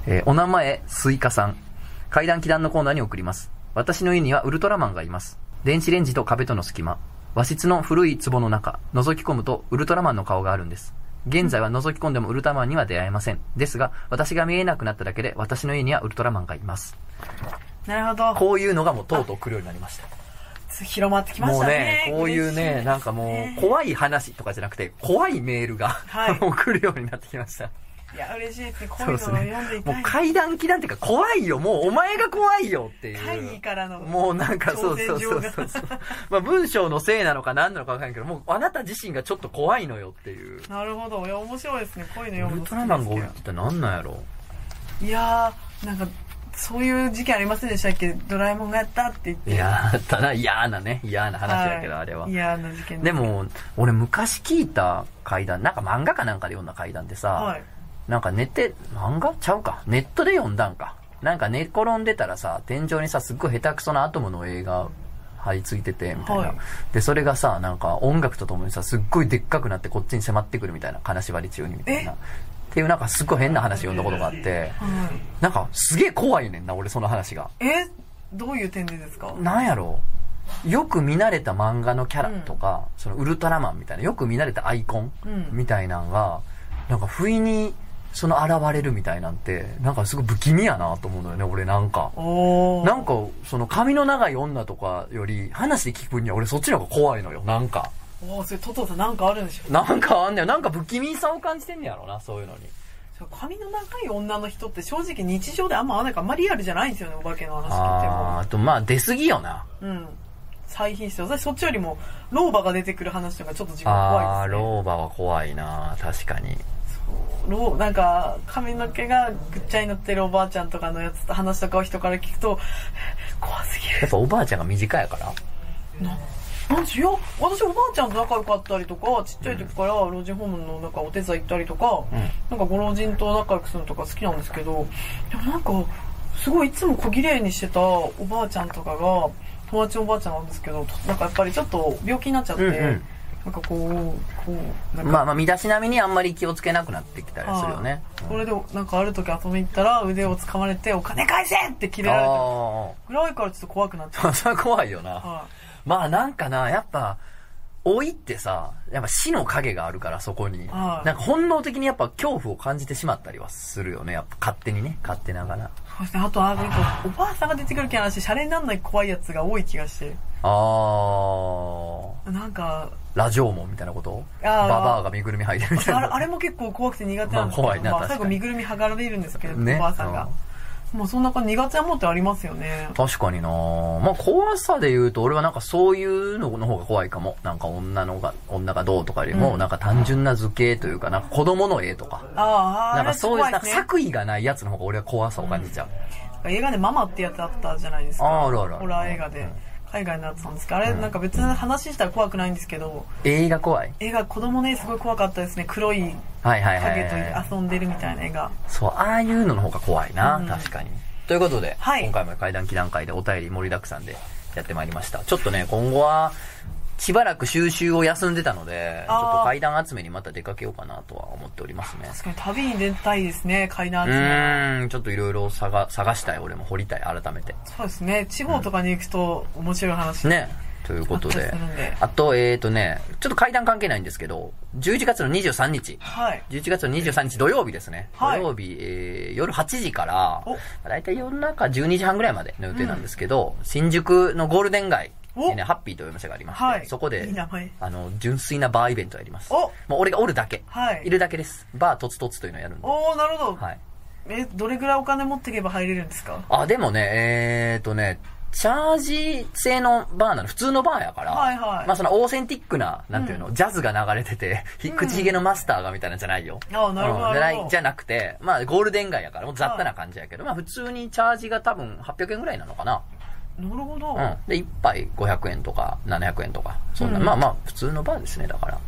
Speaker 1: えーお名前、スイカさん。階段祈段のコーナーに送ります。私の家にはウルトラマンがいます。電子レンジと壁との隙間。和室の古い壺の中、覗き込むとウルトラマンの顔があるんです。現在は覗き込んでもウルトラマンには出会えません。ですが、私が見えなくなっただけで、私の家にはウルトラマンがいます。
Speaker 2: なるほど
Speaker 1: こういうのがもうとうとう来るようになりました。
Speaker 2: 広まってきまし
Speaker 1: もう
Speaker 2: た
Speaker 1: ね
Speaker 2: ね。、
Speaker 1: こういう
Speaker 2: 嬉し
Speaker 1: ね、なんかもう、怖い話とかじゃなくて、怖いメールが、
Speaker 2: は い
Speaker 1: もう来るようになってきました。
Speaker 2: いや、嬉しいですね。こういうのを読んでい
Speaker 1: も
Speaker 2: た
Speaker 1: う
Speaker 2: い。
Speaker 1: 階段気なんていうか怖いよ。もうお前が怖いよっていう。
Speaker 2: 会議からの
Speaker 1: もうなんかそうそうそうそうそう。まあ文章のせいなのか何なのかわかんないけど、もうあなた自身がちょっと怖いのよっていう。
Speaker 2: なるほど。いや、面白いですね。こういうの
Speaker 1: ウ
Speaker 2: 読む
Speaker 1: ル
Speaker 2: の
Speaker 1: トラマンが
Speaker 2: 好き
Speaker 1: 多い
Speaker 2: で
Speaker 1: っ
Speaker 2: すけ
Speaker 1: てなんなんやろ
Speaker 2: どいやー、なんか、そういう事件ありませんでしたっけドラえもんがやったって言って。
Speaker 1: いやー、ただ嫌なね、嫌な話だけど、
Speaker 2: い
Speaker 1: あれは。
Speaker 2: 嫌な事件
Speaker 1: で
Speaker 2: も、
Speaker 1: も、俺昔聞いた怪談、なんか漫画かなんかで読んだ怪談でさ、
Speaker 2: はい。
Speaker 1: なんか寝て、漫画ちゃうか。ネットで読んだんか。なんか寝転んでたらさ、天井にさ、すっごい下手くそなアトムの映画張り付いてて、みたいな、
Speaker 2: はい
Speaker 1: で、それがさ、なんか音楽とともにさ、すっごいでっかくなってこっちに迫ってくるみたいな、金縛り中にみたいな。っていうなんかすっごい変な話読んだことがあって、
Speaker 2: はい
Speaker 1: なんかすげえ怖いねんな、俺その話が。
Speaker 2: えどういう点でですか
Speaker 1: なんやろうよく見慣れた漫画のキャラとか、そのウルトラマンみたいな、よく見慣れたアイコン
Speaker 2: うん
Speaker 1: みたいなんが、なんか不意にその現れるみたいなんて、なんかすごい不気味やなと思うのよね、俺なんか。
Speaker 2: おー
Speaker 1: なんか、その髪の長い女とかより、話で聞くには俺そっちの方が怖いのよ、なんか。
Speaker 2: おーそれトトさんなんかあるんでしょ
Speaker 1: なんかあんねよ、なんか不気味さを感じてんねやろな、そういうのに。
Speaker 2: そう髪の長い女の人って正直日常であんま合わないからあんまリアルじゃないんですよねお化けの話聞いて
Speaker 1: あー
Speaker 2: も
Speaker 1: あと、まあ出過ぎよな。
Speaker 2: うん再品質私そっちよりも老婆が出てくる話とかちょっと自分
Speaker 1: あ
Speaker 2: 怖
Speaker 1: あ
Speaker 2: い
Speaker 1: ー、
Speaker 2: ですね
Speaker 1: 老婆は怖いな、確かに。
Speaker 2: 老なんか髪の毛がぐっちゃになってるおばあちゃんとかのやつと話とかを人から聞くと 怖すぎる
Speaker 1: やっぱおばあちゃんが短いやから
Speaker 2: ななんしいや私おばあちゃんと仲良かったりとかちっちゃい時から老人ホームのなんかお手伝い行ったりとか、
Speaker 1: ん
Speaker 2: なんかご老人と仲良くするのとか好きなんですけどでもなんかすごいいつも小綺麗にしてたおばあちゃんとかが友達のおばあちゃんなんですけどとなんかやっぱりちょっと病気になっちゃって、
Speaker 1: うんうん
Speaker 2: なんかこうこうなんか、
Speaker 1: まあまあ、身だしなみにあんまり気をつけなくなってきたりするよね。
Speaker 2: あーそれでなんかある時遊びに行ったら腕を掴まれて「お金返せ!」ってキレられた
Speaker 1: あ
Speaker 2: ぐらいからちょっと怖くなっちゃ
Speaker 1: あ、 それは怖いよ
Speaker 2: う、
Speaker 1: な。
Speaker 2: は
Speaker 1: まあなんかな、やっぱ、老いってさ、やっぱ死の影があるから、そこに。
Speaker 2: は
Speaker 1: ないんか本能的にやっぱ恐怖を感じてしまったりはするよね。やっぱ勝手にね、勝手ながら。
Speaker 2: い、そうですねあとあーおばあさんが出てくる気話シャレになんない怖いやつが多い気がして
Speaker 1: あー、
Speaker 2: なんか
Speaker 1: ラジオモンみたいなこと
Speaker 2: あ
Speaker 1: バ
Speaker 2: ー
Speaker 1: バアが身ぐるみ履いてるみたい
Speaker 2: あれ
Speaker 1: な。
Speaker 2: あれも結構怖くて苦手なんですけど、
Speaker 1: まあ怖いな
Speaker 2: まあ
Speaker 1: 確かに
Speaker 2: 最後身ぐるみ剥がれるんですけど、
Speaker 1: ね
Speaker 2: おばあさんが、もうそんな感じ苦手なもんってありますよね
Speaker 1: 確かになまあ怖さで言うと、俺はなんかそういうのの方が怖いかも。なんか女のが、女がどうとかよりも、
Speaker 2: うん
Speaker 1: なんか単純な図形というか、なんか子供の絵とか。
Speaker 2: ああ
Speaker 1: な
Speaker 2: あ
Speaker 1: ん
Speaker 2: れ
Speaker 1: かそういう、
Speaker 2: 怖い
Speaker 1: な
Speaker 2: で
Speaker 1: んか
Speaker 2: すね
Speaker 1: 作為がないやつの方が俺は怖さを感じちゃう。
Speaker 2: 映画で「ママ」ってやつあったじゃないですか
Speaker 1: あーあるあるある
Speaker 2: ホラー映画で海外のやつなんですけどあれなんか別に話したら怖くないんですけど
Speaker 1: 映画怖い
Speaker 2: 映画子供ねすごい怖かったですね黒い
Speaker 1: はいはいはい
Speaker 2: 影
Speaker 1: はい、
Speaker 2: と遊んでるみたいな映画
Speaker 1: そう、ああいうのの方が怖いな、
Speaker 2: うん
Speaker 1: 確かに。ということで、
Speaker 2: はい
Speaker 1: 今回も階段期段階でお便り盛りだくさんでやってまいりました。ちょっとね、今後は、しばらく収集を休んでたので、ちょ
Speaker 2: あー
Speaker 1: っと階段集めにまた出かけようかなとは思っておりますね。
Speaker 2: 確かに旅に出たいですね階段
Speaker 1: う
Speaker 2: 集め
Speaker 1: ーん、ちょっといろいろ探探したい、俺も掘りたい、改めて。
Speaker 2: そうですね地方とかに行くと面白い話、
Speaker 1: ね。ということ
Speaker 2: あっ
Speaker 1: で
Speaker 2: たりするんで。
Speaker 1: あと、えーとね、ちょっと階段関係ないんですけど、11月の23日。
Speaker 2: はい
Speaker 1: 11月の23日土曜日ですね。
Speaker 2: はい
Speaker 1: 土曜日、えー夜8時から
Speaker 2: お、
Speaker 1: だいたい夜中12時半ぐらいまでの予定なんですけど、新宿のゴールデン街にね、
Speaker 2: お
Speaker 1: ハッピーというお店がありまして、
Speaker 2: はい
Speaker 1: そこで
Speaker 2: いい名前
Speaker 1: あの、純粋なバーイベントやります。
Speaker 2: お
Speaker 1: もう俺がおるだけ、
Speaker 2: はい
Speaker 1: い。るだけです。バーとつとつというのをやるんで。
Speaker 2: おおなるほど、
Speaker 1: はい。
Speaker 2: えどれぐらいお金持っていけば入れるんですか
Speaker 1: あ、でもね、えーとね、チャージ制のバーなの、普通のバーやから、
Speaker 2: はいはい
Speaker 1: まあそのオーセンティックな、なんていうの、ジャズが流れてて、ひ口ひげのマスターがみたいなんじゃないよ。
Speaker 2: あーなるほど
Speaker 1: うん
Speaker 2: なるほど
Speaker 1: ないじゃなくて、まあゴールデン街やから、もう雑多な感じやけど、まあ普通にチャージが多分800円ぐらいなのかな。
Speaker 2: なるほど、
Speaker 1: うん。で、1杯500円とか700円とか、そんな、
Speaker 2: うん
Speaker 1: まあまあ普通のバーですね、だから。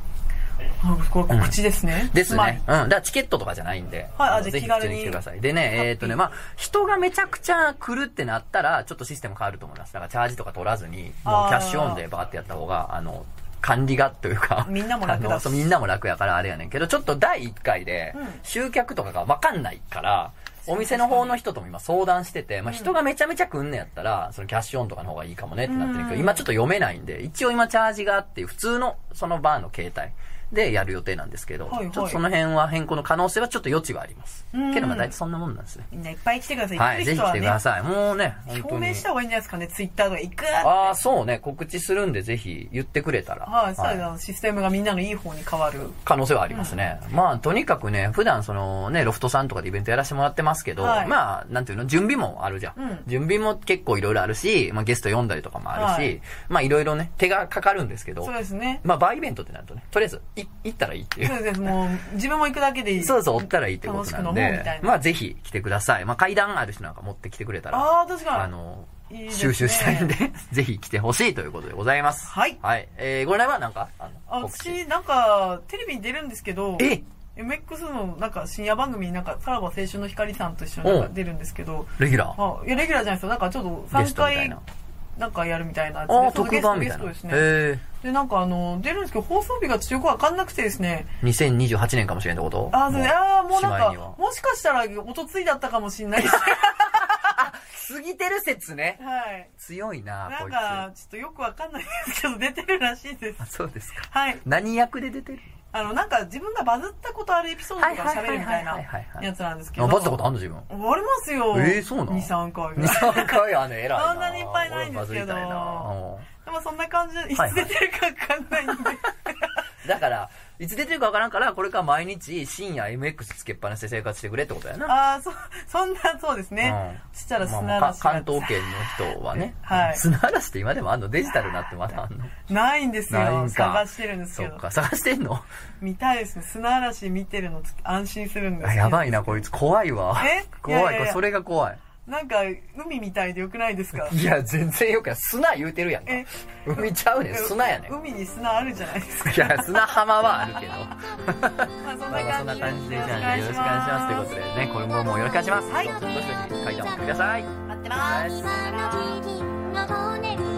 Speaker 2: あこれ告知ですね、
Speaker 1: です
Speaker 2: つまり
Speaker 1: ね。うん。だからチケットとかじゃないんで。
Speaker 2: はいあ
Speaker 1: の
Speaker 2: じゃあ
Speaker 1: ぜひ
Speaker 2: 気軽に
Speaker 1: 普通来てください。でね、えっ、とね、
Speaker 2: ハッピ
Speaker 1: ま
Speaker 2: ー
Speaker 1: あ、人がめちゃくちゃ来るってなったら、ちょっとシステム変わると思います。だからチャージとか取らずに、もう
Speaker 2: あー
Speaker 1: キャッシュオンでバーってやった方が、あの、管理がというか。
Speaker 2: みんなも楽だし
Speaker 1: あのそうみんなも楽やからあれやねんけど、ちょっと第1回で
Speaker 2: うん、
Speaker 1: 集客とかがわかんないから、お店の方の人とも今相談してて、まあ、人がめちゃめちゃ来んのやったら、そのキャッシュオンとかの方がいいかもねってなってるけど、
Speaker 2: うん
Speaker 1: 今ちょっと読めないんで、一応今チャージがあって、普通のそのバーの携帯でやる予定なんですけど、
Speaker 2: はいはい
Speaker 1: ちょっとその辺は変更の可能性はちょっと余地はあります。
Speaker 2: うん
Speaker 1: けどまあ大体そんなもんなんですね。
Speaker 2: みんないっぱい来てください。
Speaker 1: はい、
Speaker 2: 行く
Speaker 1: ぜひ
Speaker 2: 人
Speaker 1: 来
Speaker 2: は
Speaker 1: て
Speaker 2: ね
Speaker 1: ください。もうね、本当
Speaker 2: 表
Speaker 1: に
Speaker 2: 明し。た方がいいんじゃないですかね、ツイッターとか行く
Speaker 1: ああ、そうね、告知するんでぜひ言ってくれたら。
Speaker 2: はい、そう
Speaker 1: は
Speaker 2: だ
Speaker 1: い
Speaker 2: よ、システムがみんなのいい方に変わる。
Speaker 1: 可能性はありますね。まあ、とにかくね、普段そのね、ロフトさんとかでイベントやらせてもらってますけど、
Speaker 2: はい
Speaker 1: まあ、なんていうの、準備もあるじゃん。
Speaker 2: うん
Speaker 1: 準備も結構いろいろあるし、まあゲスト読んだりとかもあるし、
Speaker 2: はい
Speaker 1: まあいろいろね、手がかかるんですけど
Speaker 2: そう、ですね。
Speaker 1: まあバーイベントってなるとね、とりあえずい行ったらいいっていう
Speaker 2: そ。うです。もう、自分も行くだけでいい。
Speaker 1: そうそう、追ったらいいってこと
Speaker 2: 楽しく
Speaker 1: な
Speaker 2: 飲も
Speaker 1: ん
Speaker 2: うみた
Speaker 1: で
Speaker 2: い、な。
Speaker 1: まあぜひ来てください。まあ階段ある人なんか持ってきてくれたら、
Speaker 2: ああ、確か
Speaker 1: あ
Speaker 2: に。
Speaker 1: の、
Speaker 2: いいですね
Speaker 1: 収集したいんで、ぜひ来てほしいということでございます。
Speaker 2: はい
Speaker 1: はい。えー、ご覧はなんかあ
Speaker 2: あ、
Speaker 1: の、告知
Speaker 2: 私、なんか、テレビに出るんですけど、
Speaker 1: え
Speaker 2: MX のなんか深夜番組になんか、さらば青春の光さんと一緒になんか
Speaker 1: うん
Speaker 2: 出るんですけど、
Speaker 1: レギュラー
Speaker 2: あ、いや、レギュラーじゃないですよ。なんかちょっと
Speaker 1: ゲスト
Speaker 2: 3
Speaker 1: みたい
Speaker 2: 回
Speaker 1: な。
Speaker 2: なんかやるみたいなやつ
Speaker 1: ああ、
Speaker 2: その
Speaker 1: 特番みたいな。
Speaker 2: ゲストゲストですね。
Speaker 1: え
Speaker 2: で、なんかあの、出るんですけど、放送日がちょっとよくわかんなくてですね、
Speaker 1: え2028年かもしれんってこと
Speaker 2: あー、そうねあーもう
Speaker 1: し
Speaker 2: なん
Speaker 1: まいには
Speaker 2: か、もしかしたら、おとついだったかもしんな いです。
Speaker 1: 過ぎてる説ね。
Speaker 2: はい。
Speaker 1: 強いな、
Speaker 2: な
Speaker 1: こ
Speaker 2: ん
Speaker 1: いつ。
Speaker 2: か
Speaker 1: あ、
Speaker 2: ちょっとよくわかんないですけど、出てるらしいです。
Speaker 1: そうですか。
Speaker 2: はい。
Speaker 1: 何役で出てる
Speaker 2: あの、なんか自分がバズったことあるエピソードとか喋るみたいな
Speaker 1: はいはいはいはいはいはい
Speaker 2: やつなんですけ
Speaker 1: あ、
Speaker 2: ど。
Speaker 1: バズったことあんの自分。
Speaker 2: ありますよ。
Speaker 1: えーそうなの
Speaker 2: ?2、3回ぐ
Speaker 1: 2、
Speaker 2: らい。
Speaker 1: 3回はね、偉いな。
Speaker 2: そんなにいっぱいないん
Speaker 1: 俺バ
Speaker 2: ですけど
Speaker 1: ズりたいなうん
Speaker 2: でもそんな感じで、いつ
Speaker 1: はい
Speaker 2: 出てるかわかんないんで。
Speaker 1: だから、いつ出てるかわからんから、これから毎日深夜 MX つけっぱなしで生活してくれってことやな。
Speaker 2: ああ、そ、そんな、そうですね。
Speaker 1: う
Speaker 2: そした
Speaker 1: ま
Speaker 2: ら
Speaker 1: あ
Speaker 2: 砂
Speaker 1: まあ
Speaker 2: 嵐
Speaker 1: か
Speaker 2: が、
Speaker 1: 関東圏の人はね
Speaker 2: はい
Speaker 1: 砂嵐って今でもあんのデジタルになってまだあんの
Speaker 2: ないんです
Speaker 1: ない
Speaker 2: よ。
Speaker 1: んか
Speaker 2: 探してるんです
Speaker 1: そ
Speaker 2: け
Speaker 1: っ
Speaker 2: ど。
Speaker 1: か、探してんの
Speaker 2: 見たいですね。砂嵐見てるの安心するんです
Speaker 1: あ
Speaker 2: けど
Speaker 1: やばいな、こいつ。怖いわ。
Speaker 2: え
Speaker 1: 怖い
Speaker 2: いやいやいや
Speaker 1: これそれが怖い。
Speaker 2: なんか、海みたいでよくないですか
Speaker 1: いや、全然よくない。砂言うてるやんか
Speaker 2: え。
Speaker 1: 海ちゃうねん。砂やねん。
Speaker 2: 海に砂あるじゃないですか。
Speaker 1: いや、砂浜はある けど。
Speaker 2: まあ、そん
Speaker 1: まあまあそんな
Speaker 2: な感
Speaker 1: 感
Speaker 2: じ
Speaker 1: じ
Speaker 2: で。
Speaker 1: で、じゃあよろしくお願いします。ということでね、これももうよろしくお願いします。
Speaker 2: はい
Speaker 1: どしどし書いておってください。
Speaker 2: 待って
Speaker 1: ま
Speaker 2: ますす。
Speaker 3: 君の骨に